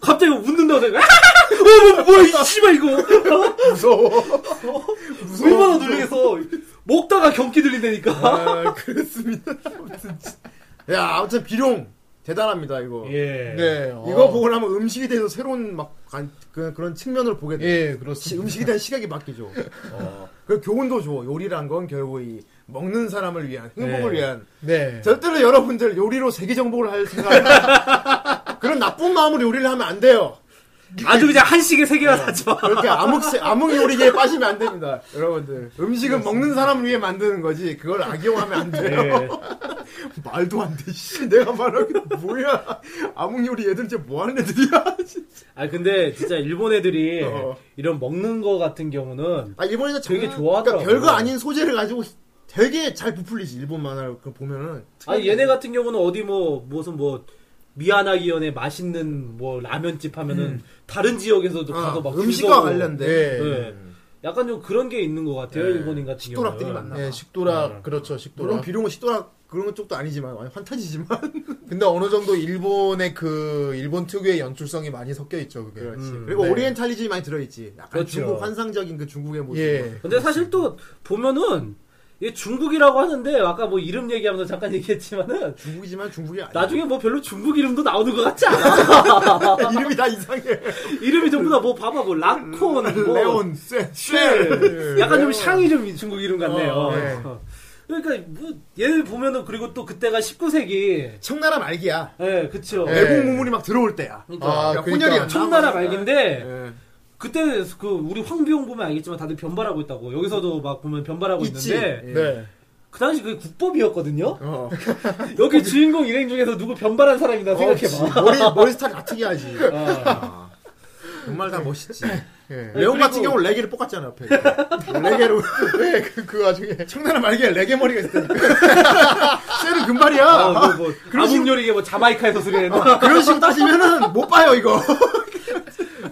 Speaker 4: 갑자기 웃는다고 내가 어뭐 뭐야 이 씨발 이거
Speaker 3: 무서워.
Speaker 4: 얼마나 놀리겠어 먹다가 경기 들린다니까
Speaker 3: 아, 그렇습니다. 아무튼 진- 야, 아무튼 비룡 대단합니다 이거.
Speaker 4: 예
Speaker 2: 네. 어.
Speaker 3: 이거 보고 나면 음식에 대해서 새로운 막 간- 그, 그런 측면을 보게 돼.
Speaker 2: 예,
Speaker 3: 시-
Speaker 2: 그렇습니다.
Speaker 3: 음식에 대한 시각이 바뀌죠. 그 교훈도 줘. 요리란 건 결국 이 먹는 사람을 위한 행복을
Speaker 4: 네.
Speaker 3: 위한
Speaker 2: 네.
Speaker 3: 절대로 여러분들 요리로 세계 정복을 할 생각 그런 나쁜 마음으로 요리를 하면 안 돼요.
Speaker 4: 아주 그냥 한식의 세계가 다 좋아
Speaker 3: 그렇게 암흑 세- 암흑 요리계에 빠지면 안 됩니다, 여러분들. 음식은 먹는 사람을 위해 만드는 거지 그걸 악용하면 안 돼요.
Speaker 4: 예.
Speaker 3: 말도 안 돼. 씨, 내가 말하기로 뭐야? 암흑 요리 애들 진짜 뭐 하는 애들이야? 진짜.
Speaker 4: 아 근데 진짜 일본 애들이
Speaker 3: 어.
Speaker 4: 이런 먹는 거 같은 경우는
Speaker 3: 아 일본에서 장난-
Speaker 4: 되게
Speaker 3: 그러니까
Speaker 4: 좋아하더라고.
Speaker 3: 별거 아닌 소재를 가지고 되게 잘 부풀리지 일본 만화를 그 보면은.
Speaker 4: 아니 얘네 같은 경우는 어디 뭐 무슨 뭐 미야나기현의 맛있는 뭐 라면집 하면은 다른 지역에서도
Speaker 3: 어,
Speaker 4: 가서 막
Speaker 3: 음. 음식과
Speaker 4: 즐거워.
Speaker 3: 관련된. 네.
Speaker 4: 예. 약간 좀 그런 게 있는 것 같아요 일본인 같은
Speaker 3: 식도락들이
Speaker 4: 경우는. 네.
Speaker 3: 많나? 네.
Speaker 2: 예, 식도락, 그렇죠, 식도락.
Speaker 3: 물론 비룡은 식도락 그런 쪽도 아니지만 완전 환타지지만.
Speaker 2: 근데 어느 정도 일본의 그 일본 특유의 연출성이 많이 섞여 있죠 그게.
Speaker 3: 그렇지.
Speaker 4: 음,
Speaker 3: 그리고
Speaker 2: 네.
Speaker 3: 오리엔탈리즘이 많이 들어있지. 약간
Speaker 4: 그렇죠.
Speaker 3: 중국 환상적인 그 중국의 모습.
Speaker 2: 예.
Speaker 4: 근데 사실 또 보면은 이게 중국이라고 하는데 아까 뭐 이름 얘기하면서 잠깐 얘기했지만은
Speaker 3: 중국이지만 중국이 아니야.
Speaker 4: 나중에 뭐 별로 중국 이름도 나오는 것 같지 않아.
Speaker 3: 이름이 다 이상해.
Speaker 4: 이름이 전부 다 뭐 봐봐 뭐 라콘, 뭐
Speaker 3: 음, 레온, 쇠,
Speaker 4: 쉘. 약간 좀 샹 이름 중국 이름 같네요.
Speaker 3: 어,
Speaker 2: 네.
Speaker 4: 그러니까 뭐 얘를 보면은 그리고 또 그때가 19세기.
Speaker 3: 청나라 말기야.
Speaker 4: 예, 그쵸.
Speaker 2: 네.
Speaker 3: 외국 문물이 막 들어올 때야.
Speaker 2: 아,
Speaker 3: 그러니까
Speaker 2: 그러니까.
Speaker 3: 혼혈이 안
Speaker 4: 청나라
Speaker 3: 나와.
Speaker 4: 말기인데
Speaker 3: 예.
Speaker 4: 그때 그 우리 황비용 보면 알겠지만 다들 변발하고 있다고 여기서도 막 보면 변발하고
Speaker 3: 있지.
Speaker 4: 있는데
Speaker 3: 예.
Speaker 2: 네.
Speaker 4: 그 당시 그게 국법이었거든요.
Speaker 3: 어.
Speaker 4: 여기 주인공 일행 중에서 누구 변발한 사람이다
Speaker 3: 어,
Speaker 4: 생각해봐.
Speaker 3: 지- 머리 머리 스타일 아, 다 특이하지.
Speaker 4: 어.
Speaker 3: 정말 다 멋있지.
Speaker 2: 예.
Speaker 3: 레온
Speaker 4: 그리고-
Speaker 3: 같은 경우는 레게를 뽑았잖아 옆에 레게로
Speaker 2: 네, 그, 그 와중에.
Speaker 3: 청나라 말기에 레게 머리가 있을 테니까 쇠는 금발이야
Speaker 4: 어, 뭐, 뭐, 아궁 요리게 뭐 자마이카에서 수리해놓은
Speaker 3: 그런 식으로 따지면은 못 봐요 이거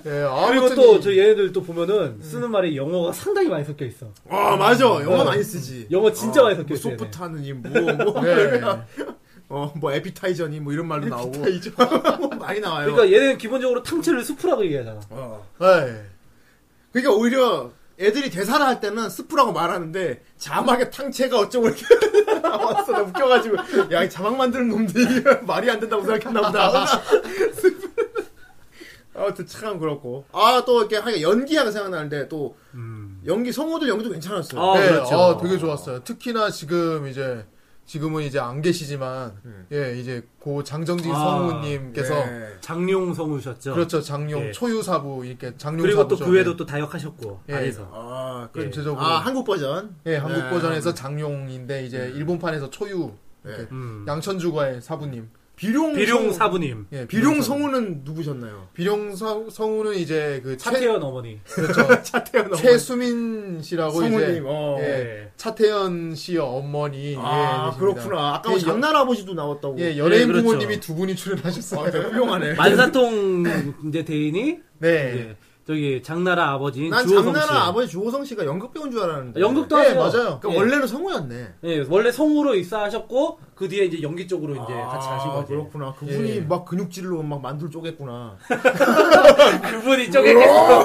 Speaker 2: 예,
Speaker 4: 그리고
Speaker 2: 아무튼
Speaker 4: 또 저 얘네들 또 보면은
Speaker 3: 음.
Speaker 4: 쓰는 말에 영어가 상당히 많이 섞여 있어.
Speaker 3: 와 맞아 영어
Speaker 4: 어.
Speaker 3: 많이 쓰지
Speaker 4: 영어 진짜 많이
Speaker 3: 뭐
Speaker 4: 섞여 있어. 얘네.
Speaker 3: 소프트하느니 뭐뭐
Speaker 2: 네.
Speaker 3: 어뭐 에피타이저니 뭐 이런 말도 나오고 뭐 많이 나와요 어.
Speaker 4: 그러니까 얘네는 기본적으로 탕채를 수프라고 얘기하잖아.
Speaker 2: 예.
Speaker 3: 그러니까 오히려 애들이 대사를 할 때는 스프라고 말하는데 자막에 탕채가 어쩌고 이렇게 나왔어 나 웃겨가지고 야이 자막 만드는 놈들이 말이 안 된다고 생각했나 보다 스프. 아무튼 참 그렇고 아 또 이렇게 하여 연기하는 생각나는데 또 연기 성우들 연기도 괜찮았어요
Speaker 4: 아,
Speaker 2: 네,
Speaker 4: 그렇죠.
Speaker 2: 어, 되게 좋았어요. 특히나 지금 이제 지금은 이제 안 계시지만 예, 이제 고 장정진
Speaker 4: 아,
Speaker 2: 성우님께서
Speaker 3: 음. 네.
Speaker 4: 장룡 성우셨죠.
Speaker 2: 그렇죠. 장룡
Speaker 4: 예.
Speaker 2: 초유사부 이렇게 장룡
Speaker 4: 그리고 또
Speaker 2: 사부죠.
Speaker 4: 그 외에도 또 다역하셨고
Speaker 2: 예.
Speaker 4: 안에서.
Speaker 3: 아,
Speaker 2: 예.
Speaker 3: 그럼 제-
Speaker 2: 전체적으로
Speaker 3: 아 한국 버전
Speaker 2: 예, 한국
Speaker 3: 네. 음.
Speaker 2: 버전에서 장룡인데 이제 일본판에서 초유 이렇게
Speaker 4: 음.
Speaker 2: 양천주과의 사부님.
Speaker 3: 비룡
Speaker 4: 비룡
Speaker 3: 성우-
Speaker 4: 사부님,
Speaker 2: 예,
Speaker 3: 비룡 성우는 누구셨나요?
Speaker 2: 비룡 성- 성우는 이제 그 최,
Speaker 4: 차태현 어머니.
Speaker 2: 그렇죠.
Speaker 3: 차태현 어머니.
Speaker 2: 최수민 씨라고 이제
Speaker 3: 성우님 어.
Speaker 2: 예,
Speaker 4: 네.
Speaker 2: 차태현 씨 어머니.
Speaker 3: 아
Speaker 2: 예, 계십니다.
Speaker 3: 그렇구나 아까
Speaker 2: 예,
Speaker 3: 뭐
Speaker 2: 여-
Speaker 3: 장난아버지도 나왔다고
Speaker 2: 예, 연예인
Speaker 4: 예, 그렇죠.
Speaker 2: 부모님이 두 분이 출연하셨어요.
Speaker 3: 훌륭하네
Speaker 4: 만사통 이제 대인이
Speaker 2: 네.
Speaker 4: 이제 저기 장나라 아버지인
Speaker 3: 난
Speaker 4: 주호성 씨.
Speaker 3: 장난아 아버지 주호성 씨가 연극 배우인 줄 알았는데.
Speaker 4: 연극도
Speaker 2: 네,
Speaker 4: 하세요.
Speaker 2: 맞아요.
Speaker 3: 그러니까
Speaker 4: 예.
Speaker 3: 원래는 성우였네.
Speaker 4: 예, 원래 성우로 입사하셨고 그 뒤에 이제 연기 쪽으로 이제 같이 하시고 이제.
Speaker 3: 그렇구나. 그분이
Speaker 2: 예.
Speaker 3: 막 근육질로 막 만두를 쪼갰구나.
Speaker 4: 그분이 쪼개겠어.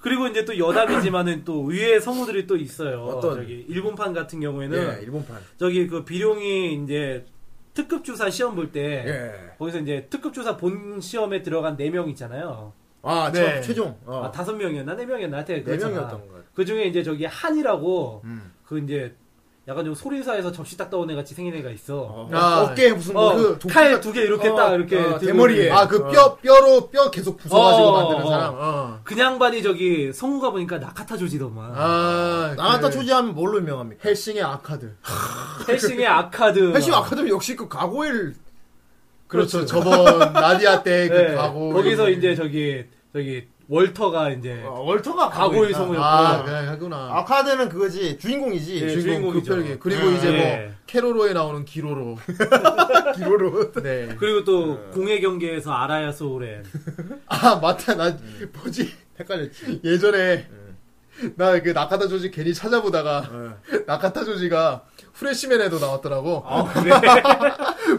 Speaker 4: 그리고 이제 또 여담이지만은 또 의외의 성우들이 또 있어요.
Speaker 3: 어떤?
Speaker 4: 저기 예, 일본판 같은 경우에는
Speaker 3: 일본판.
Speaker 4: 저기 그 비룡이 이제 특급 주사 시험 볼 때
Speaker 3: 예.
Speaker 4: 거기서 이제 특급 주사 본 시험에 들어간 4명 있잖아요.
Speaker 3: 아,
Speaker 2: 네.
Speaker 3: 네. 최종. 어.
Speaker 4: 아, 5명이었나? 4명이었나? 하여튼
Speaker 3: 네 명이었던 것 같아.
Speaker 4: 그 중에 이제 저기 한이라고
Speaker 3: 음.
Speaker 4: 그 이제 약간 좀 소리사에서 접시 딱 떠온 애 같이 생긴 애가 있어.
Speaker 3: 어.
Speaker 2: 아,
Speaker 3: 어깨에 무슨
Speaker 4: 어,
Speaker 3: 그
Speaker 4: 칼 두 개 이렇게
Speaker 3: 어,
Speaker 4: 딱 이렇게
Speaker 3: 어,
Speaker 4: 들고
Speaker 3: 대머리에.
Speaker 4: 있는.
Speaker 2: 아, 그 뼈, 뼈로 뼈 계속 부숴가지고
Speaker 4: 예. 어,
Speaker 2: 만드는
Speaker 4: 어, 어.
Speaker 2: 사람. 어.
Speaker 4: 그냥 반이 저기 성우가 보니까 나카타 조지더만.
Speaker 2: 아,
Speaker 3: 나갔다
Speaker 4: 네.
Speaker 2: 그
Speaker 3: 초지하면 뭘로 유명합니까?
Speaker 2: 헬싱의 아카드.
Speaker 4: 헬싱의 아카드.
Speaker 3: 헬싱 아카데미 역시 그 가고일
Speaker 2: 그렇죠. 저번 나디아 때 그
Speaker 4: 네,
Speaker 2: 가고.
Speaker 4: 거기서 이제 저기 저기 월터가 이제
Speaker 3: 어, 월터가
Speaker 4: 네. 가고의
Speaker 3: 가고일.
Speaker 4: 성우였고.
Speaker 2: 아, 그냥 하구나.
Speaker 3: 아카데는 그거지 주인공이지.
Speaker 4: 네,
Speaker 2: 주인공
Speaker 4: 주인공이죠.
Speaker 2: 급혈기. 그리고
Speaker 3: 네.
Speaker 2: 이제
Speaker 4: 네.
Speaker 2: 뭐, 캐로로에 나오는 기로로.
Speaker 3: 기로로.
Speaker 2: 네.
Speaker 4: 그리고 또 공의 경계에서 아라야 소울엔.
Speaker 2: 아, 맞다. 나, 뭐지.
Speaker 3: 헷갈렸지.
Speaker 2: 예전에, 나 그 나카타 조지 괜히 찾아보다가, 나카타 조지가 후레시맨에도 나왔더라고.
Speaker 4: 아 그래.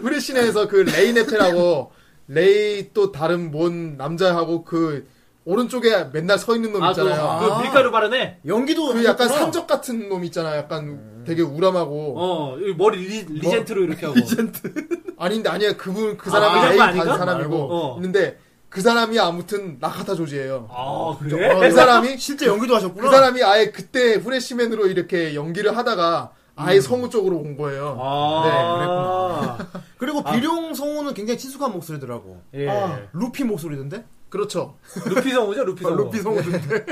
Speaker 2: 후레시네에서 그 레이네페라고 레이 또 다른 뭔 남자하고 그 오른쪽에 맨날 서 있는 놈
Speaker 4: 아, 그,
Speaker 2: 있잖아요.
Speaker 4: 그 밀가루 바르네.
Speaker 3: 연기도
Speaker 4: 아,
Speaker 2: 그 약간
Speaker 3: 했구나.
Speaker 2: 산적 같은 놈 있잖아. 약간 되게 우람하고
Speaker 4: 어, 이 머리 리, 리젠트로 이렇게 하고.
Speaker 2: 아닌데 아니야 그분 그
Speaker 4: 아,
Speaker 2: 사람이
Speaker 4: 그
Speaker 2: 레이
Speaker 4: 양반 아닌가?
Speaker 2: 단 사람이고
Speaker 4: 말고. 어.
Speaker 2: 있는데 그 사람이 아무튼 나카타 조지예요.
Speaker 4: 아, 어.
Speaker 2: 어,
Speaker 4: 그래?
Speaker 2: 그 사람이
Speaker 3: 실제 연기도 하셨구나.
Speaker 2: 그 사람이 아예 그때 후레시맨으로 이렇게 연기를 하다가 아예
Speaker 4: 음.
Speaker 2: 성우 쪽으로 온 거예요.
Speaker 4: 아,
Speaker 3: 그리고 비룡 성우는 굉장히 친숙한 목소리더라고.
Speaker 4: 예.
Speaker 3: 아, 루피 목소리던데?
Speaker 2: 그렇죠.
Speaker 4: 루피 성우죠, 루피
Speaker 3: 아,
Speaker 4: 성우.
Speaker 3: 루피 성우인데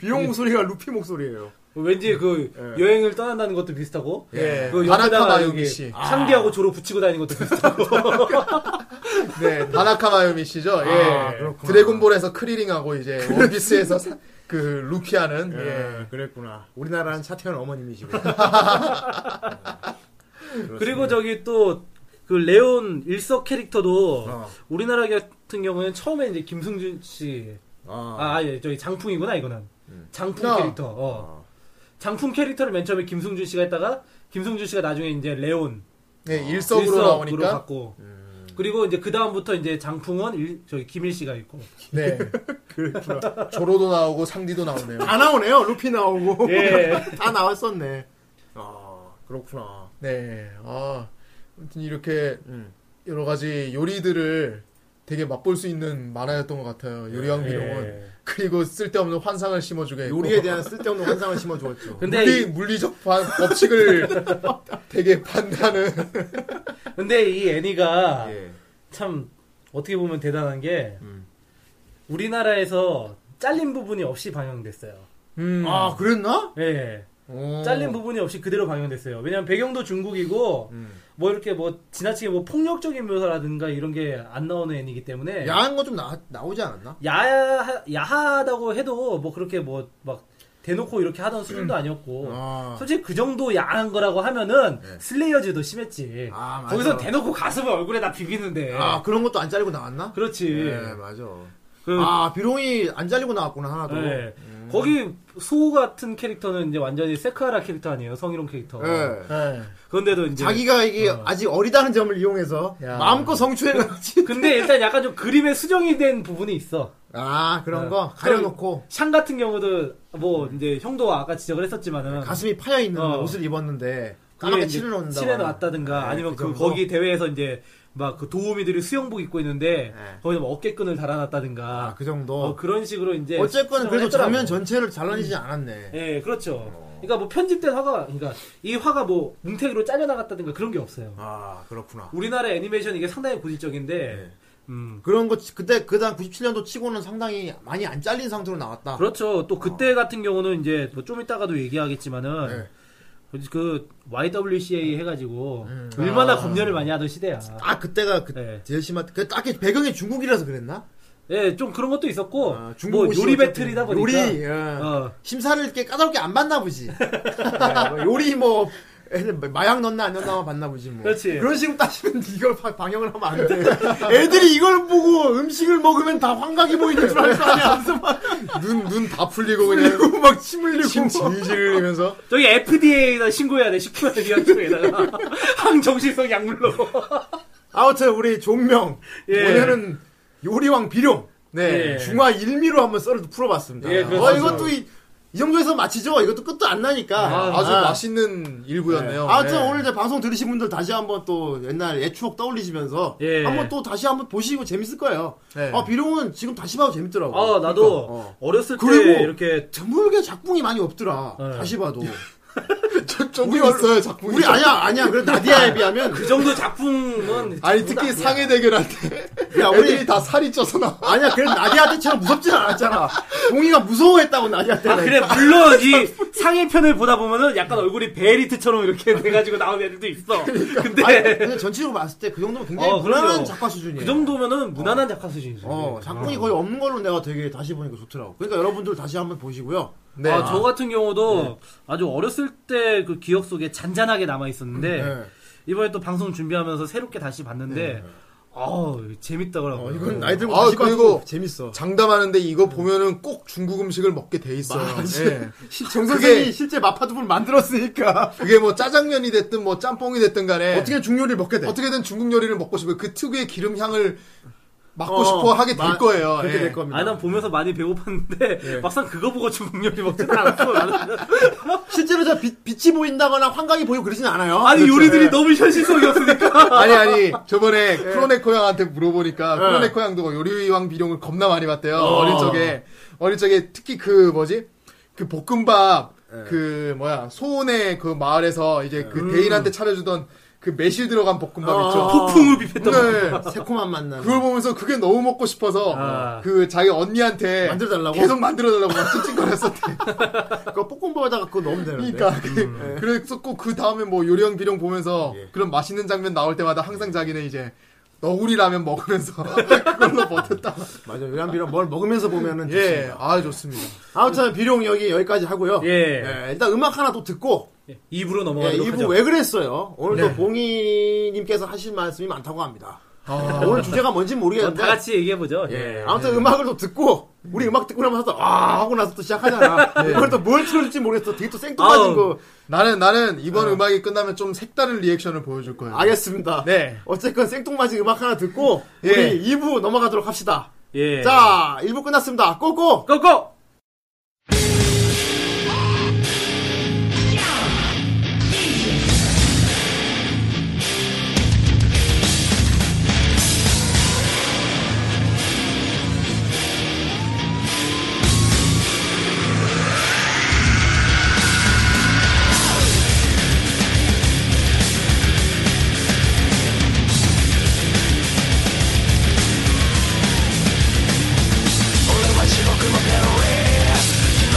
Speaker 3: 비용 목소리가 루피 목소리예요.
Speaker 4: 왠지 그
Speaker 3: 예.
Speaker 4: 여행을 떠난다는 것도 비슷하고.
Speaker 2: 예.
Speaker 4: 그
Speaker 2: 바나카
Speaker 4: 옆에다가
Speaker 2: 마요미
Speaker 4: 여기
Speaker 2: 씨.
Speaker 4: 향기하고 조로 붙이고 다니는 것도 비슷하고.
Speaker 2: 네, 바나카 마요미 씨죠. 예.
Speaker 3: 아, 그렇구나.
Speaker 2: 드래곤볼에서 크리링하고 이제 원피스에서 사- 그 루피아는 예.
Speaker 3: 예, 그랬구나. 우리나라는 차태현 어머님이시고.
Speaker 4: 그리고 저기 또, 그 레온 일석 캐릭터도
Speaker 3: 어.
Speaker 4: 우리나라 같은 경우에는 처음에 이제 김승준 씨,
Speaker 3: 어.
Speaker 4: 아, 아, 예, 저기 장풍이구나, 이거는. 장풍
Speaker 2: 어.
Speaker 4: 캐릭터, 어. 장풍 캐릭터를 맨 처음에 김승준 씨가 했다가, 김승준 씨가 나중에 이제 레온,
Speaker 2: 네,
Speaker 3: 아,
Speaker 2: 일석으로 나오니까
Speaker 4: 갔고.
Speaker 3: 예.
Speaker 4: 그리고 이제 그다음부터 이제 장풍은 일- 저기 김일 씨가 있고.
Speaker 2: 네. 조로도 나오고 상디도 나오네요.
Speaker 3: 다 나오네요. 루피 나오고.
Speaker 4: 예.
Speaker 3: 다 나왔었네. 아, 그렇구나.
Speaker 2: 네. 아, 아무튼 이렇게
Speaker 3: 음.
Speaker 2: 여러 가지 요리들을 되게 맛볼 수 있는 만화였던 것 같아요. 요리왕 비룡은
Speaker 4: 예.
Speaker 2: 그리고 쓸데없는 환상을 심어주게 했고.
Speaker 3: 예, 요리에 대한 쓸데없는 환상을 심어주었죠.
Speaker 4: 근데
Speaker 2: 물리,
Speaker 4: 이,
Speaker 2: 물리적 반- 법칙을 되게
Speaker 3: 아.
Speaker 2: 판단은
Speaker 4: 근데 이 애니가
Speaker 3: 예.
Speaker 4: 참 어떻게 보면 대단한 게
Speaker 3: 음.
Speaker 4: 우리나라에서 잘린 부분이 없이 방영됐어요.
Speaker 2: 음.
Speaker 3: 아, 그랬나?
Speaker 4: 예.
Speaker 2: 오.
Speaker 3: 음.
Speaker 4: 잘린 부분이 없이 그대로 방영됐어요. 왜냐면 배경도 중국이고
Speaker 3: 음.
Speaker 4: 뭐 이렇게 뭐 지나치게 뭐 폭력적인 묘사라든가 이런 게 안 나오는 애니기 때문에
Speaker 3: 야한 거 좀 나오지 않았나?
Speaker 4: 야하, 야하다고 해도 뭐 그렇게 뭐 막 대놓고 이렇게 하던 수준도 아니었고
Speaker 3: 아.
Speaker 4: 솔직히 그 정도 야한 거라고 하면은 슬레이어즈도 심했지
Speaker 3: 네. 아, 맞아.
Speaker 4: 거기서 대놓고 가슴을 얼굴에다 비비는데
Speaker 3: 아 그런 것도 안 잘리고 나왔나?
Speaker 4: 그렇지
Speaker 3: 네 맞아.
Speaker 4: 그-
Speaker 3: 아 음. 비룡이 안 잘리고 나왔구나 하나도.
Speaker 4: 네. 거기 소우 같은 캐릭터는 이제 완전히 세카라 캐릭터 아니에요 성희롱 캐릭터
Speaker 3: 예.
Speaker 2: 네.
Speaker 4: 그런데도 이제
Speaker 3: 자기가 이게 아직 어리다는 점을 이용해서
Speaker 7: 야.
Speaker 3: 마음껏
Speaker 4: 그
Speaker 3: 성추행을 하지.
Speaker 4: 근데 일단 약간 좀 그림에 수정이 된 부분이 있어
Speaker 3: 아 그런
Speaker 4: 네.
Speaker 3: 거 가려놓고
Speaker 4: 샹 같은 경우도 뭐 이제 형도 아까 지적을 했었지만은
Speaker 3: 가슴이 파여 있는
Speaker 4: 어.
Speaker 3: 옷을 입었는데
Speaker 4: 그게
Speaker 3: 까맣게
Speaker 4: 이제
Speaker 3: 칠해놓는다.
Speaker 4: 칠해놨다든가
Speaker 3: 네,
Speaker 4: 아니면
Speaker 3: 그
Speaker 4: 그
Speaker 3: 정도?
Speaker 4: 거기 대회에서 이제 막 그 도우미들이 수영복 입고 있는데
Speaker 3: 네.
Speaker 4: 거기서 뭐 어깨끈을 달아놨다든가
Speaker 3: 아그 정도.
Speaker 4: 어, 그런 식으로 이제
Speaker 3: 어쨌건
Speaker 4: 수정을
Speaker 3: 그래도
Speaker 4: 했더라고. 음.
Speaker 3: 장면 전체를 잘라내지 않았네.
Speaker 4: 예 그렇죠 그러니까 뭐 편집된 화가 그러니까 이 화가 뭐 뭉태기로 잘려나갔다든가 그런 게 없어요
Speaker 3: 아 그렇구나.
Speaker 4: 우리나라 애니메이션 이게 상당히 고질적인데
Speaker 3: 네.
Speaker 4: 음
Speaker 3: 그런 거 치- 그때 그당 97년도 치고는 상당히 많이 안 잘린 상태로 나왔다.
Speaker 4: 그렇죠. 또 그때 같은 경우는 이제 뭐좀 이따가도 얘기하겠지만은
Speaker 3: 아. 네.
Speaker 4: 그 YWCA 해가지고
Speaker 3: 음.
Speaker 4: 얼마나 검열을 많이 하던 시대야.
Speaker 3: 아 그때가 그
Speaker 4: 네.
Speaker 3: 제일 심한 그 딱히 배경이 중국이라서 그랬나?
Speaker 4: 예, 좀 그런 것도 있었고
Speaker 3: 아, 중국
Speaker 4: 뭐
Speaker 3: 옷이
Speaker 4: 요리
Speaker 3: 어쨌든
Speaker 4: 배틀이다 보니까
Speaker 3: 요리 예.
Speaker 4: 어.
Speaker 3: 심사를 이렇게 까다롭게 안 봤나 보지. 예, 뭐 요리 뭐 애들 마약 넣나 안 넣나만 봤나 보지 뭐.
Speaker 4: 그렇지.
Speaker 3: 런 식으로 따지면 이걸 파- 방영을 하면 안 돼. 애들이 이걸 보고 음식을 먹으면 다 환각이 보이는 줄 알 거 아니야. 눈눈 다 풀리고 그냥 막침 흘리고 침 질질 흘리면서
Speaker 4: 저기 FDA에다 신고해야 돼. 식품 의약품에다가 항정신성 약물로.
Speaker 3: 아무튼 우리 존명
Speaker 4: 예.
Speaker 3: 오늘은 요리왕 비룡 네
Speaker 4: 예.
Speaker 3: 중화 일미로 한번 썰을 풀어봤습니다.
Speaker 4: 예, 그래서-
Speaker 3: 어, 이것도 이, 이 정도에서 마치죠. 이것도 끝도 안 나니까
Speaker 2: 아주
Speaker 3: 아.
Speaker 2: 맛있는 일부였네요.
Speaker 3: 아무튼
Speaker 2: 네.
Speaker 3: 오늘 이제 방송 들으신 분들 다시 한번 또 옛날 애추억 떠올리시면서
Speaker 4: 예.
Speaker 3: 한번 또 다시 한번 보시고 재밌을 거예요.
Speaker 2: 네.
Speaker 3: 아 비룡은 지금 다시 봐도 재밌더라고.
Speaker 4: 아 나도
Speaker 3: 어.
Speaker 4: 어. 렸을때
Speaker 3: 그리고-
Speaker 4: 이렇게
Speaker 3: 드물게 작품이 많이 없더라.
Speaker 4: 네.
Speaker 3: 다시 봐도
Speaker 2: 좀
Speaker 3: 우리
Speaker 2: 있어요 작품이.
Speaker 3: 우리 아니야 아니야 그래 나디아에 비하면
Speaker 4: 그 정도 작품은
Speaker 2: 아니 특히 상해 대결할 때
Speaker 3: 야
Speaker 2: 애들이
Speaker 3: 우리
Speaker 2: 다 살이 쪄서 나.
Speaker 3: 아니야 그래 나디아 때처럼 무섭진 않았잖아. 봉이가 무서워했다고 나디아 아, 때.
Speaker 4: 아 그래 물론 이 상해편을 보다 보면은 약간 얼굴이 베리트처럼 이렇게 돼가지고 나오는 애들도 있어. 근데
Speaker 3: 아, 그러니까. 아니, 근데 전체적으로 봤을 때 그 정도면 굉장히
Speaker 4: 어,
Speaker 3: 무난한
Speaker 4: 그럼요.
Speaker 3: 작가 수준이에요.
Speaker 4: 그 정도면은 무난한 작가 수준이죠.
Speaker 3: 어, 작품이 거의 없는 걸로 내가 되게 다시 보니까 좋더라고. 그러니까 여러분들 다시 한번 보시고요.
Speaker 2: 네.
Speaker 4: 아, 저 같은 경우도
Speaker 3: 네.
Speaker 4: 아주 어렸을 때 그 기억 속에 잔잔하게 남아 있었는데
Speaker 3: 네.
Speaker 4: 이번에 또 방송 준비하면서 새롭게 다시 봤는데 어우 재밌다더라고요.
Speaker 3: 어, 이건 나이 들고
Speaker 2: 아,
Speaker 3: 다시
Speaker 2: 그리고-
Speaker 3: 봐도 재밌어.
Speaker 2: 장담하는데 이거 보면은 꼭 중국 음식을 먹게 돼 있어요. 예.
Speaker 3: 정 선생이 실제 마파두부를 만들었으니까
Speaker 2: 그게 뭐 짜장면이 됐든 뭐 짬뽕이 됐든 간에
Speaker 3: 어떻게 중요리를 먹게 돼.
Speaker 2: 어떻게든 중국 요리를 먹고 싶어요. 그 특유의 기름 향을 맡고
Speaker 3: 어,
Speaker 2: 싶어 하게 될
Speaker 3: 마-
Speaker 2: 거예요.
Speaker 3: 그렇게
Speaker 2: 예.
Speaker 3: 될 겁니다. 네.
Speaker 4: 아난 보면서 많이 배고팠는데 막상 그거 보고 중국 요리 먹지는 않고 나는
Speaker 3: 실제로 저 빛, 빛이 보인다거나 환각이 보이고 그러진 않아요.
Speaker 4: 아니
Speaker 3: 그렇죠.
Speaker 4: 요리들이
Speaker 3: 예.
Speaker 4: 너무 현실적이었으니까
Speaker 2: 아니 아니 저번에 크로네코 양한테 물어보니까 크로네코 양도 요리왕 비룡을 겁나 많이 봤대요 어. 릴 적에 어릴 적에 특히 그 뭐지 그 볶음밥
Speaker 3: 네.
Speaker 2: 그 뭐야 소원의 그 마을에서 이제 그
Speaker 3: 음.
Speaker 2: 대인한테 차려주던 그 매실 들어간 볶음밥
Speaker 3: 아.
Speaker 2: 있죠
Speaker 4: 폭풍을 비폈던 거.
Speaker 2: 네.
Speaker 3: 예. 새콤한 만남.
Speaker 2: 그걸 보면서 그게 너무 먹고 싶어서
Speaker 4: 아.
Speaker 2: 그 자기 언니한테
Speaker 3: 만들어달라고?
Speaker 2: 계속 만들어달라고 막 찡찡거렸었대
Speaker 3: 그거 볶음밥에다가 그거 넣으면 되는데.
Speaker 2: 그러니까 그- 그래서 꼭 그 다음에 뭐 요리왕 비룡 보면서
Speaker 3: 예.
Speaker 2: 그런 맛있는 장면 나올 때마다 항상 자기는 이제 너구리 라면 먹으면서 그걸로 버텼다.
Speaker 3: 맞아. 요리한 비룡 뭘 먹으면서 보면은
Speaker 2: 예,
Speaker 3: 좋습니다.
Speaker 2: 아 좋습니다.
Speaker 3: 아무튼 비룡 여기 여기까지 하고요.
Speaker 4: 예.
Speaker 3: 예, 일단 음악 하나 또 듣고
Speaker 4: 입으로
Speaker 3: 예,
Speaker 4: 넘어가도록
Speaker 3: 이부
Speaker 4: 하죠.
Speaker 3: 왜 그랬어요? 오늘도
Speaker 2: 네.
Speaker 3: 봉이님께서 하실 말씀이 많다고 합니다. 오늘 주제가 뭔지
Speaker 4: 어,
Speaker 3: 모르겠는데.
Speaker 4: 다 같이 얘기해 보죠.
Speaker 3: 예, 아무튼 음악을 또 듣고, 우리 음악 듣고 나면서 또, 아! 하고 나서 또 시작하잖아. 그걸 또 뭘 틀어줄지 모르겠어. 되게 또 생뚱맞은
Speaker 4: 아우.
Speaker 3: 거.
Speaker 2: 나는 나는 이번 음악이 끝나면 좀 색다른 리액션을 보여줄 거예요.
Speaker 3: 알겠습니다.
Speaker 2: 네.
Speaker 3: 어쨌건 생뚱맞은 음악 하나 듣고,
Speaker 2: 예.
Speaker 3: 우리 2부 넘어가도록 합시다.
Speaker 4: 예.
Speaker 3: 자, 1부 끝났습니다. 꼬꼬!
Speaker 4: 고고.
Speaker 8: 「俺は地獄のペロレ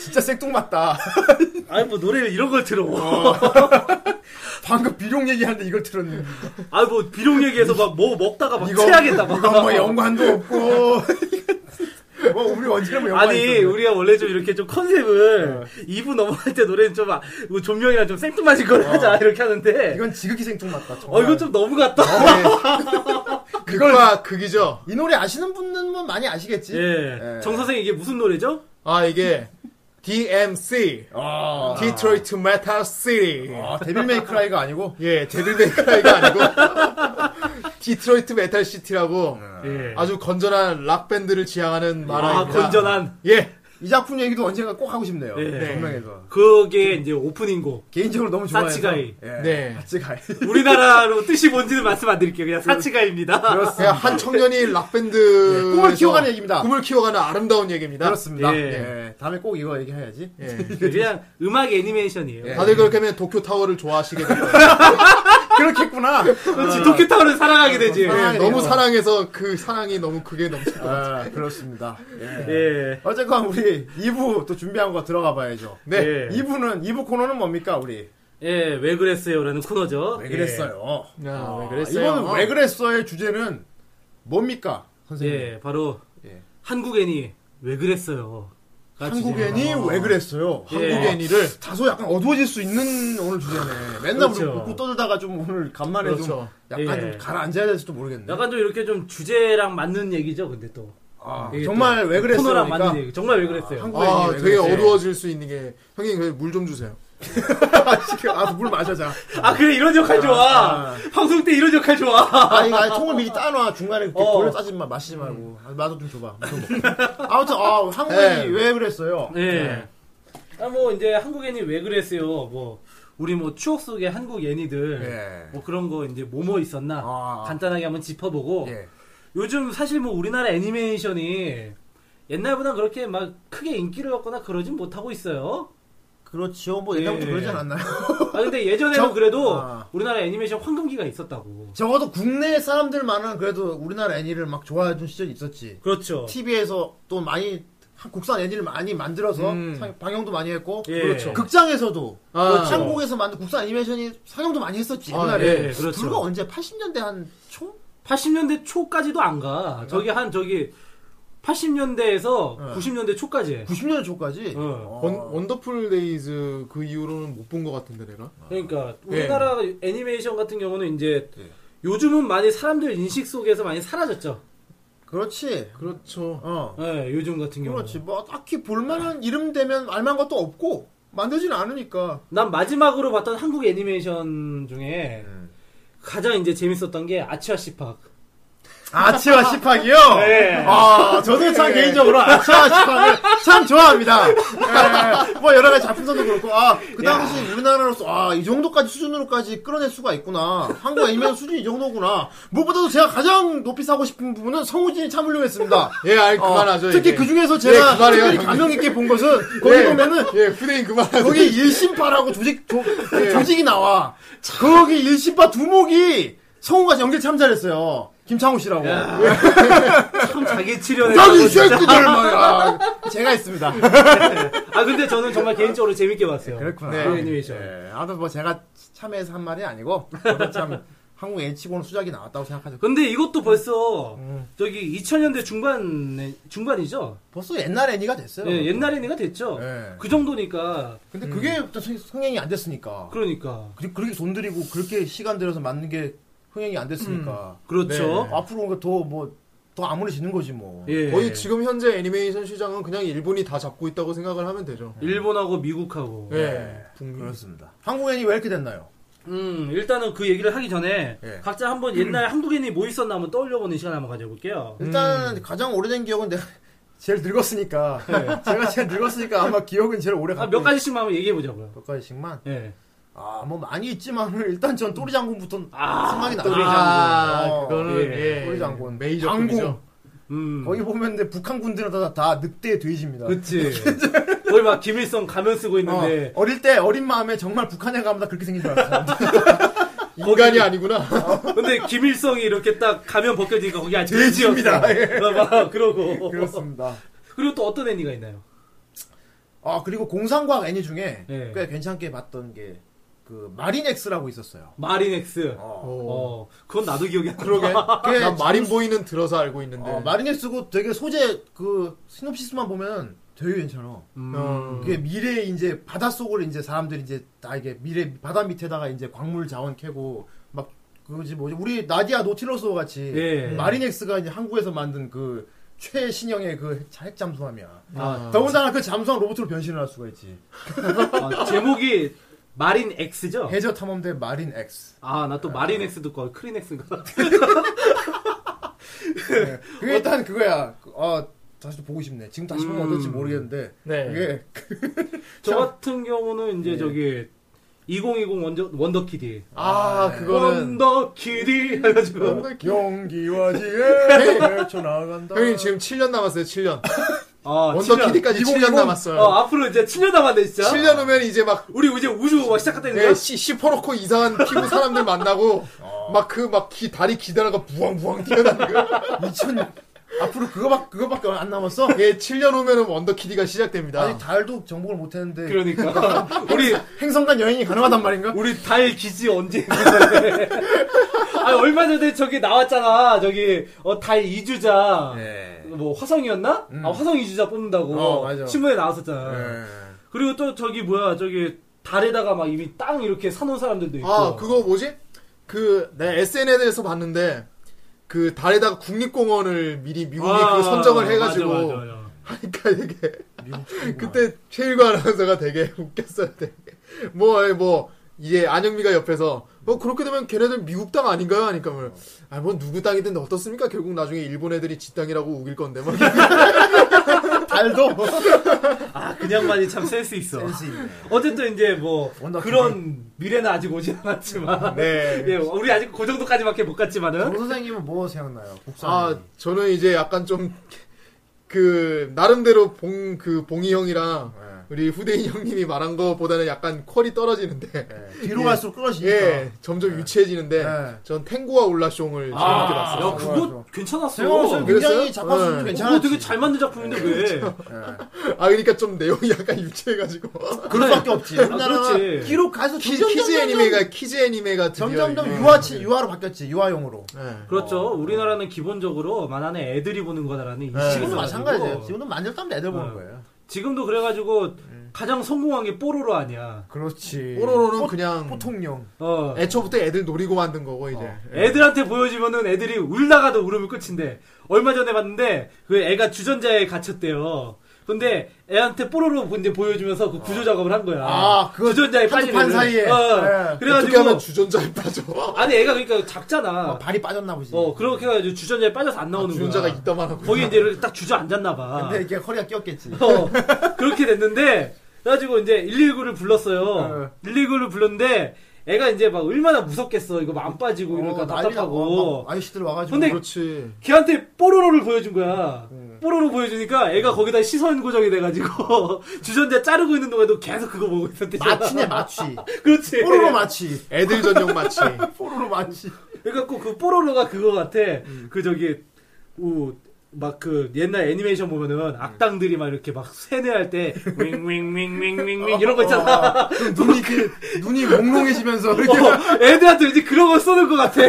Speaker 3: 진짜 생뚱맞다.
Speaker 4: 아니 뭐 노래를 이런 걸 들어.
Speaker 3: 방금 비룡 얘기하는데 이걸 들었네.
Speaker 4: 아니 뭐 비룡 얘기해서 막 뭐 먹다가 막
Speaker 3: 이거-
Speaker 4: 체하겠다 막.
Speaker 3: 이건 아, 뭐 연관도 없고. 뭐 우리 언제나 뭐 연관이
Speaker 4: 아니
Speaker 3: 있었네. 네.
Speaker 4: 우리가 원래 좀 이렇게 좀 컨셉을 2부 넘어갈 때 노래는 좀 아, 이거 조명이랑 좀 생뚱맞은 걸 하자 이렇게 하는데
Speaker 3: 어. 이건 지극히 생뚱맞다.
Speaker 4: 어
Speaker 3: 정말.
Speaker 4: 이거 좀 너무 같다.
Speaker 3: 어.
Speaker 2: 극과 극이죠.
Speaker 3: 이 노래 아시는 분은 뭐 많이 아시겠지.
Speaker 4: 예.
Speaker 3: 예.
Speaker 4: 정 선생 이게 무슨 노래죠?
Speaker 2: 아 이게 DMC
Speaker 3: 아,
Speaker 2: Detroit Metal City
Speaker 3: 아 데빌 메이크라이가 아니고
Speaker 2: 예 데빌베이크라이가 아니고 디트로이트 메탈 시티라고
Speaker 4: 예.
Speaker 2: 아주 건전한 락 밴드를 지향하는
Speaker 4: 아
Speaker 2: 만화입니다.
Speaker 4: 건전한
Speaker 2: 예
Speaker 3: 이 작품 얘기도 언젠가 꼭 하고 싶네요.
Speaker 4: 예.
Speaker 3: 네. 분명해서
Speaker 4: 그게 이제 오프닝곡.
Speaker 3: 개인적으로 너무 좋아해서.
Speaker 4: 사치가이.
Speaker 3: 예.
Speaker 2: 네.
Speaker 3: 사치가이.
Speaker 4: 우리나라로 뜻이 뭔지는 말씀 안 드릴게요. 그냥 사치가입니다.
Speaker 2: 그냥 한 청년이 락 밴드
Speaker 3: 예. 꿈을 키워가는 얘기입니다.
Speaker 2: 꿈을 키워가는 아름다운 얘기입니다. 예.
Speaker 3: 그렇습니다.
Speaker 4: 예.
Speaker 3: 예. 다음에 꼭 이거 얘기해야지.
Speaker 4: 그냥 음악 애니메이션이에요.
Speaker 2: 다들
Speaker 3: 예.
Speaker 2: 그렇게 하면 도쿄 타워를 좋아하시게 돼요.
Speaker 3: 그렇겠구나.
Speaker 4: 그렇지 도쿄타워를 아. 사랑하게 되지.
Speaker 3: 아,
Speaker 2: 예, 너무 사랑해서 그 사랑이 너무 크게 넘쳐.
Speaker 3: 아, 그렇습니다. 예.
Speaker 4: 예.
Speaker 3: 어쨌건 우리 2부 또 준비한 거 들어가 봐야죠.
Speaker 2: 네.
Speaker 4: 예.
Speaker 3: 2부는 2부 코너는 뭡니까 우리?
Speaker 4: 예, 왜 그랬어요라는 코너죠. 예.
Speaker 3: 왜 그랬어요?
Speaker 2: 야, 왜
Speaker 3: 아,
Speaker 2: 예. 네. 그랬어요?
Speaker 3: 이번은 왜 그랬어요의 주제는 뭡니까?
Speaker 4: 예,
Speaker 3: 선생님.
Speaker 4: 예, 바로
Speaker 3: 예.
Speaker 4: 한국 애니 왜 그랬어요.
Speaker 3: 한국인이 왜 그랬어요?
Speaker 4: 아, 뭐. 예.
Speaker 3: 한국 애니를 다소 약간 어두워질 수 있는 오늘 주제네. 맨날
Speaker 4: 그렇죠.
Speaker 3: 우리 웃고 떠들다가 좀 오늘 간만에 좀
Speaker 2: 그렇죠.
Speaker 3: 약간
Speaker 4: 예.
Speaker 3: 좀 가라앉아야 될지도 모르겠네.
Speaker 4: 약간 좀 이렇게 좀 주제랑 맞는 얘기죠, 근데 또.
Speaker 3: 아,
Speaker 4: 이게
Speaker 3: 정말
Speaker 4: 또
Speaker 3: 왜 그랬어요?
Speaker 4: 코너랑
Speaker 3: 그러니까?
Speaker 4: 맞는 얘기. 정말 왜 그랬어요.
Speaker 3: 한국
Speaker 2: 아,
Speaker 3: 애니 왜
Speaker 2: 되게
Speaker 3: 그랬어요?
Speaker 2: 어두워질 수 있는 게 형님 물 좀 주세요.
Speaker 3: 아, 물 마셔자.
Speaker 4: 아 그래 이런 역할 좋아.
Speaker 3: 아.
Speaker 4: 방송 때 이런 역할 좋아.
Speaker 3: 아니, 아니, 통을 미리 따놔. 중간에 이렇게
Speaker 4: 어. 음.
Speaker 3: 돌려 따지 마. 마시지 말고. 아, 맛도 좀 줘봐. 아무튼, 아, 한국
Speaker 2: 네.
Speaker 3: 애니 왜 그랬어요?
Speaker 4: 예. 아 뭐 이제 한국 애니 왜 그랬어요. 뭐 우리 뭐 추억 속의 한국 애니들
Speaker 3: 예.
Speaker 4: 뭐 그런 거 이제 뭐뭐 있었나
Speaker 3: 아.
Speaker 4: 간단하게 한번 짚어보고
Speaker 3: 예.
Speaker 4: 요즘 사실 뭐 우리나라 애니메이션이 옛날보다 그렇게 막 크게 인기를 얻거나 그러진 못하고 있어요.
Speaker 3: 그렇지요. 뭐, 옛날부터
Speaker 4: 예.
Speaker 3: 그러지 않았나요?
Speaker 4: 아 근데 예전에는
Speaker 3: 저-
Speaker 4: 그래도
Speaker 3: 아.
Speaker 4: 우리나라 애니메이션 황금기가 있었다고.
Speaker 3: 적어도 국내 사람들만은 그래도 우리나라 애니를 막 좋아해준 시절이 있었지.
Speaker 4: 그렇죠.
Speaker 3: TV에서 또 많이 한- 국산 애니를 많이 만들어서 상- 방영도 많이 했고
Speaker 4: 예.
Speaker 3: 그렇죠. 극장에서도
Speaker 2: 아.
Speaker 3: 그렇죠. 한국에서 만든 국산 애니메이션이 상영도 많이 했었지
Speaker 2: 아,
Speaker 3: 옛날에
Speaker 4: 예, 예, 그렇죠.
Speaker 3: 불과 언제 80년대 한 초?
Speaker 4: 80년대 초까지도 안 가. 저기
Speaker 3: 아.
Speaker 4: 한 저기 80년대에서
Speaker 3: 예.
Speaker 4: 90년대 초까지. 해.
Speaker 3: 90년대 초까지
Speaker 4: 네. 어.
Speaker 2: 원, 원더풀 데이즈 그 이후로는 못 본 것 같은데 내가.
Speaker 4: 그러니까
Speaker 3: 예.
Speaker 4: 우리나라 애니메이션 같은 경우는 이제 요즘은 많이 사람들 인식 속에서 많이 사라졌죠.
Speaker 3: 그렇지
Speaker 2: 그렇죠.
Speaker 3: 어
Speaker 4: 예, 요즘 같은 경우.
Speaker 3: 그렇지 뭐 딱히 볼만한 이름 되면 알만한 것도 없고 만들진 않으니까
Speaker 4: 난 마지막으로 봤던 한국 애니메이션 중에
Speaker 3: 예.
Speaker 4: 가장 이제 재밌었던 게 아치와 시팍.
Speaker 3: 아치와 시팍이요?
Speaker 4: 네.
Speaker 3: 아, 저도
Speaker 2: 네.
Speaker 3: 참 개인적으로 아치와 시팍을 참 좋아합니다. 예, 뭐 여러 가지 작품도 그렇고, 아, 그 당시 우리나라로서, 아, 이 정도까지 수준으로까지 끌어낼 수가 있구나. 한국 애니메이션 수준이 이 정도구나. 무엇보다도 제가 가장 높이 사고 싶은 부분은 성우진이 참 훌륭했습니다.
Speaker 2: 예, 아이
Speaker 3: 어,
Speaker 2: 그만하죠.
Speaker 3: 특히
Speaker 2: 이제.
Speaker 3: 그 중에서
Speaker 2: 예,
Speaker 3: 제가
Speaker 2: 그만해요,
Speaker 3: 특별히
Speaker 2: 형님.
Speaker 3: 감명 있게 본 것은 거기
Speaker 2: 예.
Speaker 3: 보면은
Speaker 2: 예, 후대인 그만하세요.
Speaker 3: 거기 일신파라고 조직 그 조, 직이 나와. 거기 일신파 두목이 성우가 연기 참 잘했어요. 김창호 씨라고.
Speaker 4: 참 자기 치료네.
Speaker 3: 여기 이 새끼들 뭐야. 제가 했습니다.
Speaker 4: 아 근데 저는 정말 개인적으로 재밌게 봤어요.
Speaker 3: 그렇구나.
Speaker 4: 그 애니메이션.
Speaker 3: 예. 아무튼 뭐 제가 참해서 한 말이 아니고 저도 참 한국 애치고는 수작이 나왔다고 생각하죠. 그
Speaker 4: 근데 이것도 벌써
Speaker 3: 음.
Speaker 4: 저기 2000년대 중반 중반이죠.
Speaker 3: 벌써 옛날 애니가 됐어요.
Speaker 4: 예, 옛날 음. 애니가 됐죠.
Speaker 3: 예.
Speaker 4: 그 정도니까
Speaker 3: 근데 그게 또 성- 성행이 안 됐으니까.
Speaker 4: 그러니까
Speaker 3: 그, 렇게돈 들이고 그렇게 시간 들여서 만든 게 흥행이 안 됐으니까. 네.
Speaker 4: 그렇죠.
Speaker 3: 앞으로 더뭐더 아무래지는 거지 뭐.
Speaker 4: 예.
Speaker 2: 거의 지금 현재 애니메이션 시장은 그냥 일본이 다 잡고 있다고 생각을 하면 되죠.
Speaker 4: 일본하고 미국하고
Speaker 2: 예. 북미.
Speaker 3: 네. 그렇습니다. 한국 애니 왜 이렇게 됐나요?
Speaker 4: 음 일단은 그 얘기를 하기 전에
Speaker 3: 예.
Speaker 4: 각자 한번 옛날 한국인이 뭐 있었나 한번 떠올려보는 시간 한번 가져볼게요.
Speaker 3: 음.
Speaker 4: 음.
Speaker 3: 일단 가장 오래된 기억은 내가 제일 늙었으니까 제가 제일 늙었으니까 아마 기억은 제일 오래
Speaker 4: 네. 아,
Speaker 3: 갖고
Speaker 4: 몇 가지씩만 한번 얘기해 보자고요.
Speaker 3: 몇 가지씩만
Speaker 4: 예.
Speaker 3: 아 뭐 많이 있지만 일단 전 또리 장군부터 생각이 나요.
Speaker 2: 아,
Speaker 3: 어.
Speaker 2: 그거는
Speaker 4: 예.
Speaker 2: 예.
Speaker 3: 또리 장군
Speaker 2: 메이저급이죠.
Speaker 4: 음.
Speaker 3: 거기 보면 이제 북한 군들은 다, 다 늑대 돼지입니다.
Speaker 4: 그치. 네. 거의 막 김일성 가면 쓰고
Speaker 3: 어,
Speaker 4: 있는데
Speaker 3: 어릴 때 어린 마음에 정말 북한에 가면 다 그렇게 생긴 줄 알았어요.
Speaker 2: 인간이 아니구나.
Speaker 4: 근데 김일성이 이렇게 딱 가면 벗겨지니까 거기 아직 돼지입니다. 막 그러고
Speaker 3: 예. 그렇습니다.
Speaker 4: 그리고 또 어떤 애니가 있나요?
Speaker 3: 아 그리고 공상과학 애니 중에
Speaker 4: 네.
Speaker 3: 꽤 괜찮게 봤던 게 그 마린엑스라고 있었어요.
Speaker 4: 마린엑스. 어. 그건 나도 기억이 안 나.
Speaker 3: 그러게. 그게
Speaker 2: 난 마린 보이는 들어서 알고 있는데.
Speaker 3: 예, 어, 마린엑스고 되게 소재 그 시놉시스만 보면 되게 괜찮아.
Speaker 4: 음.
Speaker 3: 어, 그게 미래 이제 바닷속을 이제 사람들이 이제 다 이게 미래 바다 밑에다가 이제 광물 자원 캐고 막 그지 뭐지 우리 나디아 노틸러스 같이
Speaker 4: 예.
Speaker 3: 마린엑스가 이제 한국에서 만든 그 최신형의 그 핵- 핵 잠수함이야.
Speaker 4: 아,
Speaker 3: 더군다나 그 잠수함 로봇으로 변신을 할 수가 있지.
Speaker 4: 아, 제목이
Speaker 2: 어.
Speaker 4: 마린엑스죠?
Speaker 3: 해저 탐험대 마린엑스.
Speaker 4: 아, 나 또 마린엑스 듣고 와. 크린엑스인가?
Speaker 3: 네. 그게 일단 그거야. 그, 아 다시 또 보고 싶네. 지금 다시 보면
Speaker 4: 음.
Speaker 3: 어떨지 모르겠는데
Speaker 2: 네.
Speaker 3: 이게
Speaker 4: 저 같은 경우는
Speaker 2: 예.
Speaker 4: 이제 저기 2020 원저, 원더키디.
Speaker 2: 아, 그거는.
Speaker 4: 원더키디 해가지고
Speaker 3: 용기와 지혜 헤쳐나간다.
Speaker 2: 네. 형님 지금 7년 남았어요, 7년.
Speaker 4: 아,
Speaker 2: 원더키디까지
Speaker 4: 7년.
Speaker 2: 7년 남았어요.
Speaker 4: 어, 앞으로 이제 7년 남았네 진짜. 네.
Speaker 2: 7년 후면 이제 막,
Speaker 4: 우리 이제 우주 막 시작했다는 거야?
Speaker 2: 내 씨, 시퍼놓고 이상한 피부 사람들 만나고, 막 그, 막 기, 다리 기다려가 부엉부엉 뛰어다니고.
Speaker 3: 2000 앞으로 그거밖 그거밖에 안 남았어?
Speaker 2: 예, 7년 후면은 원더키디가 시작됩니다.
Speaker 3: 아직 달도 정복을 못했는데
Speaker 4: 그러니까 우리
Speaker 3: 행성간 여행이 가능하단 말인가?
Speaker 4: 우리 달 기지 언제 있는데? 아 얼마 전에 저기 나왔잖아 저기 어, 달 2주자
Speaker 2: 예.
Speaker 3: 예.
Speaker 4: 뭐 화성이었나?
Speaker 2: 음.
Speaker 4: 아 화성 2주자 뽑는다고
Speaker 3: 어, 맞아.
Speaker 4: 신문에
Speaker 3: 예.
Speaker 2: 예.
Speaker 4: 나왔었잖아. 그리고 또 저기 뭐야 저기 달에다가 막 이미 땅 이렇게 사놓은 사람들도 있고.
Speaker 2: 아, 그거 뭐지? 그, 내 SNS에서 봤는데, 그 달에다가 국립공원을 미리 미국이
Speaker 4: 아,
Speaker 2: 그 선정을 해가지고.
Speaker 4: 맞아, 맞아, 맞아.
Speaker 2: 그러니까 이게 그때 최일구 아나운서가 되게 웃겼어요. 되게. 뭐, 아니, 뭐 이제 안영미가 옆에서 뭐 그렇게 되면 걔네들 미국 땅 아닌가요? 하니까 뭐, 아, 뭐 누구 땅이든 어떻습니까? 결국 나중에 일본 애들이 지 땅이라고 우길 건데 막.
Speaker 3: 그 달도
Speaker 4: 아 그냥만이 참 센스 있어.
Speaker 3: 있네.
Speaker 4: 어쨌든 이제 뭐
Speaker 3: 워낙
Speaker 4: 그런 미래는 아직 오지 않았지만.
Speaker 2: 네.
Speaker 4: 예, 우리 아직 그 정도까지밖에 못 갔지만은.
Speaker 3: 조 선생님은 뭐 생각나요? 국산
Speaker 2: 아, 저는 이제 약간 좀 그 나름대로 봉 그 봉이 형이랑
Speaker 3: 예.
Speaker 2: 우리 후대인 형님이 말한 거보다는 약간 퀄이 떨어지는데.
Speaker 3: 뒤로
Speaker 2: 예.
Speaker 3: 갈수록 끊어지니까
Speaker 2: 예, 점점 유치해지는데
Speaker 3: 네.
Speaker 2: 전 탱구와 울라숑을 재밌게 봤어요.
Speaker 4: 야, 그거
Speaker 3: 맞아.
Speaker 4: 괜찮았어.
Speaker 3: 생각해보면
Speaker 4: 그거
Speaker 2: 그랬어요?
Speaker 3: 굉장히 작화 수준도
Speaker 2: 예.
Speaker 3: 괜찮았지
Speaker 4: 되게 잘 만든 작품인데 왜?
Speaker 2: 아 그러니까 좀 내용이 약간 유치해가지고
Speaker 3: 그럴 수밖에 없지 예. 우리나라는
Speaker 4: 그렇지.
Speaker 3: 뒤로 가서 예.
Speaker 2: 키, 즈 애니메가 키즈 애니메가 드디어
Speaker 3: 점점점
Speaker 2: 이거-
Speaker 3: 유아치 유아로 바뀌었지 유아용으로
Speaker 2: 네.
Speaker 4: 그렇죠. 우리나라는 기본적으로 만화는 애들이 보는 거다라는 인식이
Speaker 3: 지금도
Speaker 4: 있어가지고.
Speaker 3: 마찬가지예요 지금도 만들었다면 애들 보는
Speaker 4: 어.
Speaker 3: 거예요
Speaker 4: 지금도 그래가지고 가장 성공한 게 뽀로로 아니야.
Speaker 3: 그렇지
Speaker 2: 뽀로로는
Speaker 3: 포-
Speaker 2: 그냥
Speaker 3: 보통용
Speaker 4: 어.
Speaker 2: 애초부터 애들 노리고 만든 거고 이제
Speaker 4: 애들한테 보여주면은 애들이 울다가도 울음이 끝인데 얼마 전에 봤는데 그 애가 주전자에 갇혔대요. 근데 애한테 뽀로로 이제 보여주면서 그 구조 작업을 한 거야.
Speaker 3: 아, 그거
Speaker 4: 주전자에
Speaker 3: 한두
Speaker 4: 빠진
Speaker 3: 판
Speaker 4: 애를.
Speaker 3: 사이에.
Speaker 4: 어.
Speaker 3: 예.
Speaker 2: 어떻게 하면
Speaker 4: 그래가지고
Speaker 2: 주전자에 빠져
Speaker 4: 아니 애가 그러니까 작잖아.
Speaker 3: 아, 발이 빠졌나 보지
Speaker 4: 어 그렇게 해가지고 주전자에 빠져서 안 나오는
Speaker 2: 주전자가
Speaker 4: 거야.
Speaker 2: 있다만 하고
Speaker 4: 거기 이제 이렇게 딱 주저앉았나 봐.
Speaker 3: 근데 이게 허리가 꼈겠지
Speaker 4: 어, 그렇게 됐는데, 그래가지고 이제 119를 불렀어요. 119를 불렀는데, 애가 이제 막 얼마나 무섭겠어. 이거 막안 빠지고 이러니까
Speaker 3: 어, 난리 나고,
Speaker 4: 답답하고.
Speaker 3: 막 아저씨들 와가지고
Speaker 4: 근데
Speaker 2: 그렇지
Speaker 4: 걔한테 뽀로로를 보여준 거야.
Speaker 3: 네.
Speaker 4: 뽀로로 보여주니까 애가 거기다 시선 고정이 돼가지고 주전자 자르고 있는 동안도 계속 그거 보고 있었대.
Speaker 3: 마취네 마취
Speaker 4: 그렇지.
Speaker 3: 뽀로로 마취
Speaker 2: 애들 전용 마치
Speaker 3: 뽀로로 마취
Speaker 4: 그러니까 꼭그 뽀로로가 그거 같아.
Speaker 3: 음.
Speaker 4: 그 저기 막 그 옛날 애니메이션 보면은 악당들이 막 이렇게 막 세뇌할 때 윙윙윙윙윙윙 이런 거 있잖아.
Speaker 3: 어, 눈이 그 눈이 몽롱해지면서 이렇게
Speaker 4: 어, 애들한테 이제 그런 걸 쏘는 것 같아.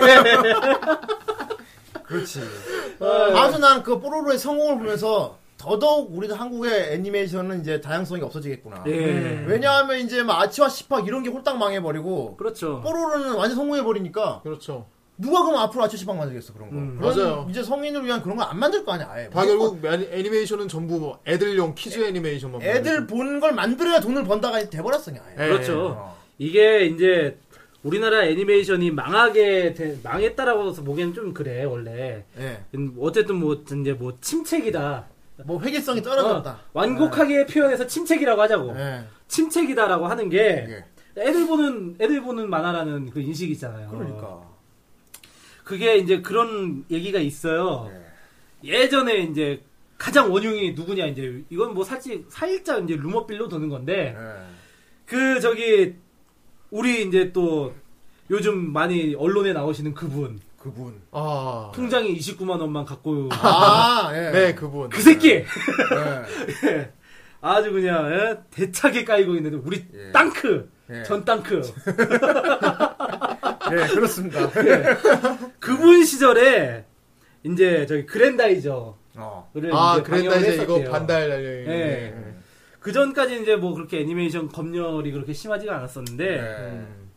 Speaker 3: 그렇지 아주 난 그 뽀로로의 성공을 보면서 더더욱 우리도 한국의 애니메이션은 이제 다양성이 없어지겠구나
Speaker 4: 예.
Speaker 3: 왜냐하면 이제 막 아치와 시팍 이런 게 홀딱 망해버리고
Speaker 4: 그렇죠.
Speaker 3: 뽀로로는 완전 성공해버리니까
Speaker 2: 그렇죠
Speaker 3: 누가 그럼 앞으로 아치와 시팍 만들겠어 그런 거
Speaker 4: 음.
Speaker 3: 그런
Speaker 2: 맞아요.
Speaker 3: 이제 성인을 위한 그런 거 안 만들 거 아니야 아예
Speaker 2: 다 결국 애니- 애니메이션은 전부 뭐 애들용 키즈 애니메이션만
Speaker 3: 애들 본 걸 만들어야 돈을 번다가 돼버렸어 그냥 아예
Speaker 2: 예.
Speaker 4: 그렇죠. 이게 이제 우리나라 애니메이션이 망하게 된- 망했다라고 해서 보기엔 좀 그래 원래.
Speaker 3: 예.
Speaker 4: 음, 어쨌든 뭐 이제 뭐 침체기다.
Speaker 3: 뭐 회계성이
Speaker 4: 어,
Speaker 3: 떨어졌다
Speaker 4: 완곡하게 표현해서 침체기라고 하자고.
Speaker 3: 예.
Speaker 4: 침체기다라고 하는 게 애들 보는 애들 보는 만화라는 그 인식이 있잖아요.
Speaker 3: 그러니까
Speaker 4: 그게 이제 그런 얘기가 있어요. 예전에 이제 가장 원흉이 누구냐 이제 이건 뭐 살짝 살짝 이제 루머빌로 도는 건데
Speaker 3: 예.
Speaker 4: 그 저기 우리 이제 또 요즘 많이 언론에 나오시는 그분
Speaker 3: 그분
Speaker 2: 아네
Speaker 4: 통장에
Speaker 2: 아,
Speaker 4: 아, 29만 원만 갖고
Speaker 2: 네,
Speaker 3: 아 예.
Speaker 2: 그분
Speaker 4: 그 새끼
Speaker 3: 예.
Speaker 4: 아주 그냥 예? 대차게 깔고 있는데 우리
Speaker 2: 예.
Speaker 4: 땅크 전 땅크
Speaker 3: 네, 그렇습니다.
Speaker 4: 그분 시절에 이제 저기 그랜다이저를
Speaker 3: 어.
Speaker 2: 아,
Speaker 4: 이제
Speaker 2: 그랬다 이제
Speaker 4: 방영을
Speaker 2: 이거
Speaker 4: 했었대요.
Speaker 2: 반달 날려.
Speaker 4: 예.
Speaker 2: 예.
Speaker 4: 그 전까지 이제 뭐 그렇게 애니메이션 검열이 그렇게 심하지가
Speaker 3: 예.
Speaker 4: 않았었는데
Speaker 2: 예.
Speaker 3: 음.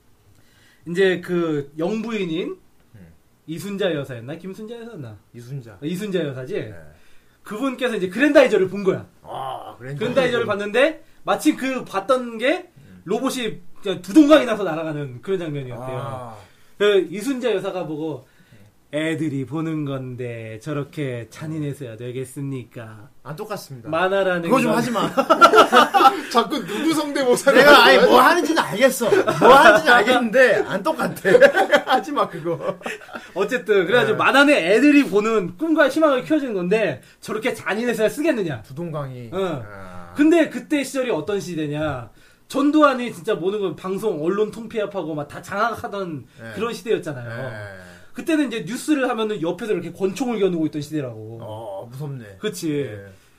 Speaker 4: 이제 그 영부인인
Speaker 2: 예.
Speaker 4: 이순자 여사였나 김순자 여사였나
Speaker 3: 이순자.
Speaker 4: 이순자 여사지
Speaker 3: 네.
Speaker 4: 그분께서 이제 그랜다이저를 본 거야.
Speaker 3: 아, 그랜다.
Speaker 4: 그랜다이저를 봤는데 마침 그 봤던 게 로봇이 그냥 두동강이 나서 날아가는 그런 장면이었대요.
Speaker 3: 아.
Speaker 4: 그 이순자 여사가 보고 애들이 보는 건데 저렇게 잔인해서야 되겠습니까?
Speaker 3: 안 똑같습니다.
Speaker 4: 만화라는
Speaker 3: 네. 그거 좀
Speaker 4: 건-
Speaker 3: 하지 마.
Speaker 2: 자꾸 누구 성대모사를
Speaker 3: 내가
Speaker 2: 하는
Speaker 3: 아니
Speaker 2: 거야?
Speaker 3: 뭐 하는지는 알겠어. 뭐 하는지는 알겠는데 안 똑같아. 하지 마 그거.
Speaker 4: 어쨌든 그래가지고
Speaker 3: 네.
Speaker 4: 만화는 애들이 보는 꿈과 희망을 키워주는 건데 저렇게 잔인해서야 쓰겠느냐?
Speaker 3: 두동강이.
Speaker 4: 응.
Speaker 3: 아.
Speaker 4: 근데 그때 시절이 어떤 시대냐? 전두환이 진짜 모든 걸 방송 언론 통폐합하고 막 다 장악하던
Speaker 3: 네.
Speaker 4: 그런 시대였잖아요.
Speaker 3: 예.
Speaker 4: 그때는 이제 뉴스를 하면은 옆에서 이렇게 권총을 겨누고 있던 시대라고.
Speaker 3: 어 예. 무섭네.
Speaker 4: 그치.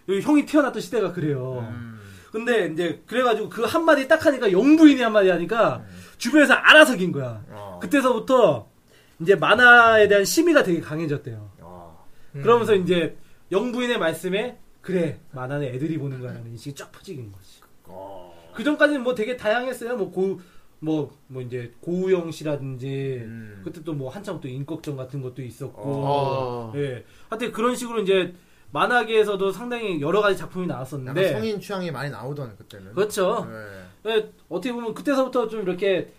Speaker 4: 여기 형이 태어났던 시대가 그래요.
Speaker 3: 음.
Speaker 4: 근데 이제 그래가지고 그 한마디 딱 하니까 영부인이 한마디 하니까 주변에서 알아서 긴 거야.
Speaker 3: 음. 어.
Speaker 4: 그때서부터 이제 만화에 대한 심의가 되게 강해졌대요.
Speaker 3: 어.
Speaker 4: 그러면서 이제 영부인의 말씀에 그래 만화는 애들이 보는 거야라는 인식이 쫙 퍼지긴 거지.
Speaker 3: 어.
Speaker 4: 그 전까지는 뭐 되게 다양했어요. 뭐 고, 뭐, 뭐 이제 고우영 씨라든지,
Speaker 3: 음.
Speaker 4: 그때 또 뭐 한창 또 인걱정 같은 것도 있었고,
Speaker 2: 어.
Speaker 4: 예. 하여튼 그런 식으로 이제 만화계에서도 상당히 여러 가지 작품이
Speaker 3: 약간
Speaker 4: 나왔었는데,
Speaker 3: 성인 취향이 많이 나오던 그때는.
Speaker 4: 그렇죠.
Speaker 3: 예.
Speaker 4: 예, 어떻게 보면 그때서부터 좀 이렇게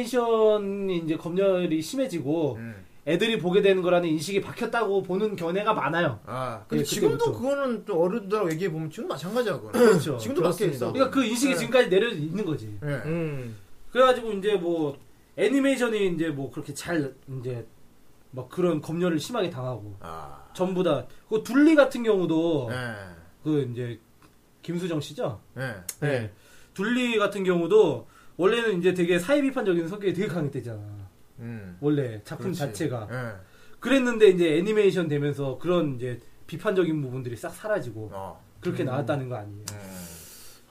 Speaker 4: 애니메이션이 이제 검열이 심해지고,
Speaker 3: 음.
Speaker 4: 애들이 보게 되는 거라는 인식이 박혔다고 보는 견해가 많아요.
Speaker 3: 아, 근데
Speaker 4: 예,
Speaker 3: 지금도
Speaker 4: 그때부터.
Speaker 3: 그거는 또 어른들하고 얘기해 보면 지금 마찬가지야 그거.
Speaker 4: 그렇죠.
Speaker 3: 지금도 밖에 있어. 네.
Speaker 4: 그러니까 그 인식이 지금까지 내려져 있는 거지.
Speaker 3: 예.
Speaker 2: 음.
Speaker 4: 그래가지고 이제 뭐 애니메이션이 이제 뭐 그렇게 잘 이제 막 그런 검열을 심하게 당하고
Speaker 3: 아.
Speaker 4: 전부 다그 둘리 같은 경우도
Speaker 3: 예.
Speaker 4: 그 이제 김수정 씨죠?
Speaker 3: 예.
Speaker 4: 네. 둘리 같은 경우도 원래는 이제 되게 사회 비판적인 성격이 되게 강했대잖아.
Speaker 3: 음.
Speaker 4: 원래 작품
Speaker 3: 그렇지.
Speaker 4: 자체가
Speaker 3: 예.
Speaker 4: 그랬는데 이제 애니메이션 되면서 그런 이제 비판적인 부분들이 싹 사라지고
Speaker 3: 어.
Speaker 4: 그렇게 나왔다는 거 아니에요.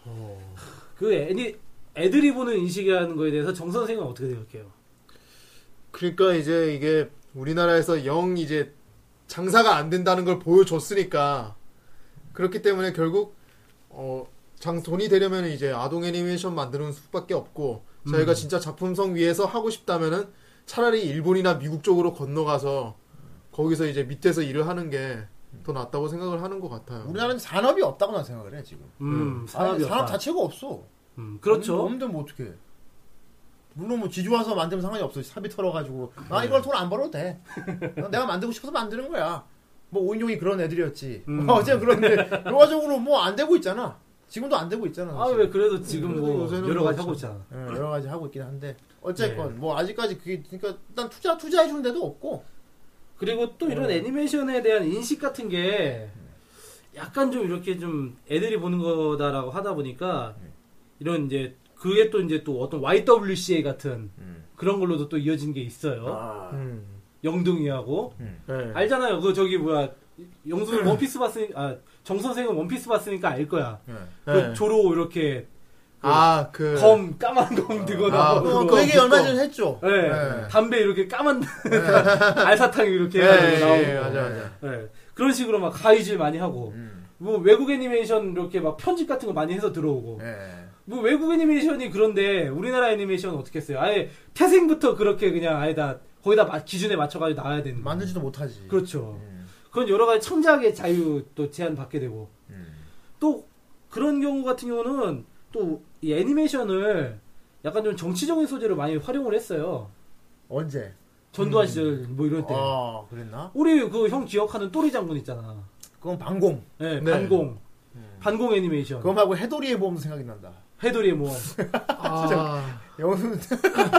Speaker 3: 음.
Speaker 4: 그 애니 애들이 보는 인식이라는 거에 대해서 정 선생은 어떻게 생각해요?
Speaker 2: 그러니까 이제 이게 우리나라에서 영 이제 장사가 안 된다는 걸 보여줬으니까 그렇기 때문에 결국 어, 장 돈이 되려면 이제 아동 애니메이션 만드는 수밖에 없고
Speaker 3: 음.
Speaker 2: 저희가 진짜 작품성 위에서 하고 싶다면은 차라리 일본이나 미국 쪽으로 건너가서 거기서 이제 밑에서 일을 하는 게 더 낫다고 생각을 하는 것 같아요.
Speaker 3: 우리나라는 산업이 없다고 난 생각을 해 지금.
Speaker 4: 음,
Speaker 3: 아니,
Speaker 4: 산업이
Speaker 3: 산업
Speaker 4: 없다.
Speaker 3: 자체가 없어.
Speaker 4: 음, 그렇죠.
Speaker 3: 없는데 뭐 어떻게? 물론 뭐 지주와서 만들면 상관이 없어. 사비 털어가지고 아
Speaker 4: 네.
Speaker 3: 이걸 돈 안 벌어도 돼. 내가 만들고 싶어서 만드는 거야. 뭐 오인용이 그런 애들이었지.
Speaker 4: 음.
Speaker 3: 어제 그런데 결과적으로 뭐 안 되고 있잖아. 지금도 안 되고 있잖아.
Speaker 4: 아,
Speaker 3: 사실.
Speaker 4: 왜 그래도 지금 뭐
Speaker 2: 요새는
Speaker 4: 여러
Speaker 2: 뭐
Speaker 4: 가지 하고 있잖아.
Speaker 3: 예, 여러 가지 하고 있긴 한데 어쨌건
Speaker 4: 네.
Speaker 3: 뭐 아직까지 그게 그러니까 일단 투자 투자해 주는 데도 없고
Speaker 4: 그리고 또 이런 애니메이션에 대한 인식 같은 게 약간 좀 이렇게 좀 애들이 보는 거다라고 하다 보니까 이런 이제 그게 또 이제 또 어떤 YWCA 같은 그런 걸로도 또 이어진 게 있어요.
Speaker 2: 음.
Speaker 4: 영둥이하고
Speaker 2: 네.
Speaker 4: 알잖아요. 그 저기 뭐야 영수는 원피스 봤으니까 아, 정 선생은 원피스 봤으니까 알 거야.
Speaker 3: 예.
Speaker 4: 그
Speaker 2: 네.
Speaker 4: 조로 이렇게
Speaker 2: 아, 그.
Speaker 4: 검 까만 검 들고
Speaker 2: 아,
Speaker 4: 나오고
Speaker 2: 그거
Speaker 3: 그 얘기
Speaker 2: 그거.
Speaker 3: 얼마 전에 했죠.
Speaker 4: 예.
Speaker 2: 네.
Speaker 3: 예.
Speaker 4: 담배 이렇게 까만 그러니까 알사탕 이렇게
Speaker 2: 예,
Speaker 4: 해가지고
Speaker 2: 예,
Speaker 4: 나오고
Speaker 2: 예, 맞아, 맞아.
Speaker 4: 예. 그런 식으로 막 가위질 많이 하고
Speaker 3: 음.
Speaker 4: 뭐 외국 애니메이션 이렇게 막 편집 같은 거 많이 해서
Speaker 2: 네.
Speaker 4: 들어오고
Speaker 3: 예.
Speaker 4: 뭐 외국 애니메이션이 그런데 우리나라 애니메이션 어떻게 했어요? 아예 태생부터 그렇게 그냥 아예 다 거의 다 마- 기준에 맞춰가지고 나와야 되는 거
Speaker 3: 만들지도 못하지.
Speaker 4: 그렇죠.
Speaker 3: 음.
Speaker 4: 그건 여러 가지 창작의 자유 또 제한 받게 되고
Speaker 3: 음.
Speaker 4: 또 그런 경우 같은 경우는 또 이 애니메이션을 약간 좀 정치적인 소재로 많이 활용을 했어요.
Speaker 3: 언제?
Speaker 2: 음.
Speaker 4: 전두환 시절 뭐 이럴
Speaker 2: 어,
Speaker 4: 때
Speaker 3: 아 그랬나?
Speaker 4: 우리 그 형 기억하는 또리 장군 있잖아.
Speaker 3: 그건 방공.
Speaker 4: 예,
Speaker 2: 네.
Speaker 4: 반공 반공 애니메이션
Speaker 3: 그거 말고 해돌이의 보험도 생각이 난다.
Speaker 4: 해돌이의 모험
Speaker 2: 아,
Speaker 3: 영수는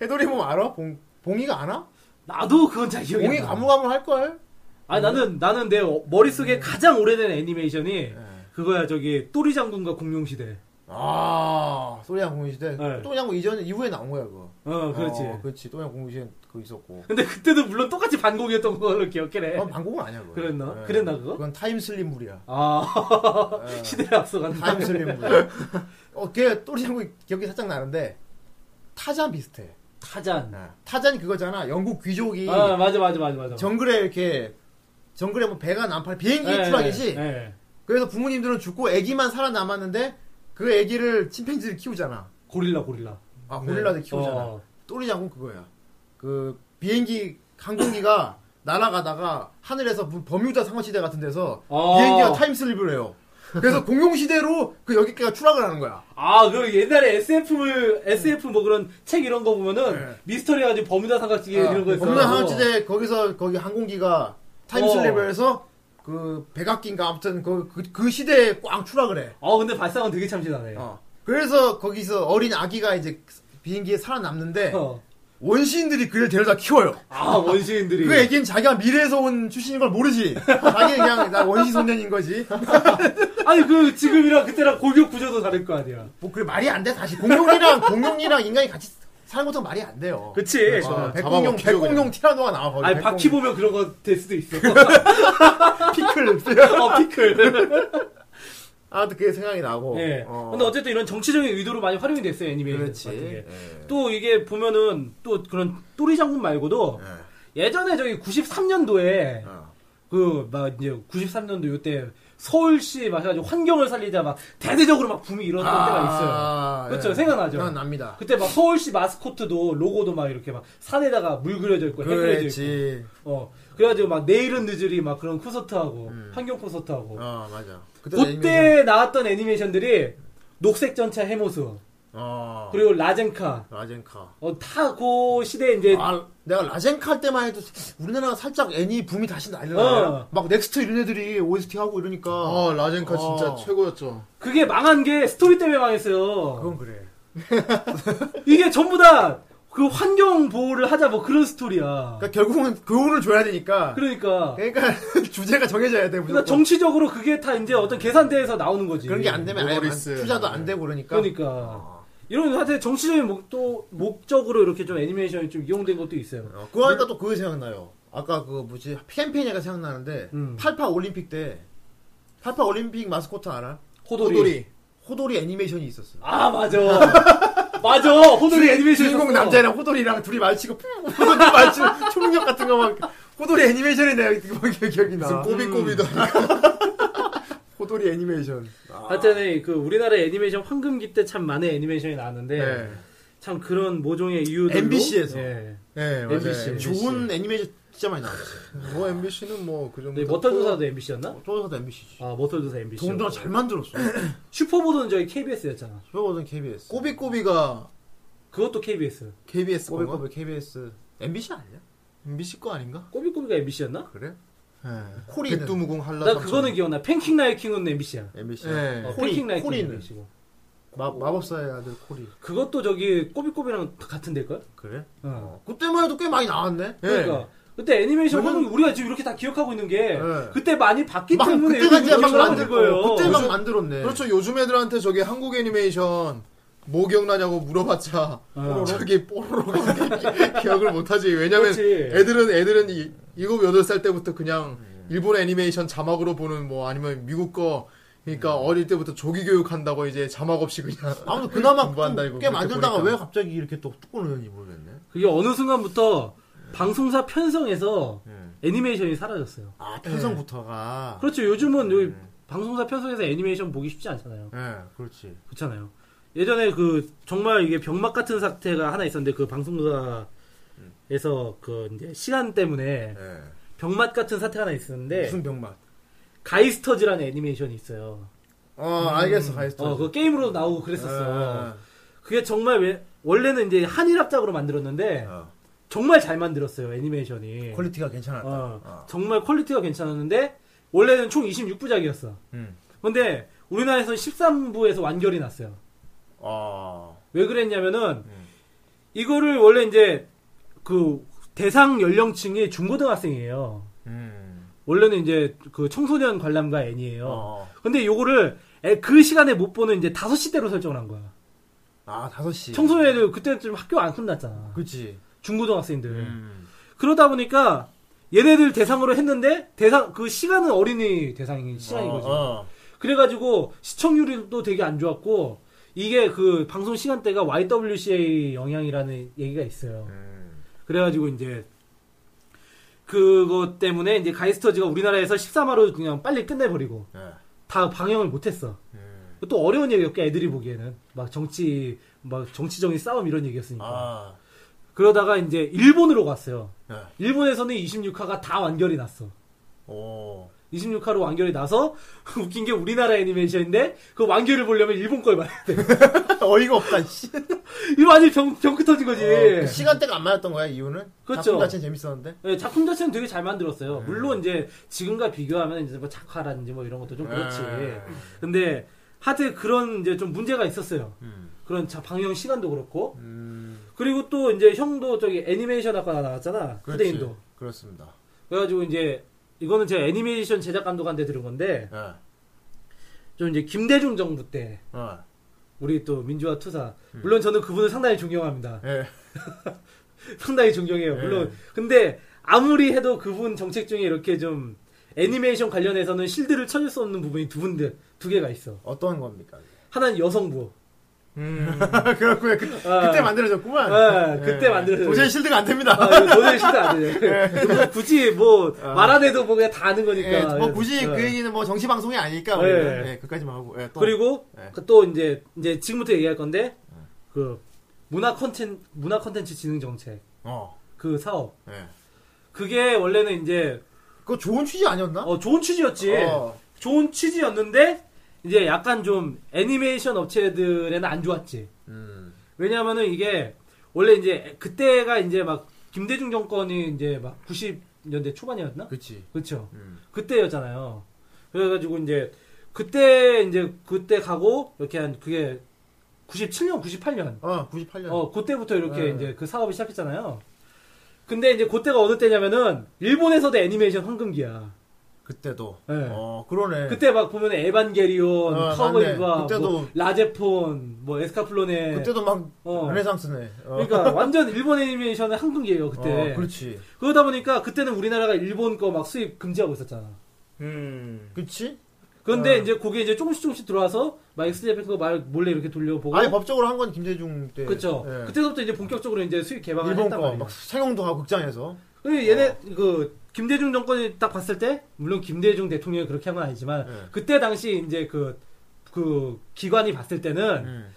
Speaker 3: 해돌이 몸 알아? 봉, 봉이가 안 와?
Speaker 4: 나도 그건 잘 기억이
Speaker 3: 봉이
Speaker 4: 안 나.
Speaker 3: 가물가물 할걸?
Speaker 4: 아 나는 나는 예.
Speaker 3: 네.
Speaker 4: 내 머릿속에 가장 오래된 애니메이션이 그거야 저기 또리 장군과 공룡 시대.
Speaker 3: 예. 아 소량 공유시대.
Speaker 4: 네.
Speaker 3: 또양 이전 이후에 나온 거야 그거.
Speaker 4: 어, 그렇지.
Speaker 3: 어, 그렇지. 또양 공유시대 그거 어. 있었고.
Speaker 4: 근데 그때도 물론 똑같이 반공이었던 걸로 기억해.
Speaker 3: 그건 방공은 아니야 그거.
Speaker 4: 그랬나? 그랬나, 그거?
Speaker 3: 그건 타임슬립물이야.
Speaker 4: 아, 시대를 앞서간다.
Speaker 3: 타임슬립물. 어, 걔 또리장군 기억이 살짝 나는데 타잔 비슷해.
Speaker 4: 타잔.
Speaker 3: 아, 타잔이 그거잖아. 영국 귀족이
Speaker 4: 아, 맞아, 맞아, 맞아, 맞아.
Speaker 3: 네. 정글에 이렇게 정글에 뭐 배가 난팔 비행기
Speaker 4: 예,
Speaker 3: 추락이지.
Speaker 4: 예.
Speaker 3: 그래서 부모님들은 죽고 아기만 살아남았는데 그 아기를 침팬지를 키우잖아.
Speaker 4: 고릴라, 고릴라.
Speaker 3: 아 고릴라들 키우잖아.
Speaker 4: 어.
Speaker 3: 또리 장군 그거야. 그 비행기 항공기가 날아가다가 하늘에서 무- 버뮤다 상어시대 같은 데서
Speaker 4: 어.
Speaker 3: 비행기가 타임슬립을 해요. 그래서 공룡시대로 그 여객기가 추락을 하는 거야.
Speaker 4: 아, 그 옛날에 SF물, SF 뭐 그런 책 이런 거 보면은 미스터리 해가지고 버뮤다 삼각지대 예,
Speaker 3: 아,
Speaker 4: 이런 거 있어.
Speaker 3: 버뮤다 상어시대 거기서 거기 항공기가
Speaker 4: 어.
Speaker 3: 타임슬립을 해서 그 백악기인가 아무튼 그, 그, 그 시대에 꽝 추락을 해.
Speaker 4: 어, 근데 발상은 되게 참신하네. 어.
Speaker 3: 어. 그래서 거기서 어린 아기가 이제 비행기에 살아남는데
Speaker 4: 어.
Speaker 3: 원시인들이 그를 데려다 키워요.
Speaker 4: 아, 원시인들이.
Speaker 3: 그 애기는 자기가 미래에서 온 출신인 걸 모르지. 자기 그냥 나 원시 소년인 거지.
Speaker 4: 아니, 그 지금이랑 그때랑 골격 구조도 다를 거 아니야.
Speaker 3: 뭐 그게 말이 안 돼. 사실 공룡이랑 공룡이랑 인간이 같이 사는 것도 말이 안 돼요.
Speaker 4: 그치? 어.
Speaker 3: 아, 백공룡
Speaker 2: 잡아먹히죠,
Speaker 3: 백공룡 티라노가 나와 거기.
Speaker 4: 아니,
Speaker 3: 백공-
Speaker 4: 바퀴 보면 그런 거 될 수도 있어.
Speaker 3: 피클.
Speaker 4: 어, 피클.
Speaker 3: 아, 그게 생각이 나고.
Speaker 4: 예.
Speaker 3: 어.
Speaker 4: 근데 어쨌든 이런 정치적인 의도로 많이 활용이 됐어요, 애니메이션
Speaker 2: 그렇지.
Speaker 4: 같은 게.
Speaker 2: 예.
Speaker 4: 또 이게 보면은 또 그런 또리 장군 말고도 예전에 저기
Speaker 3: 네.
Speaker 4: 93년도에 그 막 이제 93년도 이때 서울시 막 해가지고 환경을 살리자 막 대대적으로 막 붐이 일어났던 때가 있어요.
Speaker 3: 아,
Speaker 4: 그렇죠,
Speaker 3: 예.
Speaker 4: 생각나죠.
Speaker 3: 생각납니다.
Speaker 4: 그때 막 서울시 마스코트도 로고도 막 이렇게 막 산에다가 물 그려져 있고 해 그려져 있고
Speaker 3: 그렇지.
Speaker 4: 어 그래가지고 막 내일은 늦으리 막 그런 콘서트하고 환경 콘서트하고
Speaker 3: 음. 어, 맞아. 그때 애니메이션-
Speaker 4: 그때 나왔던 애니메이션들이 녹색 전차 해모수
Speaker 3: 어.
Speaker 4: 그리고 라젠카
Speaker 3: 라젠카.
Speaker 4: 어, 타고 시대에 이제
Speaker 3: 아, 내가 라젠카 할 때만 해도 우리나라가 살짝 애니 붐이 다시 날려나요.
Speaker 4: 어.
Speaker 3: 막 넥스트 이런 애들이 OST 하고 이러니까.
Speaker 2: 아 라젠카 진짜
Speaker 3: 어.
Speaker 2: 최고였죠.
Speaker 4: 그게 망한 게 스토리 때문에 망했어요.
Speaker 3: 그건 그래. 그
Speaker 4: 이게 전부 다 그 환경 보호를 하자 뭐 그런 스토리야.
Speaker 3: 그러니까 결국은 교훈을 줘야 되니까.
Speaker 4: 그러니까
Speaker 3: 그러니까 주제가 정해져야 돼.
Speaker 4: 그러니까
Speaker 3: 무조건.
Speaker 4: 정치적으로 그게 다 이제 어떤 계산대에서 나오는 거지.
Speaker 3: 그런 게 안 되면 아예
Speaker 2: 노리스.
Speaker 3: 안- 투자도 안 되고 그러니까.
Speaker 4: 그러니까 이런 사태 정치적인 목도 목적으로 이렇게 좀 애니메이션이 좀 이용된 것도 있어요.
Speaker 3: 어, 그거 하니까 또 그게 생각나요. 아까 그 뭐지 캠페인 얘가 생각나는데
Speaker 4: 음.
Speaker 3: 팔파 올림픽 때 팔파 올림픽 마스코트 알아?
Speaker 4: 호돌이.
Speaker 3: 호돌이 애니메이션이 있었어. 요
Speaker 4: 아 맞아. 맞아. 호돌이 애니메이션
Speaker 3: 주인공
Speaker 4: 있었어.
Speaker 3: 남자랑 호돌이랑 둘이 마주치고 둘이 마주치고 초능력 같은 거 막 호돌이 애니메이션이 내가 막 기억이 나. 음.
Speaker 2: 무슨 꼬비꼬비도
Speaker 3: 호돌이 애니메이션. 아,
Speaker 4: 하여튼 그 우리나라 애니메이션 황금기 때 참 많은 애니메이션이
Speaker 3: 예.
Speaker 4: 나왔는데
Speaker 3: 네.
Speaker 4: 참 그런 모종의 이유들로
Speaker 3: MBC에서.
Speaker 4: 예.
Speaker 2: 네, 맞아요.
Speaker 4: MBC.
Speaker 2: MBC.
Speaker 3: 좋은 애니메이션 진짜 많이 나왔어.
Speaker 2: 뭐 MBC는 뭐 그 정도.
Speaker 4: 네, 머털조사도 MBC였나?
Speaker 3: 조사도 MBC지.
Speaker 4: 아 머털조사 MBC.
Speaker 3: 동동아 잘 만들었어.
Speaker 4: 슈퍼보드는 저희 KBS였잖아.
Speaker 3: 저거는 KBS.
Speaker 2: 꼬비꼬비가
Speaker 4: 그것도 KBS.
Speaker 2: KBS
Speaker 3: 꼬비
Speaker 2: 건가?
Speaker 3: 꼬비 KBS. MBC 아니야?
Speaker 2: MBC 거 아닌가?
Speaker 4: 꼬비꼬비가 MBC였나?
Speaker 3: 그래?
Speaker 2: 예.
Speaker 3: 코리는.
Speaker 2: 백두무공 한라.
Speaker 4: 나 그거는 기억나. 팬킹 라이킹은 MBC야.
Speaker 3: MBC.
Speaker 2: 예.
Speaker 4: 어,
Speaker 3: 코리,
Speaker 4: 팬킹 라이킹은
Speaker 3: 코리는.
Speaker 4: MBC고.
Speaker 3: 마, 마법사의 아들 코리.
Speaker 4: 그것도 저기 꼬비꼬비랑 다 같은 데일걸?
Speaker 3: 그래?
Speaker 4: 어.
Speaker 3: 그때만 해도 꽤 많이 나왔네.
Speaker 4: 그러니까 그때 애니메이션
Speaker 3: 요즘-
Speaker 4: 환경이 우리가 지금 이렇게 다 기억하고 있는 게
Speaker 3: 네.
Speaker 4: 그때 많이 봤기
Speaker 3: 막
Speaker 4: 때문에
Speaker 3: 그때가 이제 막
Speaker 4: 만든
Speaker 3: 만들
Speaker 4: 거예요.
Speaker 3: 거예요. 그때 막
Speaker 2: 요즘-
Speaker 3: 만들었네.
Speaker 2: 그렇죠. 요즘 애들한테 저기 한국 애니메이션 뭐 기억나냐고 물어봤자
Speaker 4: 어.
Speaker 2: 저기 뽀로로가 기억을 못하지. 왜냐면
Speaker 4: 그렇지.
Speaker 2: 애들은 애들은 이- 일곱 여덟 살 때부터 그냥 일본 애니메이션 자막으로 보는 뭐 아니면 미국 거 그러니까 어릴 때부터 조기 교육한다고 이제 자막 없이 그냥
Speaker 3: 아무튼 그나마
Speaker 2: 공부한다,
Speaker 3: 좀
Speaker 2: 이거.
Speaker 3: 꽤 만들다가
Speaker 2: 그때
Speaker 3: 왜 갑자기 이렇게 또 뚜껑을 열는지 모르겠네.
Speaker 4: 그게 어느 순간부터 방송사 편성에서
Speaker 3: 예.
Speaker 4: 애니메이션이 사라졌어요.
Speaker 3: 아, 편성부터가.
Speaker 4: 그렇죠. 요즘은 여기 방송사 편성에서 애니메이션 보기 쉽지 않잖아요.
Speaker 3: 예, 그렇지.
Speaker 4: 그렇잖아요. 예전에 그 정말 이게 병맛 같은 사태가 하나 있었는데 그 방송사에서 그 이제 시간 때문에
Speaker 3: 예.
Speaker 4: 병맛 같은 사태 하나 있었는데
Speaker 3: 무슨 병맛?
Speaker 4: 가이스터즈라는 애니메이션이 있어요.
Speaker 3: 어, 알겠어, 가이스터.
Speaker 4: 어, 그 게임으로 나오고
Speaker 3: 아,
Speaker 4: 그랬었어. 그게 정말 왜 원래는 이제 한일 합작으로 만들었는데
Speaker 3: 어.
Speaker 4: 정말 잘 만들었어요 애니메이션이.
Speaker 3: 퀄리티가 괜찮았다.
Speaker 4: 어,
Speaker 3: 어.
Speaker 4: 정말 퀄리티가 괜찮았는데 원래는 총 26부작이었어.
Speaker 3: 음.
Speaker 4: 근데 우리나라에서 13부에서 완결이 났어요.
Speaker 3: 아.
Speaker 4: 왜 그랬냐면은
Speaker 3: 음.
Speaker 4: 이거를 원래 이제 그 대상 연령층이 중고등학생이에요.
Speaker 3: 음.
Speaker 4: 원래는 이제 그 청소년 관람가 애니에요.
Speaker 3: 어.
Speaker 4: 근데 요거를 애- 그 시간에 못 보는 이제 5시대로 설정을 한 거야.
Speaker 3: 아, 5시.
Speaker 4: 청소년 애들 그때는 좀 학교 안 끝났잖아.
Speaker 3: 그치.
Speaker 4: 중고등학생들.
Speaker 3: 음.
Speaker 4: 그러다 보니까 얘네들 대상으로 했는데 대상 그 시간은 어린이 대상인 시간인 거지.
Speaker 3: 어.
Speaker 4: 그래가지고 시청률도 되게 안 좋았고 이게 그 방송 시간대가 YWCA 영향이라는 얘기가 있어요.
Speaker 3: 네. 음.
Speaker 4: 그래가지고 이제 그것 때문에 이제 가이스터즈가 우리나라에서 13화로 그냥 빨리 끝내버리고
Speaker 3: 네.
Speaker 4: 다 방영을 못했어.
Speaker 3: 그러니까.
Speaker 4: 또 어려운 얘기였고 애들이 보기에는 막 정치 막 정치적인 싸움 이런 얘기였으니까.
Speaker 3: 아.
Speaker 4: 그러다가 이제 일본으로 갔어요.
Speaker 3: 네.
Speaker 4: 일본에서는 26화가 다 완결이 났어.
Speaker 3: 오.
Speaker 4: 26화로 완결이 나서 웃긴 게 우리나라 애니메이션인데 그 완결을 보려면 일본 걸 봐야 돼.
Speaker 3: 어이가 없다, 씨.
Speaker 4: 이거 완전 병, 병크 터진 거지.
Speaker 3: 그 시간대가 안 맞았던 거야, 이유는?
Speaker 4: 그쵸.
Speaker 3: 작품 자체는 재밌었는데.
Speaker 4: 예, 작품 자체는 되게 잘 만들었어요.
Speaker 3: 네.
Speaker 4: 물론 이제 지금과 비교하면 이제 뭐 작화라든지 뭐 이런 것도 좀 그렇지.
Speaker 3: 음.
Speaker 4: 근데 하여튼 그런 이제 좀 문제가 있었어요.
Speaker 3: 음.
Speaker 4: 그런 자- 방영 시간도 그렇고.
Speaker 3: 음.
Speaker 4: 그리고 또 이제 형도 저기 애니메이션 아까 나왔잖아.
Speaker 3: 그렇지.
Speaker 4: 후대인도.
Speaker 3: 그렇습니다.
Speaker 4: 그래가지고 이제 이거는 제가 애니메이션 제작 감독한테 들은 건데
Speaker 3: 예.
Speaker 4: 좀 이제 김대중 정부 때
Speaker 3: 어.
Speaker 4: 우리 또 민주화 투사.
Speaker 3: 음.
Speaker 4: 물론 저는 그분을 상당히 존경합니다.
Speaker 3: 예.
Speaker 4: 상당히 존경해요. 물론
Speaker 3: 네.
Speaker 4: 근데 아무리 해도 그분 정책 중에 이렇게 좀 애니메이션 관련해서는 실드를 쳐줄 수 없는 부분이 두 분들 두 개가 있어.
Speaker 3: 어떤 겁니까?
Speaker 4: 하나는 여성부.
Speaker 3: 그렇군요. 그, 그때 만들어졌구만.
Speaker 4: 아, 그때
Speaker 3: 예.
Speaker 4: 만들어졌-
Speaker 3: 도저히 실드가 안 됩니다.
Speaker 4: 아, 이거 도저히 실드 안
Speaker 3: 네.
Speaker 4: 되죠. 뭐 굳이 뭐 말 안 해도 뭐 그냥 다 아는 거니까.
Speaker 3: 예, 아. 뭐 굳이
Speaker 4: 예.
Speaker 3: 그 얘기는 뭐 정시 방송이 아니니까
Speaker 4: 예.
Speaker 3: 우리는 예, 그까지만 하고 예, 또.
Speaker 4: 그리고
Speaker 3: 예.
Speaker 4: 그또 이제 이제 지금부터 얘기할 건데 그 문화 컨텐 문화 컨텐츠 진흥 정책
Speaker 3: 어,
Speaker 4: 그 사업
Speaker 3: 예.
Speaker 4: 그게 원래는 이제
Speaker 3: 그거 좋은 취지 아니었나?
Speaker 4: 어, 좋은 취지였지.
Speaker 3: 어.
Speaker 4: 좋은 취지였는데 이제 약간 좀 애니메이션 업체들에는 안 좋았지.
Speaker 3: 음.
Speaker 4: 왜냐면은 이게 원래 이제 그때가 이제 막 김대중 정권이 이제 막 90년대 초반이었나?
Speaker 3: 그치.
Speaker 4: 그렇죠.
Speaker 3: 음.
Speaker 4: 그때였잖아요. 그래가지고 이제 그때 이제 그때 가고 이렇게 한 그게 97년, 98년.
Speaker 3: 어, 98년.
Speaker 4: 어, 그때부터 이렇게
Speaker 3: 네.
Speaker 4: 이제 그 사업이 시작했잖아요. 근데 이제 그때가 어느 때냐면은 일본에서도 애니메이션 황금기야.
Speaker 3: 그때도.
Speaker 4: 예.
Speaker 3: 어, 그러네.
Speaker 4: 그때 막 보면 에반게리온,
Speaker 3: 어,
Speaker 4: 카우보이가,
Speaker 3: 맞네. 그때도-
Speaker 4: 뭐 라제폰, 뭐 에스카플론의
Speaker 3: 때도막
Speaker 4: 어.
Speaker 3: 르네상스네. 어.
Speaker 4: 그러니까 완전 일본 애니메이션의 한국이에요 그때.
Speaker 3: 어, 그렇지.
Speaker 4: 그러다 보니까 그때는 우리나라가 일본 거 막 수입 금지하고 있었잖아.
Speaker 6: 음.
Speaker 3: 그렇지?
Speaker 4: 그런데
Speaker 3: 아.
Speaker 4: 이제 그게 이제 조금씩 조금씩 들어와서 막 엑스제팬 거말 몰래 이렇게 돌려보고.
Speaker 3: 아예 법적으로 한 건 김대중 때.
Speaker 4: 뭐? 그쵸.
Speaker 3: 뭐, 예.
Speaker 4: 그때부터 이제 본격적으로 이제 수입 개방을
Speaker 3: 일본
Speaker 4: 했단 말이야.
Speaker 3: 거막 어. 상영도 하고 극장에서.
Speaker 4: 그리고 얘네 그 김대중 정권이 딱 봤을 때 물론 김대중 대통령이 그렇게 한 건 아니지만
Speaker 3: 네.
Speaker 4: 그때 당시 이제 그 그 기관이 봤을 때는
Speaker 3: 음.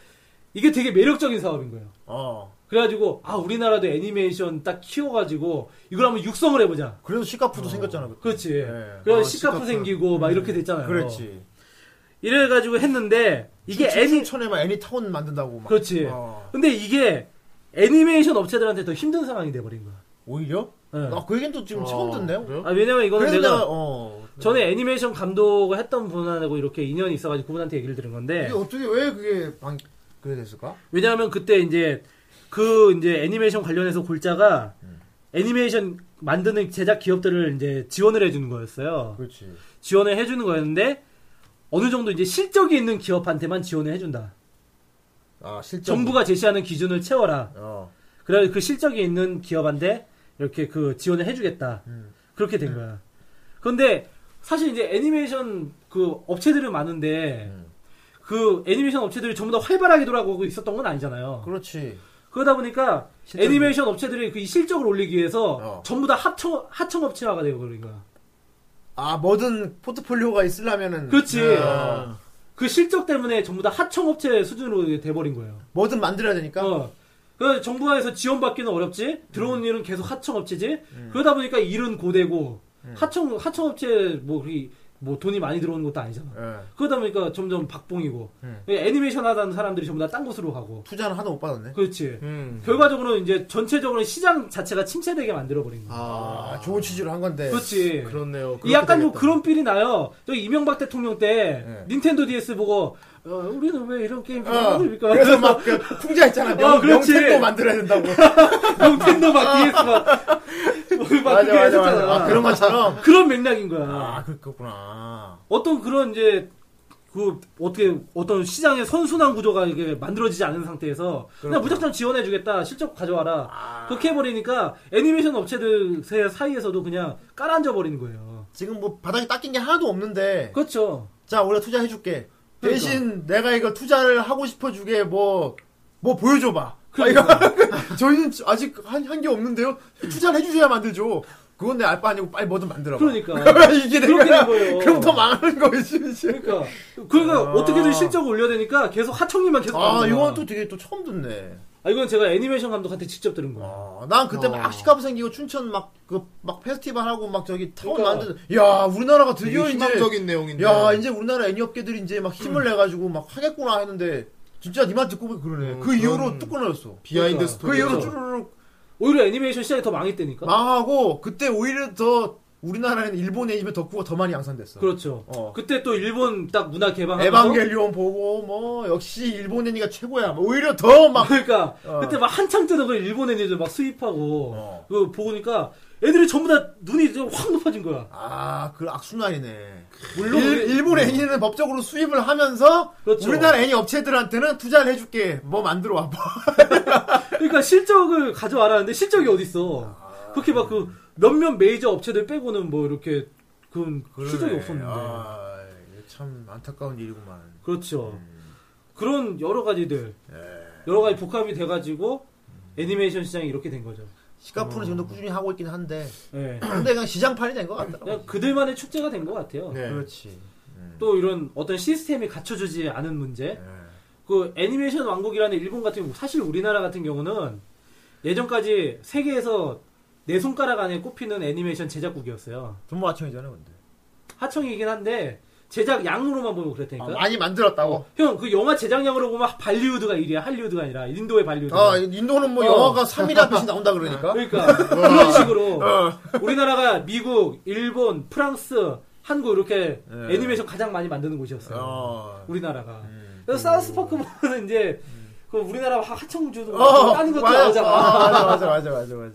Speaker 4: 이게 되게 매력적인 사업인 거예요.
Speaker 3: 어.
Speaker 4: 그래가지고 아 우리나라도 애니메이션 딱 키워가지고 이걸 한번 육성을 해보자.
Speaker 3: 그래서 시카프도 생겼잖아. 그때.
Speaker 4: 그렇지.
Speaker 3: 예.
Speaker 4: 그래서
Speaker 3: 어,
Speaker 4: 시카프
Speaker 3: 시카프. 음.
Speaker 4: 생기고 어. 막 이렇게 됐잖아요.
Speaker 3: 그렇지.
Speaker 4: 이래가지고 했는데 이게 애니
Speaker 3: 춘천에 막 애니 타운 만든다고 막.
Speaker 4: 그렇지.
Speaker 3: 어.
Speaker 4: 근데 이게 애니메이션 업체들한테 더 힘든 상황이 돼버린 거야.
Speaker 3: 오히려?
Speaker 4: 예.
Speaker 3: 아, 그 얘기는 또 지금 처음 듣네요.
Speaker 4: 아, 왜냐면 이거는
Speaker 3: 그래서
Speaker 4: 내가
Speaker 3: 내가, 어.
Speaker 4: 전에 애니메이션 감독을 했던 분하고 이렇게 인연이 있어가지고 그분한테 얘기를 들은 건데
Speaker 3: 이게 어떻게 왜 그게 방 그게 됐을까?
Speaker 4: 왜냐하면 그때 이제 그 이제 애니메이션 관련해서 골자가
Speaker 3: 음.
Speaker 4: 애니메이션 만드는 제작 기업들을 이제 지원을 해주는 거였어요.
Speaker 3: 그렇지.
Speaker 4: 지원을 해주는 거였는데 어느 정도 이제 실적이 있는 기업한테만 지원을 해준다.
Speaker 3: 아 실제.
Speaker 4: 정부가 제시하는 기준을 채워라.
Speaker 3: 어.
Speaker 4: 그래 그 실적이 있는 기업한테 이렇게 그 지원을 해주겠다.
Speaker 3: 음.
Speaker 4: 그렇게 된 거야. 그런데 사실 이제 애니메이션 그 업체들은 많은데
Speaker 3: 음.
Speaker 4: 그 애니메이션 업체들이 전부 다 활발하게 돌아가고 있었던 건 아니잖아요.
Speaker 3: 그렇지.
Speaker 4: 그러다 보니까
Speaker 3: 실적이-
Speaker 4: 애니메이션 업체들이 그 이 실적을 올리기 위해서
Speaker 3: 어.
Speaker 4: 전부 다 하청 하청 업체화가 되어버린 거야.
Speaker 3: 아 뭐든 포트폴리오가 있으려면은.
Speaker 4: 그렇지.
Speaker 3: 어,
Speaker 4: 그 실적 때문에 전부 다 하청 업체 수준으로 돼버린 거예요.
Speaker 3: 뭐든 만들어야 되니까.
Speaker 4: 어. 그래서 정부에서 지원받기는 어렵지. 들어온 일은 계속 하청업체지. 그러다 보니까 일은 고되고 하청 하청업체 뭐 그리 뭐 돈이 많이 들어오는 것도 아니잖아.
Speaker 3: 예.
Speaker 4: 그러다 보니까 점점 박봉이고 예,
Speaker 3: 음.
Speaker 4: 애니메이션 하던 사람들이 전부 다 딴 곳으로 가고.
Speaker 3: 투자는 하나 못 받았네.
Speaker 4: 그렇지.
Speaker 2: 음.
Speaker 4: 결과적으로 이제 전체적으로 시장 자체가 침체되게 만들어버린 거야.
Speaker 3: 아, 좋은 취지로 한 건데.
Speaker 4: 그렇지.
Speaker 2: 그렇네요.
Speaker 4: 이 약간 좀
Speaker 2: 그렇게 되겠다.
Speaker 4: 그런 필이 나요. 저 이명박 대통령 때
Speaker 3: 예.
Speaker 4: 닌텐도 DS 보고 어, 우리는 왜 이런 게임 좀
Speaker 3: 어,
Speaker 4: 안 만듭니까?
Speaker 3: 그래서 막 그 풍자했잖아. 명,
Speaker 4: 어, 그렇지.
Speaker 3: 명색도 만들어야 된다고.
Speaker 4: 닌텐도 막 DS 막, 막 그렇게 했었잖아.
Speaker 3: 아, 그런 것처럼.
Speaker 4: 그런 맥락인 거야.
Speaker 3: 그렇구나.
Speaker 4: 어떤 그런 이제 그 어떻게 어떤 시장의 선순환 구조가 이게 만들어지지 않은 상태에서 그냥 무작정 지원해주겠다 실적 가져와라 그렇게 해버리니까 애니메이션 업체들 세- 사이에서도 그냥 깔아앉아 버리는 거예요.
Speaker 3: 지금 뭐 바닥에 닦인 게 하나도 없는데
Speaker 4: 그렇죠.
Speaker 3: 자 원래 투자해줄게
Speaker 4: 그러니까.
Speaker 3: 대신 내가 이거 투자를 하고 싶어주게 뭐 뭐 보여줘봐 아,
Speaker 4: 그러니까
Speaker 3: 저희는 아직 한 한 게 없는데요 투자를 해주셔야 만들죠 그건 내 알바 아니고 빨리 뭐든 만들어봐
Speaker 4: 그러니까
Speaker 3: 이게
Speaker 4: 그렇게
Speaker 3: 내가
Speaker 4: 된 거예요.
Speaker 3: 그럼 더 망하는 거지 진짜.
Speaker 4: 그러니까 그러니까 어떻게든 실적을 올려야 되니까 계속 하청률만 계속
Speaker 3: 아
Speaker 4: 나오는 거야.
Speaker 3: 이건 또 되게 또 처음 듣네
Speaker 4: 아, 이건 제가 애니메이션 감독한테 직접 들은 거예요.
Speaker 3: 아, 난 그때 막 시카부 생기고 춘천 막 그 막 페스티벌 하고 막 저기 타운
Speaker 4: 그러니까.
Speaker 3: 만드는 야 우리나라가 드디어
Speaker 2: 되게
Speaker 3: 이제
Speaker 2: 희망적인 네. 내용인데.
Speaker 3: 야 이제 우리나라 애니 업계들이 이제 막 힘을 내 가지고 막 하겠구나 했는데 진짜 니만 듣고 보니 그러네
Speaker 2: 음,
Speaker 3: 그 이후로
Speaker 2: 그런-
Speaker 3: 뚝 끊어졌어
Speaker 2: 비하인드
Speaker 4: 그러니까.
Speaker 3: 그
Speaker 2: 스토리.
Speaker 3: 이후로
Speaker 4: 그렇죠.
Speaker 3: 쭈르륵
Speaker 4: 오히려 애니메이션 시장이 더 망했다니까.
Speaker 3: 망하고 그때 오히려 더 우리나라에는 일본 애니메 덕후가 더 많이 양산됐어
Speaker 4: 그렇죠.
Speaker 3: 어.
Speaker 4: 그때 또 일본 딱 문화 개방하면서
Speaker 3: 에반게리온 보고 뭐 역시 일본 애니가 최고야 뭐 오히려 더 막
Speaker 4: 그러니까
Speaker 3: 어.
Speaker 4: 그때 막 한창 때도 그 일본 애니들 막 수입하고
Speaker 3: 어.
Speaker 4: 그 보니까 애들이 전부 다 눈이 좀확 높아진 거야.
Speaker 3: 아, 그 악순환이네.
Speaker 4: 물론 우리- 네.
Speaker 3: 일, 본 애니는 법적으로 수입을 하면서
Speaker 4: 그렇죠.
Speaker 3: 우리나라 애니 업체들한테는 투자를 해줄게. 뭐 만들어 와봐.
Speaker 4: 그러니까 실적을 가져와라는데 실적이 어디 있어?
Speaker 3: 아.
Speaker 4: 그렇게 막 그 몇몇 메이저 업체들 빼고는 뭐 이렇게 그 실적이 없었는데.
Speaker 3: 아, 이게 참 안타까운 일이구만. 음,
Speaker 4: 그렇죠. 그런 여러 가지들
Speaker 3: 예.
Speaker 4: 여러 가지 복합이 돼가지고 애니메이션 시장이 이렇게 된 거죠. 어.
Speaker 3: 시카프는 지금도 꾸준히 하고 있긴 한데,
Speaker 4: 예.
Speaker 3: 근데 그냥 시장판이 된 것 같더라고.
Speaker 4: 그냥 그들만의 축제가 된 것 같아요.
Speaker 2: 네.
Speaker 3: 그렇지.
Speaker 4: 또 이런 어떤 시스템이 갖춰주지 않은
Speaker 3: 예.
Speaker 4: 문제. 그 애니메이션 왕국이라는 일본 같은 경우 사실 우리나라 같은 경우는 예전까지 세계에서 내 손가락 안에 꼽히는 애니메이션 제작국이었어요.
Speaker 3: 돈모아청이잖아, 근데.
Speaker 4: 하청이긴 한데 제작 양으로만 보면
Speaker 3: 아,
Speaker 4: 그랬다니까.
Speaker 3: 많이 만들었다고.
Speaker 4: 형 그 영화 제작량으로 보면 발리우드가 1위야. 할리우드가 아니라 인도의 발리우드.
Speaker 3: 아, 인도는 뭐
Speaker 4: 어.
Speaker 3: 영화가 3일에 한씩 나온다 그러니까.
Speaker 4: 그러니까 그런 식으로
Speaker 3: 어.
Speaker 4: 우리나라가 미국, 일본, 프랑스, 한국 이렇게
Speaker 3: 예.
Speaker 4: 애니메이션 가장 많이 만드는 곳이었어요.
Speaker 3: 어.
Speaker 4: 우리나라가. 그래서 사우스파크 보면 이제 그 우리나라 하청주도
Speaker 3: 음. 어,
Speaker 4: 다른 것도
Speaker 3: 맞아.
Speaker 4: 나오잖아.
Speaker 3: 아, 맞아, 맞아, 맞아, 맞아, 맞아.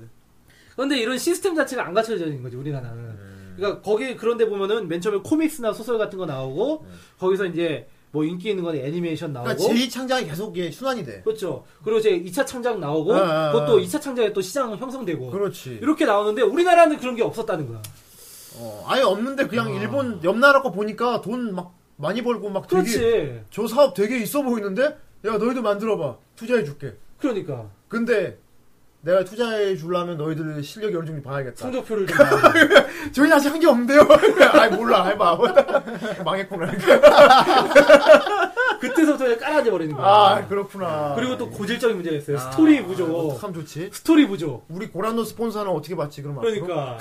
Speaker 4: 근데 이런 시스템 자체가 안 갖춰져 있는 거지 우리나라는.
Speaker 3: 음.
Speaker 4: 그러니까 거기 그런데 보면은 맨 처음에 코믹스나 소설 같은 거 나오고
Speaker 3: 음.
Speaker 4: 거기서 이제 뭐 인기 있는 건 애니메이션 나오고.
Speaker 3: 그러니까 제2창작이 계속 이게 순환이 돼.
Speaker 4: 그렇죠. 그리고 이제 2차 창작 나오고
Speaker 3: 아, 아, 아.
Speaker 4: 그것도 2차 창작에 또 시장 형성되고
Speaker 3: 그렇지.
Speaker 4: 이렇게 나오는데 우리나라는 그런 게 없었다는 거야.
Speaker 3: 어, 아예 없는데 그냥 일본 옆 나라 거 보니까 돈 막 많이 벌고 막 되게
Speaker 4: 그렇지.
Speaker 3: 저 사업 되게 있어 보이는데 야 너희들 만들어 봐 투자해 줄게
Speaker 4: 그러니까
Speaker 3: 근데 내가 투자해 주려면 너희들 실력이 어느 정도 봐야겠다
Speaker 4: 성적표를 좀
Speaker 3: 저희 아직 한 게 없는데요 아이 몰라 해봐 망했구나
Speaker 4: 그때서부터 그냥 깔아져 버리는 거야.
Speaker 3: 아 그렇구나
Speaker 4: 그리고 또 고질적인 문제가 있어요. 스토리 부족.
Speaker 3: 참 좋지
Speaker 4: 스토리 부족.
Speaker 3: 우리 고란노 스폰서는 어떻게 봤지 아, 그럼 앞으로?
Speaker 4: 그러니까.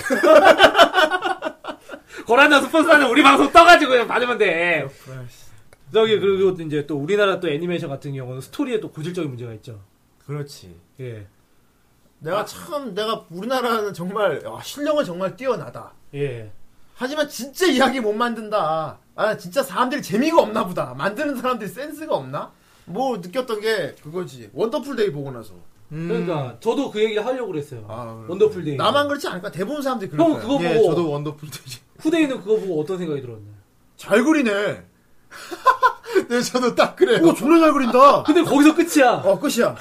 Speaker 4: 고란다 스폰서는 우리 방송 떠가지고 그냥 받으면 돼. 저기 그리고 또 이제 또 우리나라 또 애니메이션 같은 경우는 스토리에 또 고질적인 문제가 있죠.
Speaker 3: 그렇지
Speaker 4: 예.
Speaker 3: 내가 참 내가 우리나라는 정말 야, 실력은 정말 뛰어나다
Speaker 4: 예.
Speaker 3: 하지만 진짜 이야기 못 만든다. 아 진짜 사람들이 재미가 없나 보다. 만드는 사람들이 센스가 없나? 뭐 느꼈던 게 그거지. 원더풀 데이 보고 나서.
Speaker 4: 그러니까 저도 그 얘기 하려고 그랬어요.
Speaker 3: 음. 아, 그래.
Speaker 4: 원더풀 데이.
Speaker 3: 나만 그렇지 않을까? 대부분 사람들이 그럴
Speaker 4: 네. 형
Speaker 3: 거야.
Speaker 4: 그거 보고
Speaker 2: 예, 저도 원더풀 되지.
Speaker 4: 후대인은 그거 보고 어떤 생각이 들었나요?
Speaker 3: 잘 그리네.
Speaker 2: 네, 저도 딱 그래요.
Speaker 3: 오 존나 잘 그린다.
Speaker 4: 근데 거기서 끝이야.
Speaker 3: 어 끝이야.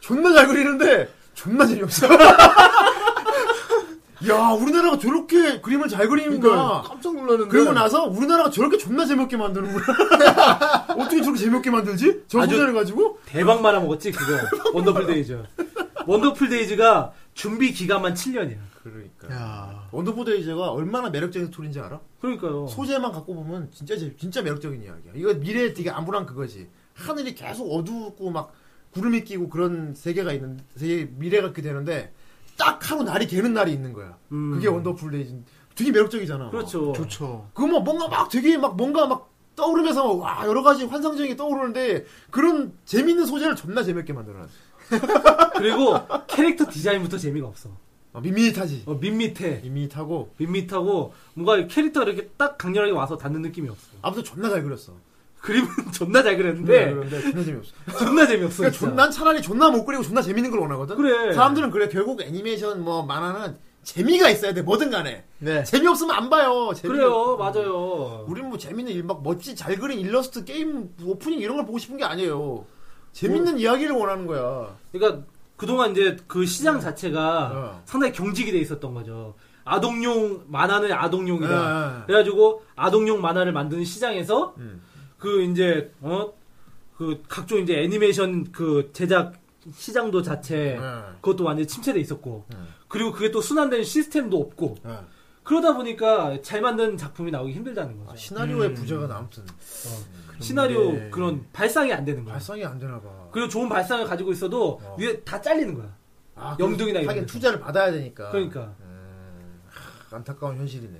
Speaker 3: 존나 잘 그리는데 존나 재미없어. 야 우리나라가 저렇게 그림을 잘
Speaker 2: 그러니까
Speaker 3: 그리는구나.
Speaker 2: 깜짝 놀랐는데.
Speaker 3: 그리고 나서 우리나라가 저렇게 존나 재미없게 만드는구나. 어떻게 저렇게 재미없게 만들지? 저
Speaker 4: 아주-
Speaker 3: 소재를 가지고?
Speaker 4: 대박 말아먹었지 그거. 원더풀 데이즈. 원더풀 데이즈가 준비 기간만 7년이야.
Speaker 3: 그러니까. 원더보데이즈가 얼마나 매력적인 스토리인지 알아?
Speaker 4: 어. 그러니까요.
Speaker 3: 소재만 갖고 보면 진짜 재- 진짜 매력적인 이야기야. 이거 미래에 되게 암울한 그거지. 하늘이 계속 어둡고 막 구름이 끼고 그런 세계가 있는 세계 미래가 그 되는데 딱 하루 날이 개는 날이 있는 거야.
Speaker 4: 음.
Speaker 3: 그게 원더풀 데이즈. 되게 매력적이잖아.
Speaker 4: 그렇죠.
Speaker 2: 좋죠.
Speaker 3: 그뭐 뭔가 막 되게 막 뭔가 막 떠오르면서 와 여러 가지 환상적인 게 떠오르는데 그런 재밌는 소재를 존나 재밌게 만들어놨어.
Speaker 4: 그리고 캐릭터 디자인부터 재미가 없어.
Speaker 3: 어, 밋밋하지.
Speaker 4: 어, 밋밋해.
Speaker 3: 밋밋하고
Speaker 4: 밋밋하고 뭔가 캐릭터가 이렇게 딱 강렬하게 와서 닿는 느낌이 없어.
Speaker 3: 아무튼 존나 잘 그렸어.
Speaker 4: 그림은 존나 잘 그렸는데
Speaker 3: 그런데 존나 재미없어.
Speaker 4: 존나 재미없어.
Speaker 3: 그러니까 존, 난 차라리 존나 못 그리고 존나 재밌는 걸 원하거든.
Speaker 4: 그래.
Speaker 3: 사람들은 그래 결국 애니메이션 뭐 만화는 재미가 있어야 돼 뭐든 간에
Speaker 9: 네.
Speaker 3: 재미없으면 안 봐요 재미
Speaker 4: 그래요, 맞아요.
Speaker 3: 우린 뭐 재밌는 일, 막 멋지 잘 그린 일러스트 게임 뭐 오프닝 이런 걸 보고 싶은 게 아니에요 재밌는
Speaker 4: 뭐
Speaker 3: 이야기를 원하는 거야
Speaker 4: 그러니까 그동안 이제 그 시장 자체가
Speaker 3: 어.
Speaker 4: 상당히 경직이 돼 있었던 거죠. 아동용 만화는 아동용이다.
Speaker 3: 예, 예.
Speaker 4: 그래가지고 아동용 만화를 만드는 시장에서
Speaker 3: 음.
Speaker 4: 그 이제 어 그 각종 이제 애니메이션 그 제작 시장도 자체
Speaker 3: 예.
Speaker 4: 그것도 완전히 침체돼 있었고
Speaker 3: 어.
Speaker 4: 그리고 그게 또 순환되는 시스템도 없고
Speaker 3: 예.
Speaker 4: 그러다 보니까 잘 만든 작품이 나오기 힘들다는 거죠.
Speaker 3: 시나리오의 부재가 아무튼
Speaker 4: 음. 시나리오
Speaker 3: 네.
Speaker 4: 그런 발상이 안 되는 거야.
Speaker 3: 발상이 안 되나 봐
Speaker 4: 그리고 좋은 발상을 가지고 있어도 위에 다 잘리는 거야.
Speaker 3: 아,
Speaker 4: 염둥이나 이런
Speaker 3: 하긴
Speaker 4: 데서.
Speaker 3: 투자를 받아야 되니까 음,
Speaker 4: 그러니까.
Speaker 3: 안타까운 현실이네.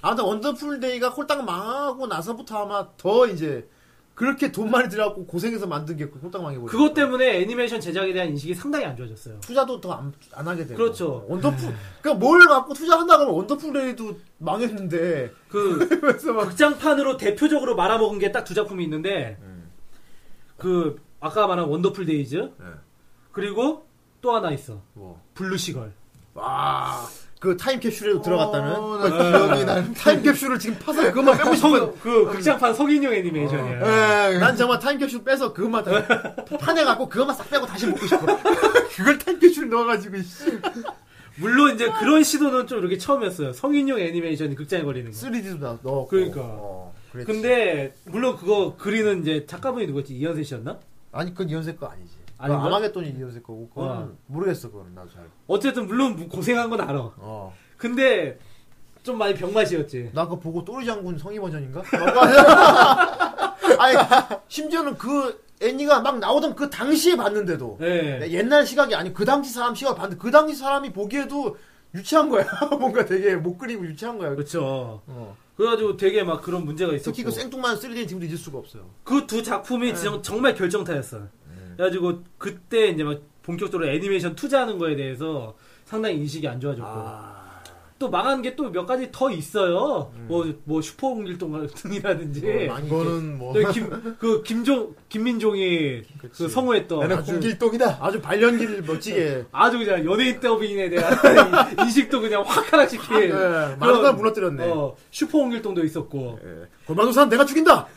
Speaker 3: 아무튼 원더풀 데이가 홀딱 망하고 나서부터 아마 더 이제 그렇게 돈 많이 들여갖고 고생해서 만든 게 홀딱 망해버려.
Speaker 4: 그것 때문에 애니메이션 제작에 대한 인식이 상당히 안 좋아졌어요.
Speaker 3: 투자도 더 안 하게 되고.
Speaker 4: 그렇죠.
Speaker 3: 원더풀 그러니까 뭘 갖고 투자한다 그러면 원더풀 데이도 망했는데
Speaker 4: 그 극장판으로 대표적으로 말아먹은 게 딱 두 작품이 있는데
Speaker 2: 네.
Speaker 4: 그 아까 말한 원더풀 데이즈
Speaker 2: 네.
Speaker 4: 그리고 또 하나 있어
Speaker 3: 뭐.
Speaker 4: 블루시걸
Speaker 3: 그 타임캡슐에도 들어갔다는
Speaker 2: 어, 나 기억이 나는
Speaker 3: 타임캡슐을 지금 파서 그것만 빼고 싶은.
Speaker 4: 그 극장판 성인용 애니메이션이야.
Speaker 2: 예,
Speaker 3: 난 정말 타임캡슐 빼서 그것만 다 파내갖고 그것만 싹 빼고 다시 먹고 싶어. 그걸 타임캡슐 넣어가지고 씨.
Speaker 4: 물론 이제 그런 시도는 좀 이렇게 처음이었어요. 성인용 애니메이션이 극장에 걸리는 거.
Speaker 3: 3D도 나 넣어.
Speaker 4: 그러니까.
Speaker 3: 어, 그랬지.
Speaker 4: 근데 물론 그거 그리는 이제 작가분이 누구였지? 이현세 씨였나?
Speaker 3: 아니 그건 이현세 거 아니지.
Speaker 4: 아닌가?
Speaker 3: 그건 아마겟돈이 이현세 거고 그건
Speaker 4: 와.
Speaker 3: 모르겠어 그건 나도 잘.
Speaker 4: 어쨌든 물론 뭐 고생한 건 알아.
Speaker 3: 어.
Speaker 4: 근데 좀 많이 병맛이었지.
Speaker 3: 나 그거 보고 또르 장군 성의 버전인가? 아니 심지어는 그 애니가 막 나오던 그 당시에 봤는데도 네,
Speaker 4: 예.
Speaker 3: 옛날 시각이 아니고 그 당시 사람 시각 봤는데 그 당시 사람이 보기에도 유치한 거야. 뭔가 되게 못 그리고 유치한 거야.
Speaker 4: 그렇죠.
Speaker 3: 어.
Speaker 4: 그래가지고 되게 막 그런 문제가 있었고
Speaker 3: 특히 그 생뚱맞은 네. 3D는 지금도 잊을 수가 없어요.
Speaker 4: 그 두 작품이 지정- 정말 결정타였어. 요
Speaker 3: 네.
Speaker 4: 그래가지고 그때 이제 막 본격적으로 애니메이션 투자하는 거에 대해서 상당히 인식이 안 좋아졌고 또 망한 게 또 몇 가지 더 있어요. 뭐 뭐 슈퍼 공길동 같은이라든지
Speaker 3: 음. 예. 어, 많이 이렇게
Speaker 2: 이거는 뭐
Speaker 4: 김그 김종 김민종이 그 성우했던
Speaker 2: 얘는 공길동이다.
Speaker 3: 아주 발연기를 멋지게
Speaker 4: 아주 그냥 연예인 더빙에 대한 이- 인식도 그냥 확 하나씩 킬.
Speaker 3: 예, 많은
Speaker 4: 그런,
Speaker 3: 걸 무너뜨렸네.
Speaker 4: 어, 슈퍼 홍길동도 있었고.
Speaker 3: 골마도산 내가 죽인다.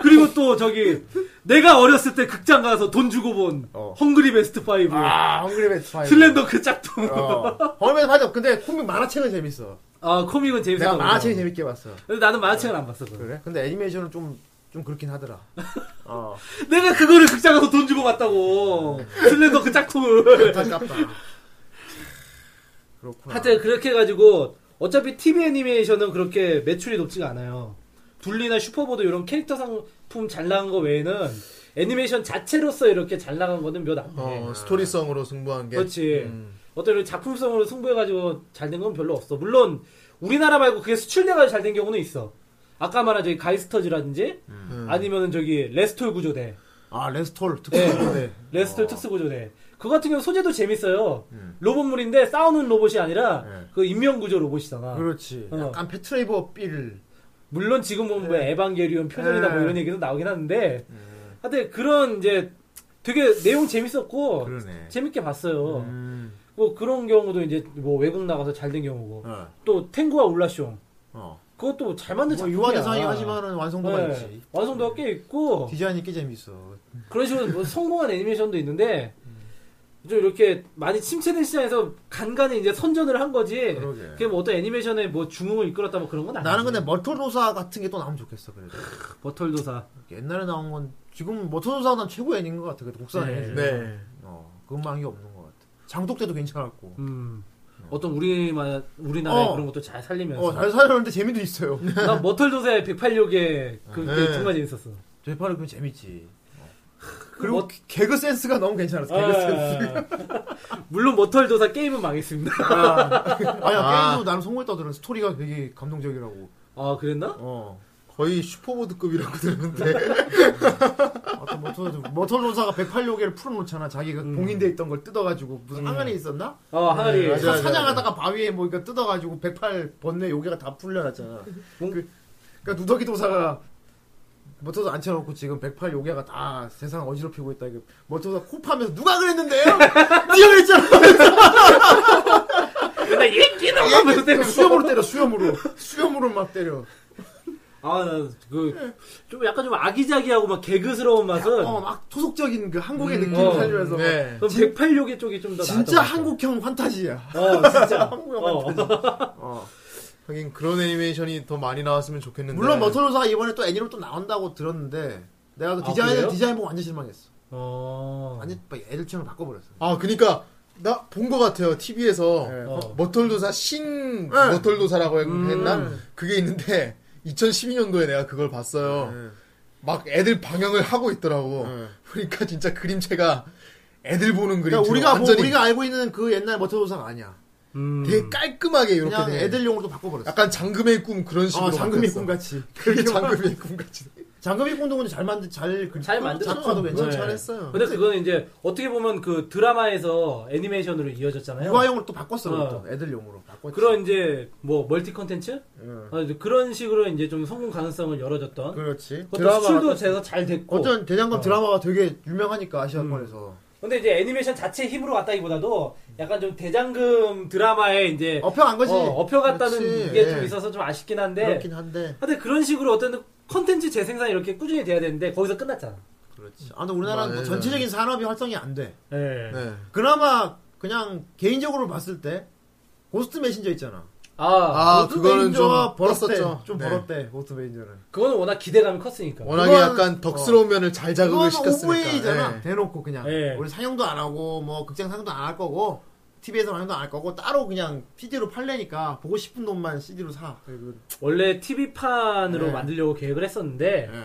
Speaker 4: 그리고 또 저기 내가 어렸을 때 극장 가서 돈 주고 본
Speaker 3: 어.
Speaker 4: 헝그리 베스트 5.
Speaker 3: 아 어. 헝그리베스 파이.
Speaker 4: 슬램덩크 짝퉁.
Speaker 3: 헝그리베스 파이. 근데 코믹 만화책은 재밌어.
Speaker 4: 아, 코믹은 재밌어.
Speaker 3: 내가 만화책 재밌게 봤어.
Speaker 4: 근데 나는 만화책을 안 봤어. 그거.
Speaker 3: 그래? 근데 애니메이션은 좀, 좀 그렇긴 하더라. 어.
Speaker 4: 내가 그거를 극장 가서 돈 주고 봤다고. 슬램덩크 짝퉁을.
Speaker 3: 안타깝다. 그렇구나.
Speaker 4: 하여튼 그렇게 해가지고 어차피 TV 애니메이션은 그렇게 매출이 높지가 않아요. 둘리나 슈퍼보드 이런 캐릭터 상품 잘 나간 거 외에는 애니메이션 자체로서 이렇게 잘 나간 거는 몇 안 돼.
Speaker 2: 어, 스토리성으로 승부한
Speaker 3: 예.
Speaker 2: 게
Speaker 4: 그렇지.
Speaker 3: 음.
Speaker 4: 어떤 이런 작품성으로 승부해가지고 잘 된 건 별로 없어. 물론 우리나라 말고 그게 수출돼가지고 잘 된 경우는 있어. 아까 말한 저기 가이스터즈라든지
Speaker 3: 음.
Speaker 4: 아니면은 저기 레스톨 구조대,
Speaker 3: 아, 레스톨 네. 어. 특수인데.
Speaker 4: 레스톨 특수 구조대. 그 같은 경우 소재도 재밌어요.
Speaker 3: 음.
Speaker 4: 로봇물인데 싸우는 로봇이 아니라
Speaker 3: 네.
Speaker 4: 그 인명 구조 로봇이잖아.
Speaker 3: 그렇지.
Speaker 4: 어.
Speaker 3: 약간 패트레이버 삘.
Speaker 4: 물론 지금 보면
Speaker 3: 예.
Speaker 4: 뭐 에반게리온 표절이다 뭐
Speaker 3: 네.
Speaker 4: 이런 얘기도 나오긴 하는데 하여튼 그런 이제 되게 내용 재밌었고
Speaker 3: 그러네.
Speaker 4: 재밌게 봤어요.
Speaker 3: 음.
Speaker 4: 뭐 그런 경우도 이제 뭐 외국 나가서 잘 된 경우고
Speaker 3: 어.
Speaker 4: 또 탱구와 울라쇼
Speaker 3: 어.
Speaker 4: 그것도 잘 만든
Speaker 3: 뭐
Speaker 4: 작품이야.
Speaker 3: 유아 대상이긴 하지만은 완성도가
Speaker 4: 네,
Speaker 3: 있지.
Speaker 4: 완성도가 꽤 있고
Speaker 3: 디자인이 꽤 재밌어.
Speaker 4: 그런 식으로 뭐 성공한 애니메이션도 있는데
Speaker 3: 음.
Speaker 4: 좀 이렇게 많이 침체된 시장에서 간간히 이제 선전을 한 거지.
Speaker 3: 그러게.
Speaker 4: 게뭐 어떤 애니메이션의 뭐 중흥을 이끌었다 뭐 그런 건 아니야.
Speaker 3: 나는 근데 머털로사 같은 게 또 나오면 좋겠어, 그래도.
Speaker 4: 버털도사.
Speaker 3: 옛날에 나온 건, 지금 머털로사가 난 최고 애니인 것 같아. 그래도 국산
Speaker 4: 네.
Speaker 3: 애니. 네.
Speaker 2: 네.
Speaker 3: 어, 그것만이 없는 것 같아. 장독대도 괜찮았고.
Speaker 4: 음. 어떤 우리만 우리나라의
Speaker 3: 어.
Speaker 4: 그런 것도 잘 살리면서.
Speaker 3: 어, 잘 살았는데 재미도 있어요.
Speaker 4: 나 머털도사의 186에 그게
Speaker 2: 네.
Speaker 4: 정말 재밌었어.
Speaker 3: 되팔은 그럼 재밌지. 어. 뭐-
Speaker 4: 그리고
Speaker 3: 그리고 개그 센스가 너무 괜찮았어. 개그 센스.
Speaker 4: 아, 물론 머털도사 게임은 망했습니다.
Speaker 3: 아니야 게임도 나는 성공했다 들은 스토리가 되게 감동적이라고.
Speaker 4: 아 그랬나?
Speaker 3: 어.
Speaker 2: 거의 슈퍼보드급이라고 들었는데
Speaker 3: 아까 머털 머털로사가 108요괴를 풀어놓잖아. 자기가 봉인돼 있던 걸 뜯어가지고 무슨 항안에 있었나?
Speaker 4: 어 하리.
Speaker 2: 맞아.
Speaker 3: 사, 냥하다가 바위에 뭐 이렇게 뜯어가지고 108 번뇌 요괴가 다 풀려났잖아.
Speaker 4: 응?
Speaker 3: 그, 그러니까 누더기 도사가 멋져서 앉혀놓고 지금 108 요괴가 다 세상 어지럽히고 있다. 이거 멋져서 코 파면서 누가 그랬는데요? 니가 그랬잖아.
Speaker 4: 맨날 이끼는
Speaker 3: 그때 수염으로 때려, 수염으로. 수염으로 막 때려.
Speaker 4: 아, 아나그좀 약간 좀 아기자기하고 막 개그스러운 맛은
Speaker 3: 어, 막 토속적인 그 한국의 느낌
Speaker 4: 어.
Speaker 3: 살려면서.
Speaker 2: 네.
Speaker 4: 그럼 108요괴 쪽이 좀 더
Speaker 3: 진짜 한국형 환타지야.
Speaker 4: 어 진짜
Speaker 3: 한국형 환타지. 어.
Speaker 2: 하긴 그런 애니메이션이 더 많이 나왔으면 좋겠는데.
Speaker 3: 물론 머터로사가 이번에 또 애니로 또 나온다고 들었는데 내가 그
Speaker 4: 아,
Speaker 3: 디자인
Speaker 4: 그래요?
Speaker 3: 디자인 보고 완전 실망했어.
Speaker 4: 어.
Speaker 3: 완전 막 애들 취향을 바꿔버렸어.
Speaker 2: 아 그니까 나 본 것 같아요 TV에서
Speaker 3: 네.
Speaker 4: 어.
Speaker 2: 머털도사 신 머털도사라고
Speaker 3: 음.
Speaker 2: 했나 그게 있는데 2012년도에 내가 그걸 봤어요.
Speaker 3: 네.
Speaker 2: 막 애들 방영을 하고 있더라고. 그러니까 진짜 그림체가 애들 보는 그림체
Speaker 3: 그러니까 우리가 뭐
Speaker 2: 그렇죠. 완전히
Speaker 3: 우리가 알고 있는 그 옛날 머터로사가 아니야.
Speaker 4: 음.
Speaker 2: 되게 깔끔하게 이렇게
Speaker 3: 그냥
Speaker 2: 돼.
Speaker 3: 애들용으로 또 바꿔버렸어.
Speaker 2: 약간 장금의 꿈 그런 식으로
Speaker 3: 어, 장금이
Speaker 2: 바뀌었어.
Speaker 3: 꿈같이.
Speaker 2: 그게 장금의 꿈같이
Speaker 3: 장금이 꿈도 근데 잘 만든 잘 그-
Speaker 4: 잘 만들었죠.
Speaker 3: 작화도 괜찮
Speaker 4: 네.
Speaker 3: 잘했어요.
Speaker 4: 근데 그건 이제 어떻게 보면 그 드라마에서 애니메이션으로 이어졌잖아요.
Speaker 3: 유아용으로 또 바꿨어.
Speaker 4: 어.
Speaker 3: 그것도. 애들용으로 바꿨지.
Speaker 4: 그런 이제 뭐 멀티 컨텐츠
Speaker 3: 응.
Speaker 4: 어, 이제 그런 식으로 이제 좀 성공 가능성을 열어줬던
Speaker 3: 그렇지.
Speaker 4: 그것도
Speaker 3: 드라마
Speaker 4: 수출도 제가 잘 됐고 음.
Speaker 3: 어쩐 대장검 드라마가 되게 유명하니까 아시아권에서.
Speaker 4: 근데 이제 애니메이션 자체 힘으로 갔다기보다도 약간 좀 대장금 드라마에 이제
Speaker 3: 네. 업혀간 거지.
Speaker 4: 어, 네. 펴갔다는
Speaker 3: 그렇지.
Speaker 4: 게 좀
Speaker 3: 예.
Speaker 4: 있어서 좀 아쉽긴 한데
Speaker 3: 그렇긴 한데.
Speaker 4: 하여튼 그런 식으로 어떤 컨텐츠 재생산이 이렇게 꾸준히 돼야 되는데 거기서 끝났잖아
Speaker 3: 그렇지. 아, 근데 우리나라는 뭐
Speaker 2: 맞아요.
Speaker 3: 전체적인 산업이 활성이 안 돼.
Speaker 4: 예.
Speaker 2: 네.
Speaker 3: 그나마 그냥 개인적으로 봤을 때 고스트 메신저 있잖아.
Speaker 4: 아,
Speaker 2: 아
Speaker 3: 고스트
Speaker 2: 그거는 좀
Speaker 3: 메신저가 벌었대.
Speaker 2: 떴었죠.
Speaker 3: 좀
Speaker 2: 네.
Speaker 3: 벌었대. 고스트 메신저는.
Speaker 4: 그거는 워낙 기대감이 컸으니까
Speaker 2: 워낙에
Speaker 3: 그건- 어.
Speaker 2: 약간 덕스러운 면을 잘
Speaker 3: 그건
Speaker 2: 자극을 시켰으니까.
Speaker 3: 오브웨이잖아.
Speaker 2: 네.
Speaker 3: 대놓고 그냥
Speaker 4: 예.
Speaker 3: 우리 상영도 안 하고 뭐 극장 상영도 안 할 거고 TV에서 상영도 안 할 거고 따로 그냥 CD로 팔래니까 보고 싶은 놈만 CD로 사. 그리고
Speaker 4: 원래
Speaker 3: 네.
Speaker 4: TV판으로 만들려고 계획을 했었는데
Speaker 3: 예.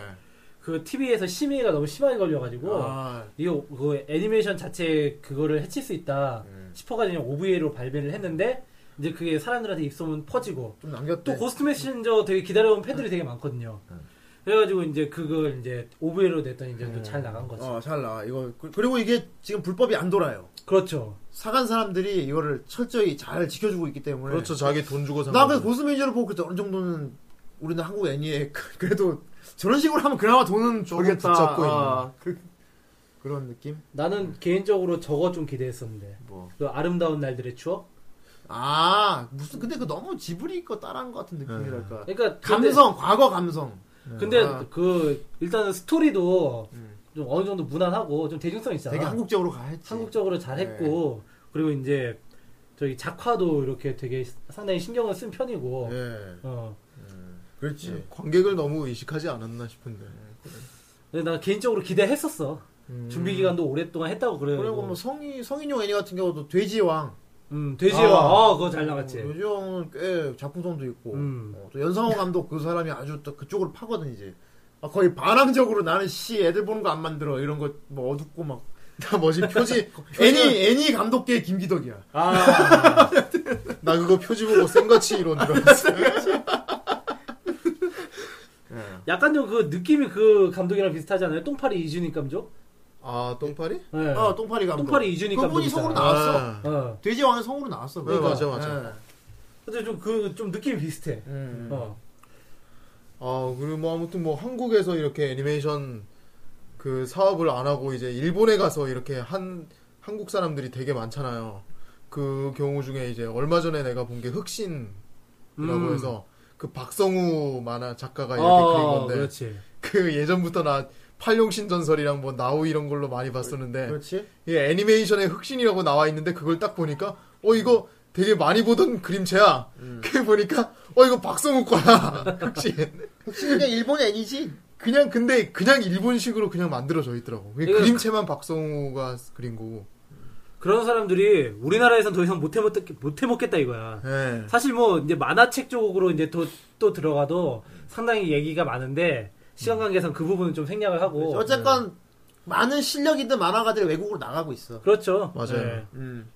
Speaker 4: 그 TV에서 심의가 너무 심하게 걸려가지고
Speaker 3: 아,
Speaker 4: 이거 그 애니메이션 자체 그거를 해칠 수 있다
Speaker 3: 네.
Speaker 4: 싶어가지고 OVA로 발매를 했는데 이제 그게 사람들한테 입소문 퍼지고
Speaker 3: 좀 남겼대.
Speaker 4: 또 고스트 메신저 되게 기다려온 팬들이 되게 많거든요.
Speaker 3: 네.
Speaker 4: 그래가지고 이제 그걸 이제 OVA로 냈더니 이제 또 잘 나간 거지.
Speaker 3: 어, 잘 나와. 이거 그- 그리고 이게 지금 불법이 안 돌아요.
Speaker 4: 그렇죠.
Speaker 3: 사간 사람들이 이거를 철저히 잘 지켜주고 있기 때문에
Speaker 2: 그렇죠. 자기 돈 주고 산.
Speaker 3: 나
Speaker 2: 거죠.
Speaker 3: 그래서 고스트 메신저를 보고 그때 어느 정도는 우리는 한국 애니에 그래도 저런 식으로 하면 그나마 돈은
Speaker 2: 조금
Speaker 3: 벌겠다.
Speaker 2: 붙잡고
Speaker 3: 아, 그, 그런 느낌?
Speaker 4: 나는 개인적으로 저거 좀 기대했었는데
Speaker 3: 뭐.
Speaker 4: 그 아름다운 날들의 추억.
Speaker 3: 아 무슨 근데 그 너무 지브리 거 따라한 것 같은 느낌이랄까
Speaker 4: 그러니까 근데-
Speaker 3: 감성 과거 감성
Speaker 4: 근데
Speaker 3: 아. 음.
Speaker 4: 그 일단은 스토리도 좀 어느 정도 무난하고 좀 대중성 있잖아.
Speaker 3: 되게 한국적으로 가했지 네.
Speaker 4: 한국적으로 잘했고 그리고 이제 저기 작화도 이렇게 되게 상당히 신경을 쓴 편이고.
Speaker 3: 네.
Speaker 2: 예.
Speaker 4: 어.
Speaker 2: 그렇지.
Speaker 3: 예.
Speaker 2: 관객을 너무 의식하지 않았나 싶은데.
Speaker 4: 근데 나 개인적으로 기대했었어. 준비 기간도 오랫동안 했다고 그래요.
Speaker 3: 음. 그리고 뭐 성인 성인용 애니 같은 경우도 돼지왕
Speaker 4: 음, 돼지와 아, 그거 잘 나갔지.
Speaker 2: 음.
Speaker 3: 요즘은 꽤 작품성도 있고
Speaker 4: 음.
Speaker 3: 어, 또 연상호 감독 그 사람이 아주 또 그쪽으로 파거든 이제 아, 거의 반항적으로 나는 씨 애들 보는 거 안 만들어 이런 거 뭐 어둡고 막
Speaker 2: 나 뭐지 표지
Speaker 3: 애니 애니 감독계 김기덕이야
Speaker 4: 아.
Speaker 2: 나 그거 표지 보고 생같이 이런 줄 알았어.
Speaker 4: 약간 좀 그 느낌이 그 감독이랑 비슷하지 않아요? 똥파리 이준익 감독?
Speaker 2: 아 똥파리?
Speaker 4: 네.
Speaker 3: 어 똥파리 감독
Speaker 4: 똥파리 이준익
Speaker 3: 그분이
Speaker 4: 감독이잖아.
Speaker 3: 성으로 나왔어
Speaker 2: 아,
Speaker 4: 어.
Speaker 3: 돼지왕은 성으로 나왔어
Speaker 2: 네, 맞아, 맞아.
Speaker 3: 예.
Speaker 4: 근데 좀 그 좀 느낌이 비슷해.
Speaker 3: 음.
Speaker 4: 어.
Speaker 2: 아, 그리고 뭐 아무튼 뭐 한국에서 이렇게 애니메이션 그 사업을 안 하고 이제 일본에 가서 이렇게 한 한국 사람들이 되게 많잖아요. 그 경우 중에 이제 얼마 전에 내가 본 게 흑신이라고
Speaker 4: 음.
Speaker 2: 해서 그 박성우 만화 작가가 이렇게
Speaker 3: 어,
Speaker 2: 그린
Speaker 4: 아,
Speaker 2: 건데
Speaker 4: 그렇지.
Speaker 2: 그 예전부터 나 팔룡신 전설이랑 뭐 나우 이런 걸로 많이 봤었는데
Speaker 3: 그렇지
Speaker 2: 이 애니메이션에 흑신이라고 나와 있는데 그걸 딱 보니까 어 이거 되게 많이 보던 그림체야.
Speaker 3: 음.
Speaker 2: 그게 보니까 어 이거 박성우 거야. 흑신.
Speaker 3: 그냥 일본 애니지
Speaker 2: 그냥 근데 그냥 일본식으로 그냥 만들어져 있더라고. 그게
Speaker 4: 이거-
Speaker 2: 그림체만 박성우가 그린 거고.
Speaker 4: 그런 사람들이 우리나라에선 더 이상 못해 먹 못해 먹겠다 이거야.
Speaker 2: 예.
Speaker 4: 사실 뭐 이제 만화책 쪽으로 이제 또, 또 들어가도 상당히 얘기가 많은데 시간
Speaker 2: 음.
Speaker 4: 관계상 그 부분은 좀 생략을 하고
Speaker 3: 어쨌건 네. 많은 실력 있는 만화가들이 외국으로 나가고 있어
Speaker 4: 그렇죠.
Speaker 2: 맞아요.
Speaker 4: 네.
Speaker 3: 음.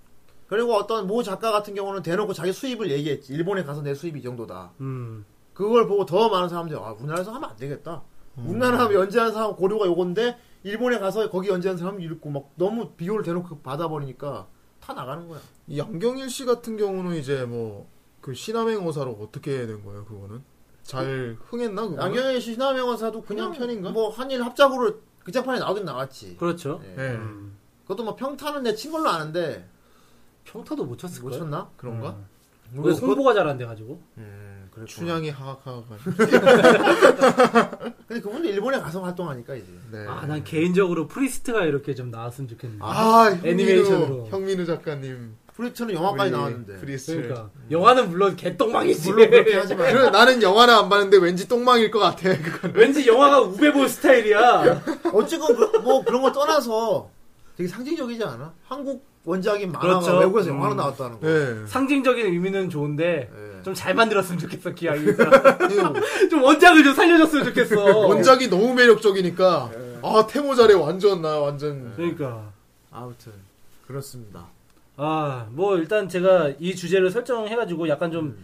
Speaker 3: 그리고 어떤 모 작가 같은 경우는 대놓고 자기 수입을 얘기했지 일본에 가서 내 수입이 이 정도다
Speaker 4: 음.
Speaker 3: 그걸 보고 더 많은 사람들이 아 우리나라에서 하면 안 되겠다 우리나라 하면 연재한 사람 고려가 요건데 일본에 가서 거기 연재한 사람 읽고 막 너무 비교를 대놓고 받아버리니까 타 나가는 거야
Speaker 2: 이 양경일 씨 같은 경우는 이제 뭐 그 신암행어사로 어떻게 된 거예요? 그거는 잘 흥했나 그거?
Speaker 3: 양경의 신화명화사도 그냥
Speaker 2: 그냥 편인가?
Speaker 3: 음. 뭐 한일 합작으로 그 극장판에 나오긴 나왔지.
Speaker 4: 그렇죠.
Speaker 3: 예.
Speaker 2: 예.
Speaker 4: 음.
Speaker 3: 그것도 뭐 평타는 내 친 걸로 아는데
Speaker 4: 평타도 못 쳤을
Speaker 3: 못
Speaker 4: 거야.
Speaker 3: 쳤나?
Speaker 2: 그런가?
Speaker 4: 음, 왜 홍보가 잘 안 돼가지고.
Speaker 3: 음, 그래.
Speaker 2: 춘향이 하악하악.
Speaker 3: 그러니까 근데 그분도 일본에 가서 활동하니까 이제.
Speaker 2: 네.
Speaker 4: 아, 난 개인적으로 프리스트가 이렇게 좀 나왔으면 좋겠는데.
Speaker 2: 아, 형민우,
Speaker 4: 애니메이션으로.
Speaker 2: 형민우 작가님.
Speaker 3: 프리처는 영화까지
Speaker 2: 우리
Speaker 3: 나왔는데.
Speaker 2: 프리스.
Speaker 4: 그러니까 영화는 물론 개똥망이지.
Speaker 3: 물론 그렇게 하지만
Speaker 2: 그래, 나는 영화나 안 봤는데 왠지 똥망일 것 같아. 그건.
Speaker 4: 왠지 영화가 우베볼 스타일이야.
Speaker 3: 어쨌건 그- 뭐 그런 거 떠나서 되게 상징적이지 않아? 한국 원작인 만화가
Speaker 4: 그렇죠.
Speaker 3: 외국에서
Speaker 4: 음.
Speaker 3: 영화로 나왔다는 거.
Speaker 2: 예.
Speaker 4: 상징적인 의미는 좋은데
Speaker 3: 예.
Speaker 4: 좀 잘 만들었으면 좋겠어 기왕이. 좀 원작을 좀 살려줬으면 좋겠어.
Speaker 2: 원작이 너무 매력적이니까.
Speaker 4: 네.
Speaker 2: 아, 태모 잘해. 완전, 나 완전.
Speaker 4: 그러니까.
Speaker 3: 아무튼 그렇습니다.
Speaker 4: 아, 뭐 일단 제가 이 주제를 설정해가지고 약간 좀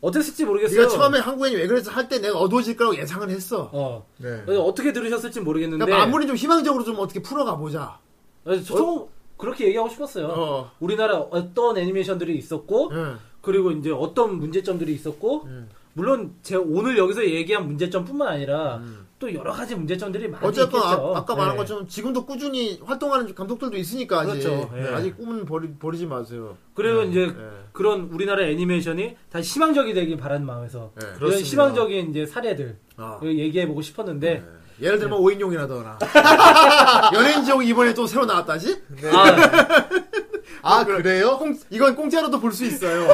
Speaker 4: 어땠을지
Speaker 3: 음.
Speaker 4: 모르겠어요.
Speaker 3: 네가 처음에 한국인이 왜 그랬어 할 때 내가 어두워질 거라고 예상은 했어.
Speaker 4: 어
Speaker 2: 네.
Speaker 4: 근데 어떻게 들으셨을지 모르겠는데
Speaker 3: 그러니까 마무리 좀 희망적으로 좀 어떻게 풀어가 보자.
Speaker 4: 어, 저 그렇게 얘기하고 싶었어요.
Speaker 3: 어.
Speaker 4: 우리나라 어떤 애니메이션들이 있었고
Speaker 3: 예.
Speaker 4: 그리고 이제 어떤 문제점들이 있었고
Speaker 3: 음.
Speaker 4: 물론 제 오늘 여기서 얘기한 문제점뿐만 아니라
Speaker 3: 음.
Speaker 4: 또 여러 가지 문제점들이 많이
Speaker 3: 어쨌건
Speaker 4: 있겠죠.
Speaker 3: 아, 까 말한
Speaker 4: 네.
Speaker 3: 것처럼 지금도 꾸준히 활동하는 감독들도 있으니까 아직
Speaker 4: 그렇죠. 예.
Speaker 3: 아직 꿈은 버리, 버리지 마세요.
Speaker 4: 그리고 이제
Speaker 3: 예.
Speaker 4: 그런 우리나라 애니메이션이 다시 희망적이 되길 바라는 마음에서
Speaker 3: 예.
Speaker 4: 이런 희망적인 이제 사례들
Speaker 3: 아. 네.
Speaker 4: 얘기해보고 싶었는데
Speaker 3: 예를 들면 오인용이라더나 연예인 지옥 이번에 또 새로 나왔다지?
Speaker 4: 아,
Speaker 3: 어,
Speaker 2: 아, 그래요?
Speaker 3: 이건 공짜로도 볼 수 있어요.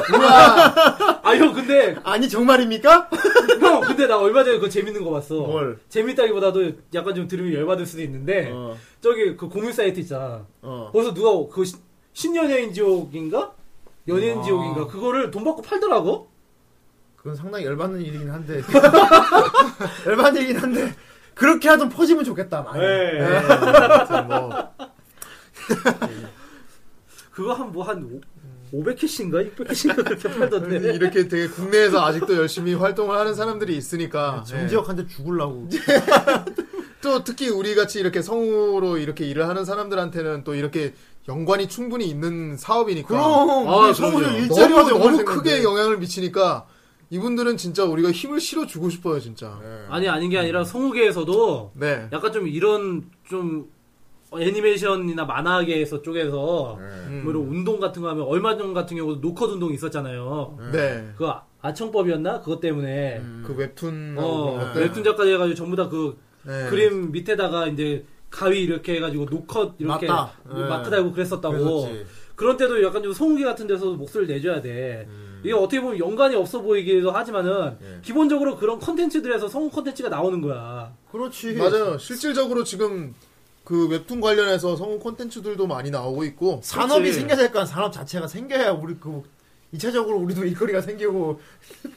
Speaker 4: 아, 형 근데 그,
Speaker 3: 아니 정말입니까?
Speaker 4: 형 근데 나 얼마 전에 그거 재밌는 거 봤어.
Speaker 3: 뭘?
Speaker 4: 재밌다기보다도 약간 좀 들으면 열받을 수도 있는데
Speaker 3: 어.
Speaker 4: 저기 그 공유 사이트 있잖아.
Speaker 3: 어.
Speaker 4: 거기서 누가 그 신- 신연예인 지옥인가? 연예인
Speaker 2: 아.
Speaker 4: 지옥인가? 그거를 돈 받고 팔더라고?
Speaker 3: 그건 상당히 열받는 일이긴 한데 열받는 일이긴 한데 그렇게 하좀 퍼지면 좋겠다. 많이.
Speaker 4: 네.
Speaker 2: 아무튼 뭐.
Speaker 4: 그거 한 뭐 한 500캐시인가? 600캐시인가 그렇게 팔던데.
Speaker 2: 이렇게 되게 국내에서 아직도 열심히 활동을 하는 사람들이
Speaker 3: 네.
Speaker 2: 있으니까. 예.
Speaker 4: 네.
Speaker 3: 정지혁한테 죽을라고.
Speaker 2: 또 특히 우리 같이 이렇게 성우로 이렇게 일을 하는 사람들한테는 또 이렇게 연관이 충분히 있는 사업이니까.
Speaker 3: 그럼
Speaker 2: 아,
Speaker 3: 우리 성우들
Speaker 2: 그럼요.
Speaker 3: 일자리와
Speaker 2: 너무,
Speaker 3: 연관된
Speaker 2: 너무 크게
Speaker 3: 건데.
Speaker 2: 영향을 미치니까 이분들은 진짜 우리가 힘을 실어 주고 싶어요, 진짜.
Speaker 4: 아니 아닌 게 아니라 성우계에서도
Speaker 2: 네.
Speaker 4: 약간 좀 이런 좀 애니메이션이나 만화계에서 쪽에서
Speaker 2: 네.
Speaker 4: 뭐 이런 운동 같은 거 하면 얼마 전 같은 경우도 노컷 운동이 있었잖아요.
Speaker 2: 네.
Speaker 4: 그 아- 아청법이었나? 그것 때문에
Speaker 2: 그 웹툰
Speaker 4: 어,
Speaker 3: 네.
Speaker 2: 어,
Speaker 4: 웹툰 작가들 해가지고 전부 다 그
Speaker 2: 네.
Speaker 4: 그림 밑에다가 이제 가위 이렇게 해가지고 노컷 이렇게 뭐
Speaker 3: 맞다. 예.
Speaker 4: 마크 달고 그랬었다고
Speaker 3: 그랬었지.
Speaker 4: 그런 때도 약간 좀 성우기 같은 데서도 목소리를 내줘야 돼
Speaker 3: 음.
Speaker 4: 이게 어떻게 보면 연관이 없어 보이기도 하지만은
Speaker 3: 네.
Speaker 4: 기본적으로 그런 컨텐츠들에서 성우 컨텐츠가 나오는 거야
Speaker 3: 그렇지.
Speaker 2: 맞아요. 네. 실질적으로 지금 그 웹툰 관련해서 성우 콘텐츠들도 많이 나오고 있고
Speaker 3: 산업이
Speaker 4: 그렇지.
Speaker 3: 생겨야 될거 산업 자체가 생겨야 우리 그 2차적으로 우리도 일거리가 생기고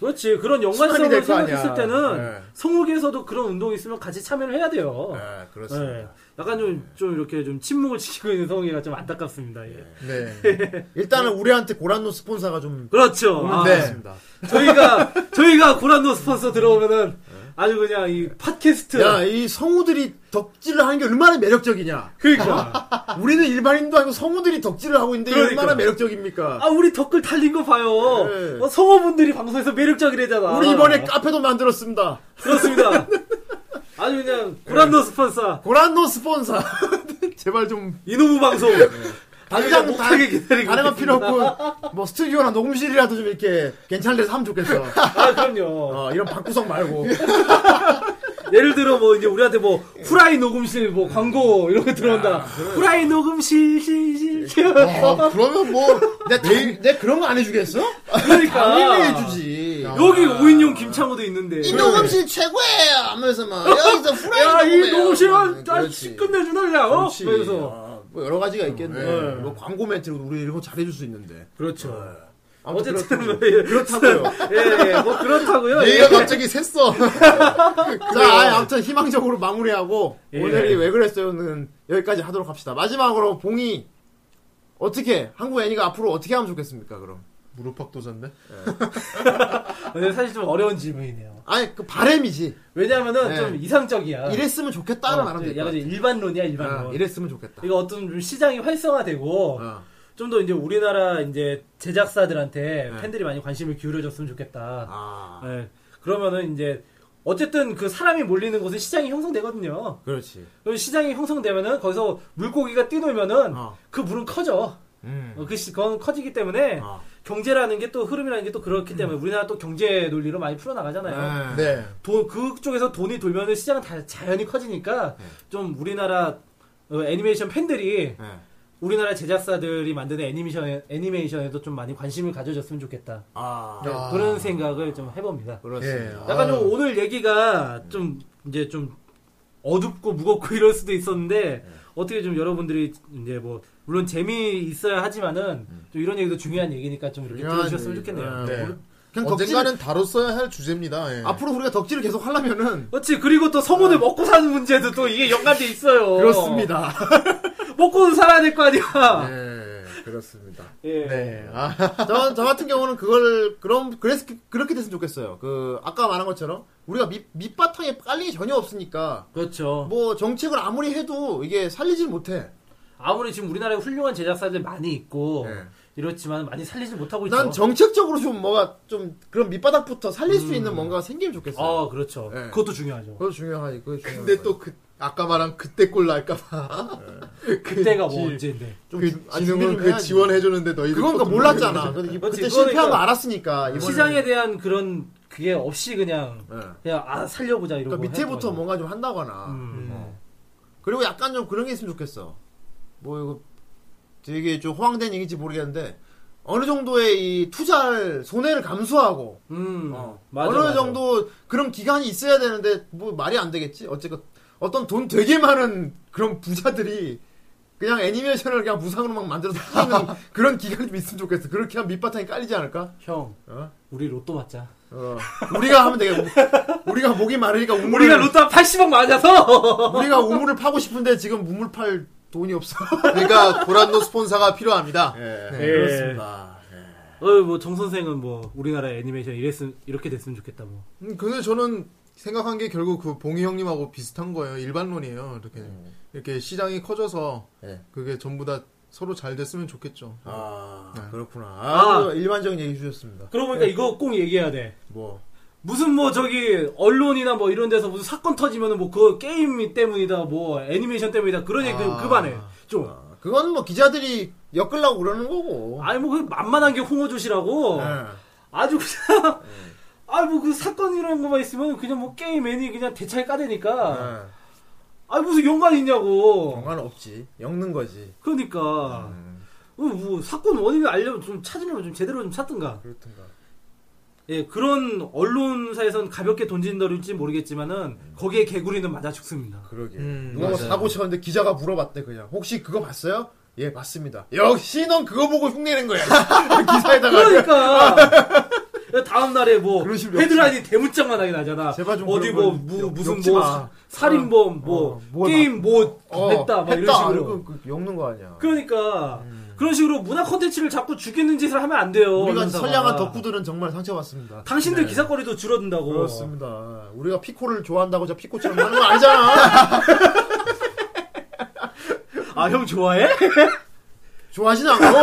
Speaker 4: 그렇지 그런
Speaker 3: 습관이 될거
Speaker 4: 연관성을
Speaker 3: 아니야.
Speaker 4: 생각했을 때는
Speaker 3: 예.
Speaker 4: 성우계에서도 그런 운동이 있으면 같이 참여를 해야 돼요
Speaker 3: 네,
Speaker 4: 예. 약간 좀, 좀 이렇게 좀 침묵을 지키고 있는 성우가 좀 안타깝습니다. 예.
Speaker 2: 네.
Speaker 3: 일단은 우리한테 고란노 스폰서가 좀
Speaker 4: 그렇죠. 아,
Speaker 2: 네.
Speaker 3: 있습니다.
Speaker 4: 저희가 저희가 고란노 스폰서 들어오면은 아주 그냥 이 팟캐스트
Speaker 3: 야, 이 성우들이 덕질을 하는 게 얼마나 매력적이냐.
Speaker 4: 그러니까
Speaker 3: 우리는 일반인도 아니고 성우들이 덕질을 하고 있는데
Speaker 4: 그러니까.
Speaker 3: 얼마나 매력적입니까?
Speaker 4: 아 우리 댓글 달린 거 봐요.
Speaker 3: 네.
Speaker 4: 어, 성우분들이 방송에서 매력적이래잖아.
Speaker 3: 우리 이번에 카페도 만들었습니다.
Speaker 4: 그렇습니다. 아주 그냥 고란노
Speaker 3: 네.
Speaker 4: 스폰서
Speaker 3: 고란노 스폰서. 제발 좀
Speaker 4: 이노무 방송 당장
Speaker 3: 당장
Speaker 4: 못하게 기다리고
Speaker 3: 네. 다른 건 필요
Speaker 4: 있겠습니다.
Speaker 3: 없고 뭐 스튜디오나 녹음실이라도 좀 이렇게 괜찮은 데서 하면 좋겠어.
Speaker 4: 아 그럼요.
Speaker 3: 어, 이런 방구석 말고.
Speaker 4: 예를 들어 뭐 이제 우리한테 뭐 후라이 녹음실 뭐 광고 이런 거 들어온다.
Speaker 3: 아,
Speaker 4: 후라이 녹음실 실실
Speaker 3: 어,
Speaker 2: 아, 그러면 뭐
Speaker 3: 내, 당, 내 그런 거 안 해주겠어? 당연히
Speaker 4: 그러니까
Speaker 3: 해주지. 네.
Speaker 4: 여기 오인용 김창호도 있는데.
Speaker 3: 녹음실 최고예요! 하면서 막, 여기서 네,
Speaker 4: 야,
Speaker 3: 후라이
Speaker 4: 이 녹음실은 아씨 끝내주나 그냥, 어?
Speaker 3: 그렇지.
Speaker 4: 그래서.
Speaker 3: 아, 뭐 여러 가지가 있겠네. 뭐 광고 멘트로 우리 이런 거 잘해줄 수 있는데. 네.
Speaker 4: 그렇죠.
Speaker 3: 아무튼
Speaker 4: 어쨌든,
Speaker 3: 그렇다고요.
Speaker 4: 예.
Speaker 3: 그렇다고요.
Speaker 4: 예, 예, 뭐 그렇다고요.
Speaker 2: 얘가 갑자기 샜어.
Speaker 3: 네. 자, 아이, 아무튼 희망적으로 마무리하고
Speaker 4: 예.
Speaker 3: 오늘이 왜 그랬어요는 여기까지 하도록 합시다. 마지막으로 봉이 어떻게 한국 애니가 앞으로 어떻게 하면 좋겠습니까? 그럼
Speaker 2: 무릎팍 도전데.
Speaker 4: 아, 근데 사실 좀 어려운 질문이네요.
Speaker 3: 아니 그 바램이지.
Speaker 4: 왜냐하면은
Speaker 3: 예.
Speaker 4: 좀
Speaker 2: 아.
Speaker 4: 이상적이야.
Speaker 3: 이랬으면 좋겠다는 말하면 될것
Speaker 4: 어, 예, 약간
Speaker 3: 같아.
Speaker 4: 좀 일반론이야,
Speaker 3: 아,
Speaker 4: 일반론.
Speaker 3: 이랬으면 좋겠다.
Speaker 4: 이거 어떤 좀 시장이 활성화되고
Speaker 3: 어.
Speaker 4: 좀 더 이제 우리나라 이제 제작사들한테 팬들이 많이 관심을 기울여줬으면 좋겠다.
Speaker 3: 네. 아,
Speaker 4: 예. 그러면은 이제 어쨌든 그 사람이 몰리는 곳에 시장이 형성되거든요.
Speaker 6: 그렇지.
Speaker 4: 그래서 시장이 형성되면은 거기서 물고기가 뛰놀면은
Speaker 6: 어.
Speaker 4: 그 물은 커져.
Speaker 6: 음.
Speaker 4: 어, 그 시, 그건 커지기 때문에
Speaker 6: 어. 음.
Speaker 4: 경제라는 게 또 흐름이라는 게 또 그렇기 때문에 우리나라 또 경제 논리로 많이 풀어나가잖아요.
Speaker 6: 네.
Speaker 2: 네.
Speaker 4: 돈 그쪽에서 돈이 돌면은 시장은 다
Speaker 6: 네.
Speaker 4: 자연히 커지니까 좀 우리나라 어, 애니메이션 팬들이
Speaker 6: 네.
Speaker 4: 우리나라 제작사들이 만드는 애니메이션 애니메이션에도 좀 많이 관심을 가져줬으면 좋겠다.
Speaker 6: 아.
Speaker 4: 네, 그런 생각을 좀 해봅니다.
Speaker 6: 그렇습니다.
Speaker 2: 예.
Speaker 4: 약간 좀 오늘 얘기가 좀 이제 좀 어둡고 무겁고 이럴 수도 있었는데 어떻게 좀 여러분들이 이제 뭐 물론 재미 있어야 하지만은 좀 이런 얘기도 중요한 얘기니까 좀 이렇게
Speaker 3: 중요한
Speaker 4: 들어주셨으면
Speaker 3: 얘기죠.
Speaker 4: 좋겠네요. 뭐,
Speaker 2: 네.
Speaker 3: 그냥 아, 덕질
Speaker 2: 언젠가는 다뤘어야 할 주제입니다. 예.
Speaker 3: 앞으로 우리가 덕질을 계속 하려면은
Speaker 4: 그렇지 그리고 또 성우들 먹고 사는 문제도 또 이게 연관돼
Speaker 3: 네.
Speaker 4: 있어요.
Speaker 3: 그렇습니다.
Speaker 4: 먹고는 살아야 될 거 아니야.
Speaker 3: 네, 그렇습니다.
Speaker 4: 예.
Speaker 2: 네. 아,
Speaker 3: 저, 저 같은 경우는 그걸 그럼 그래서 그- 그렇게 됐으면 좋겠어요. 그 아까 말한 것처럼 우리가 밑 밑바탕에 깔린 게 전혀 없으니까
Speaker 4: 그렇죠.
Speaker 3: 뭐 정책을 아무리 해도 이게 살리질 못해.
Speaker 4: 아무리 지금 우리나라에 훌륭한 제작사들 많이 있고
Speaker 3: 예.
Speaker 4: 이렇지만 많이 살리지 못하고 있죠.
Speaker 3: 난 정책적으로 좀 뭐가 좀 그런 밑바닥부터 살릴 수 있는 뭔가 생기면 좋겠어요.
Speaker 4: 음. 아 그렇죠.
Speaker 3: 예.
Speaker 4: 그것도 중요하죠.
Speaker 3: 그거 중요하지. 그거 중요한
Speaker 2: 근데
Speaker 3: 거야.
Speaker 2: 또 그, 아까 말한 그때 꼴 날까봐.
Speaker 4: 그때가 뭐 언제인데.
Speaker 3: 좀
Speaker 2: 그
Speaker 3: 주- 아, 준비
Speaker 2: 지능은
Speaker 3: 좀
Speaker 2: 그
Speaker 3: 해야지.
Speaker 2: 지원해주는데 너희들.
Speaker 3: 그건 그
Speaker 2: 또
Speaker 3: 몰랐잖아. 근데 이-
Speaker 4: 그렇지,
Speaker 3: 그때
Speaker 4: 그거니까.
Speaker 3: 실패한 거 알았으니까 이번에는.
Speaker 4: 시장에 대한 그런 그게 없이 그냥
Speaker 3: 예.
Speaker 4: 그냥 아 살려보자 이러고
Speaker 3: 그러니까 밑에부터
Speaker 4: 해가지고.
Speaker 3: 뭔가 좀 한다거나
Speaker 4: 음.
Speaker 3: 어. 그리고 약간 좀 그런 게 있으면 좋겠어 뭐 이거 되게 좀 호황된 얘기인지 모르겠는데 어느 정도의 이 투자를 손해를 감수하고
Speaker 4: 음
Speaker 3: 어.
Speaker 4: 맞아,
Speaker 3: 느
Speaker 4: 맞아.
Speaker 3: 정도 그런 기간이 있어야 되는데 뭐 말이 안 되겠지 어쨌건 어떤 돈 되게 많은 그런 부자들이 그냥 애니메이션을 그냥 무상으로 막 만들어서 키우는 그런 기간이 좀 있으면 좋겠어 그렇게 하면 밑바탕이 깔리지 않을까?
Speaker 4: 형
Speaker 3: 어?
Speaker 4: 우리 로또 맞자
Speaker 3: 어. 우리가 하면 되겠고 우리가 목이 마르니까 우물을-
Speaker 4: 우리가 로또 한 80억 맞아서
Speaker 3: 우리가 우물을 파고 싶은데 지금 우물 팔 돈이 없어.
Speaker 2: 그러니까 고란노 스폰사가 필요합니다.
Speaker 3: 예,
Speaker 2: 네,
Speaker 3: 그렇습니다.
Speaker 4: 예. 어뭐정 선생은 뭐 우리나라 애니메이션 이랬음 이렇게 됐으면 좋겠다 뭐
Speaker 2: 음, 근데 저는 생각한 게 결국 그 봉희 형님하고 비슷한 거예요. 일반론이에요. 이렇게 이렇게 시장이 커져서
Speaker 4: 예.
Speaker 3: 네.
Speaker 2: 그게 전부 다 서로 잘 됐으면 좋겠죠.
Speaker 3: 아,
Speaker 2: 네.
Speaker 3: 그렇구나.
Speaker 4: 아.
Speaker 3: 아, 일반적인 얘기 주셨습니다.
Speaker 4: 그러고 보니까 이거 꼭 얘기해야 돼
Speaker 3: 뭐.
Speaker 4: 무슨 뭐 저기 언론이나 뭐 이런 데서 무슨 사건 터지면은 뭐 그 게임 때문이다 뭐 애니메이션 때문이다 그런 얘기
Speaker 3: 아.
Speaker 4: 그만해 좀
Speaker 3: 아, 그건 뭐 기자들이 엮으려고 그러는 거고. 예.
Speaker 4: 아니 뭐그 만만한 게 홍어조시라고
Speaker 3: 네.
Speaker 4: 아주 그냥 아 뭐 그 사건 이런 거만 있으면 그냥 뭐 게임 애니 그냥 대차에 까대니까
Speaker 3: 네. 예.
Speaker 4: 아 무슨 연관이 있냐고
Speaker 3: 영화는 없지. 엮는 거지.
Speaker 4: 그러니까
Speaker 3: 네.
Speaker 4: 어, 뭐 사건 원인을 알려면 좀 찾으려면 좀 제대로 좀 찾든가
Speaker 3: 그렇든가.
Speaker 4: 예 그런 언론사에선 가볍게 던진다를지 모르겠지만은 거기에 개구리는 맞아 죽습니다
Speaker 3: 그러게.
Speaker 2: 음,
Speaker 3: 누가 뭐
Speaker 2: 맞아요.
Speaker 3: 사고 쳤는데 기자가 물어봤대 그냥. 혹시 그거 봤어요? 예, 봤습니다. 역시 넌 그거 보고 흉내낸 거야. 기사에다가.
Speaker 4: 그러니까 다음 날에 뭐
Speaker 3: 그런 식으로
Speaker 4: 헤드라인이 대문짝만 하게 나잖아
Speaker 3: 제발 좀
Speaker 4: 어디
Speaker 3: 그런
Speaker 4: 뭐
Speaker 3: 건
Speaker 4: 무,
Speaker 3: 엮-
Speaker 4: 무슨
Speaker 3: 엮지
Speaker 4: 뭐
Speaker 3: 마.
Speaker 4: 살인범 뭐
Speaker 3: 어, 뭘
Speaker 4: 게임 뭐
Speaker 3: 어,
Speaker 4: 했다 막 이런
Speaker 3: 했다.
Speaker 4: 식으로
Speaker 3: 그- 그 엮는 거 아니야.
Speaker 4: 그러니까 그런 식으로 문화 콘텐츠를 자꾸 뭐 죽이는 짓을 하면 안 돼요.
Speaker 3: 음. 우리가
Speaker 4: 언론사가.
Speaker 3: 선량한 덕후들은 네. 정말 상처받습니다.
Speaker 4: 당신들 기사거리도 줄어든다고.
Speaker 3: 그렇습니다. 우리가 피코를 좋아한다고 저 피코처럼 하는 건 아니잖아.
Speaker 4: 아 형 좋아해?
Speaker 3: 좋아하지는 않고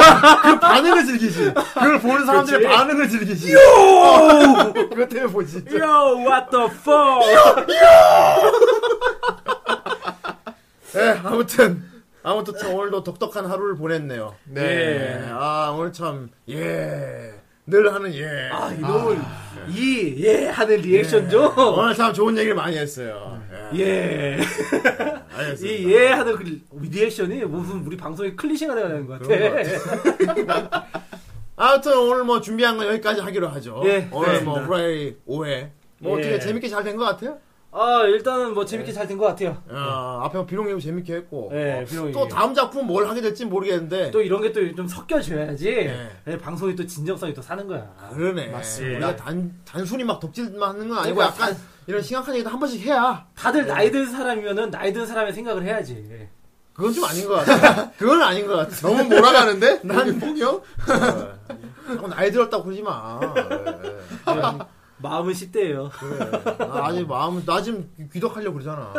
Speaker 3: 그 반응을 즐기지. 그걸 보는 사람들의
Speaker 4: 그렇지.
Speaker 3: 반응을 즐기지. 그것 때문에 보지.
Speaker 4: Yo, what the fuck?
Speaker 3: 예, 아무튼 아무튼 참 오늘도 독특한 하루를 보냈네요.
Speaker 4: 네.
Speaker 3: 예, 아 오늘 참 예. 늘 하는 예.
Speaker 4: 아 이놈을 이예 하는 리액션 좀.
Speaker 3: 오늘 참 좋은 얘기를 많이 했어요. 예.
Speaker 4: 예.
Speaker 3: 알겠습니다.
Speaker 4: 이 예 하는 그 리액션이 무슨 우리 방송의 클리셰가 되는 것 같아.
Speaker 3: 그런 것 아무튼 오늘 뭐 준비한 건 여기까지 하기로 하죠.
Speaker 4: 예,
Speaker 3: 오늘 뭐
Speaker 4: 그렇습니다.
Speaker 3: 후라이 5회. 뭐
Speaker 4: 예.
Speaker 3: 어떻게 재밌게 잘 된 것 같아요?
Speaker 4: 아 일단은 뭐
Speaker 3: 네.
Speaker 4: 재밌게 잘 된 것 같아요.
Speaker 3: 아, 앞에 비룡님 재밌게 했고.
Speaker 4: 예,
Speaker 3: 어,
Speaker 4: 비룡이.
Speaker 3: 또 다음 작품 뭘 하게 될지 모르겠는데.
Speaker 4: 또 이런 게 또 좀 섞여줘야지
Speaker 3: 예.
Speaker 4: 예, 방송이 또 진정성이 또 사는 거야.
Speaker 3: 그러네. 맞습니다. 우리가 단, 단순히 막 덕질만 하는 건 아니고
Speaker 4: 그러니까
Speaker 3: 약간 이런 심각한 얘기도 한 번씩 해야.
Speaker 4: 다들 나이 든 사람이면은 나이 든 사람의 생각을 해야지.
Speaker 3: 그건 좀 아닌 것 같아. 그건 아닌 것 같아.
Speaker 2: 너무 몰아가는데? 난 봉이요?
Speaker 3: 자꾸 나이 들었다고 그러지 마. 예.
Speaker 4: 마음은 10대예요.
Speaker 3: 그래. 나 아직 마음, 나 지금 귀덕하려고 그러잖아.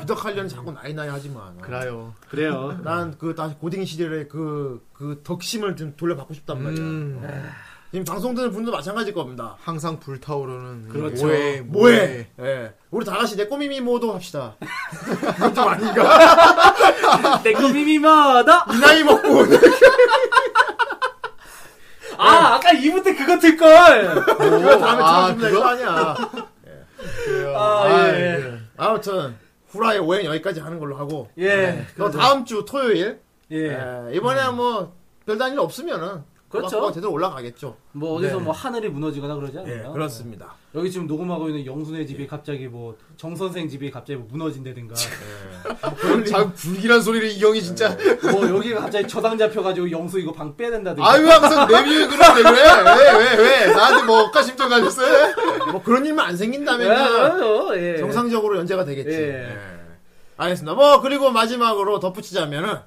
Speaker 3: 귀덕하려는 자꾸 나이 나이 하지만.
Speaker 2: 그래요.
Speaker 4: 그래요. 음.
Speaker 3: 난 그 다시 고딩 시절의 그, 그 덕심을 좀 돌려받고 싶단 말이야.
Speaker 2: 음.
Speaker 3: 지금 방송 듣는 분도 마찬가지일 겁니다.
Speaker 9: 항상 불타오르는
Speaker 4: 그렇죠.
Speaker 9: 모해
Speaker 3: 뭐해? 예. 우리 다 같이 내꼬미미 모도 합시다. 이건 좀 아닌가?
Speaker 4: 내꺼 미미마다!
Speaker 3: 이 나이
Speaker 4: 뭐?
Speaker 3: 먹고. 네.
Speaker 4: 아, 아까 2부 때 그거 틀걸!
Speaker 3: 그거 다음에
Speaker 9: 아,
Speaker 3: 틀어주면 될거 아니야.
Speaker 4: 아, 예.
Speaker 3: 아무튼, 후라이 오행 여기까지 하는 걸로 하고.
Speaker 4: 예. 예.
Speaker 3: 그럼 다음 주 토요일.
Speaker 4: 예.
Speaker 3: 예, 이번에 뭐, 별다른 일 없으면은.
Speaker 4: 그렇죠.
Speaker 3: 음악과가 제대로 올라가겠죠.
Speaker 4: 뭐 어디서 뭐 하늘이 무너지거나 그러지
Speaker 3: 예,
Speaker 4: 않나요?
Speaker 3: 네. 그렇습니다. 예.
Speaker 4: 여기 지금 녹음하고 있는 영순의 집이 갑자기 뭐 정선생 집이 갑자기 뭐 무너진다든가
Speaker 9: 참 불길한 소리를 이형이 진짜
Speaker 4: 뭐 여기가 갑자기 저당 잡혀가지고 영수 이거 방 빼야 된다든가
Speaker 9: 아유 항상 내비에 그러는데 그래 왜 왜 왜 나한테 뭐 억가심정 가졌어?
Speaker 3: 뭐 그런 일만 안
Speaker 4: 예,
Speaker 3: 생긴다면
Speaker 4: 예, 예.
Speaker 3: 정상적으로 연재가 되겠지.
Speaker 4: 예.
Speaker 3: 예. 알겠습니다. 뭐 그리고 마지막으로 덧붙이자면은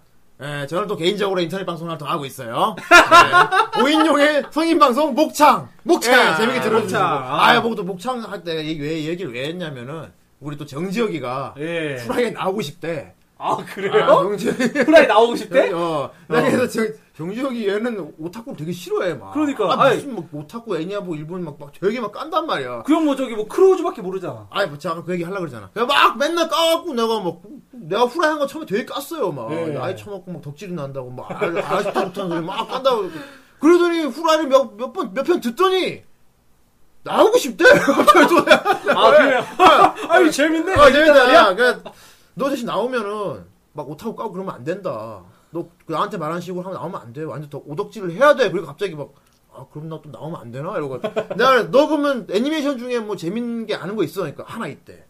Speaker 3: 예, 저는 또 개인적으로 인터넷 방송을 더 하고 있어요. 예. 5인용의 성인 방송 목창. 목창. 재밌게 들어주시고.
Speaker 4: 목창. 아.
Speaker 3: 아,僕도 목창 할 때 왜 얘기를 왜 했냐면은 우리 또 정지혁이가
Speaker 4: 예.
Speaker 3: 후라이에 나오고 싶대.
Speaker 4: 아 그래요?
Speaker 3: 정지혁이.
Speaker 4: 후라이 나오고 싶대?
Speaker 3: 어. 나 그래서 정, 정지혁이 얘는 오타쿠를 되게 싫어해 막.
Speaker 4: 그러니까.
Speaker 3: 아, 무슨 막 오타쿠 애니하고 일본 막, 막 되게 막 깐단 말이야.
Speaker 4: 그럼 뭐 저기 뭐 크로우즈밖에 모르잖아
Speaker 3: 아니, 뭐, 제가 아까 그 얘기 하려고 그러잖아. 내가 막 맨날 까갖고 내가 막, 내가 후라이 한 거 처음에 되게 깠어요, 막.
Speaker 4: 예.
Speaker 3: 나이 처먹고 막 덕질이 난다고, 막, 아, 알- 알지도 못하는 소리 막 깐다고. 그러고. 그러더니 후라이를 몇, 몇 번, 몇 편 듣더니, 나오고 싶대! 갑자기 또.
Speaker 4: 아 그래요? 아유 재밌네
Speaker 3: 아, 재밌다. 야, 그, 너 대신 나오면은, 막 옷하고 까고 그러면 안 된다. 너, 그 나한테 말하는 식으로 하면 나오면 안 돼. 완전 더 오덕질을 해야 돼. 그리고 갑자기 막, 아, 그럼 나 또 나오면 안 되나? 이러고. 내가, 그래, 너 그러면 애니메이션 중에 뭐 재밌는 게 아는 거 있어? 그러니까 하나 있대.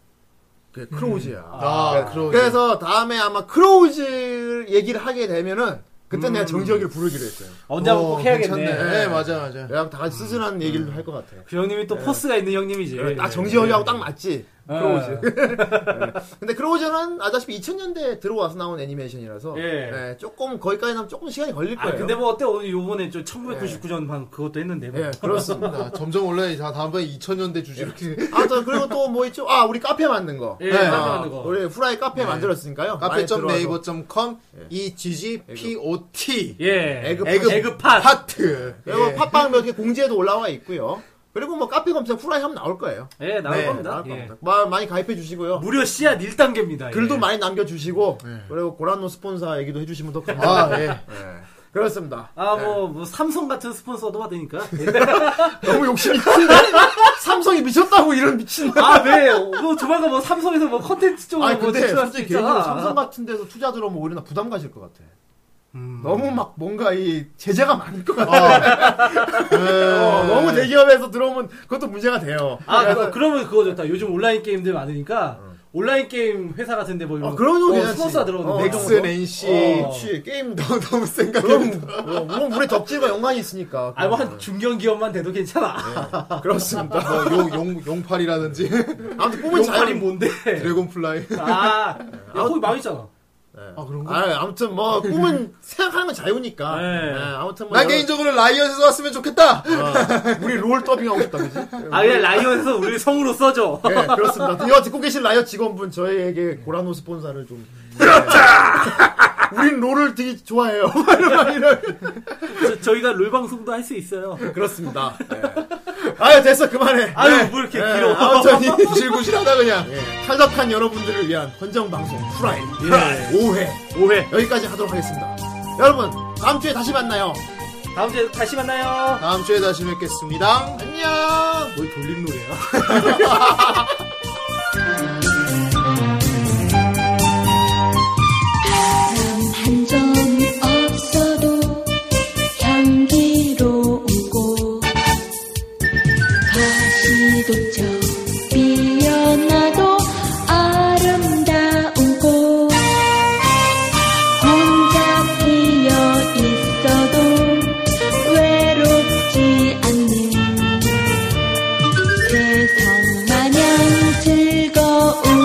Speaker 3: 그게 크로우즈야.
Speaker 9: 아 그러
Speaker 3: 음. 그래서 다음에 아마 크로우즈 얘기를 하게 되면은, 그때 내가 정지혁이를 부르기로 했어요.
Speaker 4: 언제 한번 꼭 해야겠네
Speaker 9: 괜찮네. 네, 맞아 맞아.
Speaker 3: 내가 다 같이 쓰슬한 얘기를 할 것 같아요.
Speaker 4: 그 형님이 또 포스가 있는 형님이지
Speaker 3: 네. 딱 정지혁이하고 딱 맞지.
Speaker 4: 예.
Speaker 3: 크로우즈. 근데 크로우즈는 아다시피 2000년대에 들어와서 나온 애니메이션이라서
Speaker 4: 예.
Speaker 3: 예, 조금 거기까지 나면 조금 시간이 걸릴
Speaker 4: 아
Speaker 3: 거예요.
Speaker 4: 근데 뭐 어때 오늘 요번에 저 1999년 방 그것도 했는데 뭐.
Speaker 3: 예, 그렇습니다. 예.
Speaker 9: 아, 점점 원래 다 다음번에 2000년대 주제로 이렇게
Speaker 3: 아무튼 그리고 또 뭐 있죠? 아 우리 카페 만든 거.
Speaker 4: 예,
Speaker 3: 아,
Speaker 4: 카페 만든 거. 예.
Speaker 3: 우리 후라이 카페 만들었으니까요.
Speaker 9: 카페 점
Speaker 3: 많이
Speaker 9: 네이버
Speaker 3: 들어와서. 예.
Speaker 9: 점 com e g g p o t
Speaker 4: 예.
Speaker 3: 에그-
Speaker 4: 에그팟. 에그팟.
Speaker 9: 하트
Speaker 3: 그리고 팟빵 몇 개 공지에도 올라와 있고요. 그리고 뭐 카페 검색 후라이 하면 나올 거예요.
Speaker 4: 예, 나올
Speaker 3: 네,
Speaker 4: 겁니다.
Speaker 3: 나올
Speaker 4: 예.
Speaker 3: 겁니다. 마- 많이 가입해 주시고요.
Speaker 4: 무료 씨앗 1단계입니다. 예.
Speaker 3: 글도 많이 남겨주시고 그리고 고란노 스폰사 얘기도 해주시면 더 감사합니다.
Speaker 9: 예. 아예
Speaker 3: 예. 그렇습니다.
Speaker 4: 아, 뭐, 뭐, 삼성 같은 스폰서도 받으니까. 아,
Speaker 3: 너무 욕심이 큰데? 삼성이 미쳤다고 이런 미친.
Speaker 4: 아, 왜? 뭐, 조만간 뭐, 삼성에서 뭐, 컨텐츠 쪽으로
Speaker 3: 아니
Speaker 4: 뭐,
Speaker 3: 근데
Speaker 4: 진출할 수
Speaker 3: 솔직히 개인적으로
Speaker 4: 있잖아.
Speaker 3: 삼성 같은 데서 투자 들어오면 오히려 나 부담 가질 것 같아. 너무 막 뭔가 이 제재가 많을 것 같아. 어, 너무 대기업에서 들어오면 그것도 문제가 돼요.
Speaker 4: 아, 그, 러면 그거 좋다. 요즘 온라인 게임들 많으니까, 온라인 게임 회사 같은데 뭐, 이런.
Speaker 3: 아, 그런 거
Speaker 4: 어,
Speaker 3: 괜찮지.
Speaker 4: 스폰서 들어오는
Speaker 3: 어,
Speaker 4: 거.
Speaker 9: 넥슨 NC
Speaker 4: 어.
Speaker 9: 취 게임 너무 너무 생각
Speaker 3: 그럼 어, 물론 우리 덕질과 연관이 있으니까.
Speaker 4: 아, 뭐, 한 중견 기업만 돼도 괜찮아.
Speaker 3: 어. 네. 그렇습니다.
Speaker 9: 뭐용 용팔이라든지
Speaker 3: 아무튼 꿈은
Speaker 4: 용팔이 뭐.
Speaker 3: 자유.
Speaker 4: 뭔데?
Speaker 9: 드래곤플라이
Speaker 4: 아, 야, 거기 망했잖아.
Speaker 9: 아 그런가?
Speaker 3: 예. 아, 아무튼 뭐 꿈은 생각하는 건 자유니까.
Speaker 4: 네.
Speaker 3: 예, 아무튼 뭐
Speaker 9: 나
Speaker 3: 여러-
Speaker 9: 개인적으로 라이엇에서 왔으면 좋겠다.
Speaker 3: 어, 우리 롤 더빙하고 싶다, 그지?
Speaker 4: 아, 그냥 라이언에서 우리 성으로 써줘.
Speaker 3: 네, 그렇습니다. 이거 듣고 계신 라이엇 직원분, 저희에게 고라노 스폰사를 좀. 그렇다! 우린 롤을 되게 좋아해요. 이런, 이런.
Speaker 4: 저, 저희가 롤 방송도 할 수 있어요.
Speaker 3: 그렇습니다. 예. 아유, 됐어, 그만해.
Speaker 4: 아유, 뭐 이렇게
Speaker 3: 네,
Speaker 4: 길어.
Speaker 3: 아무튼, 이 구실구실하다, 그냥. 탈덕한 여러분들을 위한 헌정방송, 프라이, 프라이, 5회.
Speaker 4: 5회.
Speaker 3: 여기까지 하도록 하겠습니다. 여러분, 다음주에 다시 만나요.
Speaker 4: 다음 주에 다시 만나요.
Speaker 9: 다음 주에 다시 뵙겠습니다.
Speaker 3: 안녕!
Speaker 4: 뭘 돌림 노래야?
Speaker 5: 사람 한 점 없어도 향기로우고 가시도처 피어나도 아름다우고 혼자 피어 있어도 외롭지 않는 세상 마냥 즐거운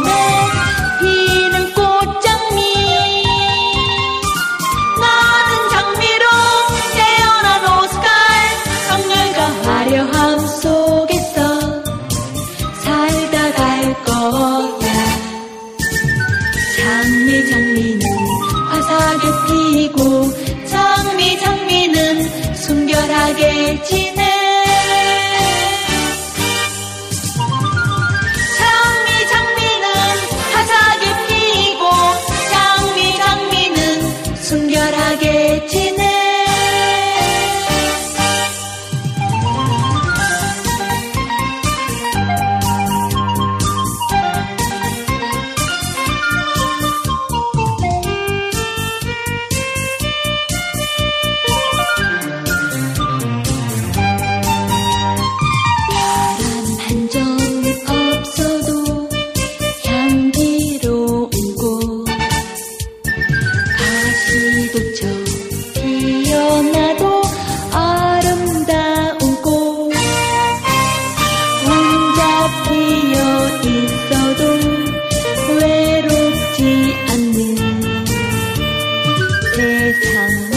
Speaker 5: 세상을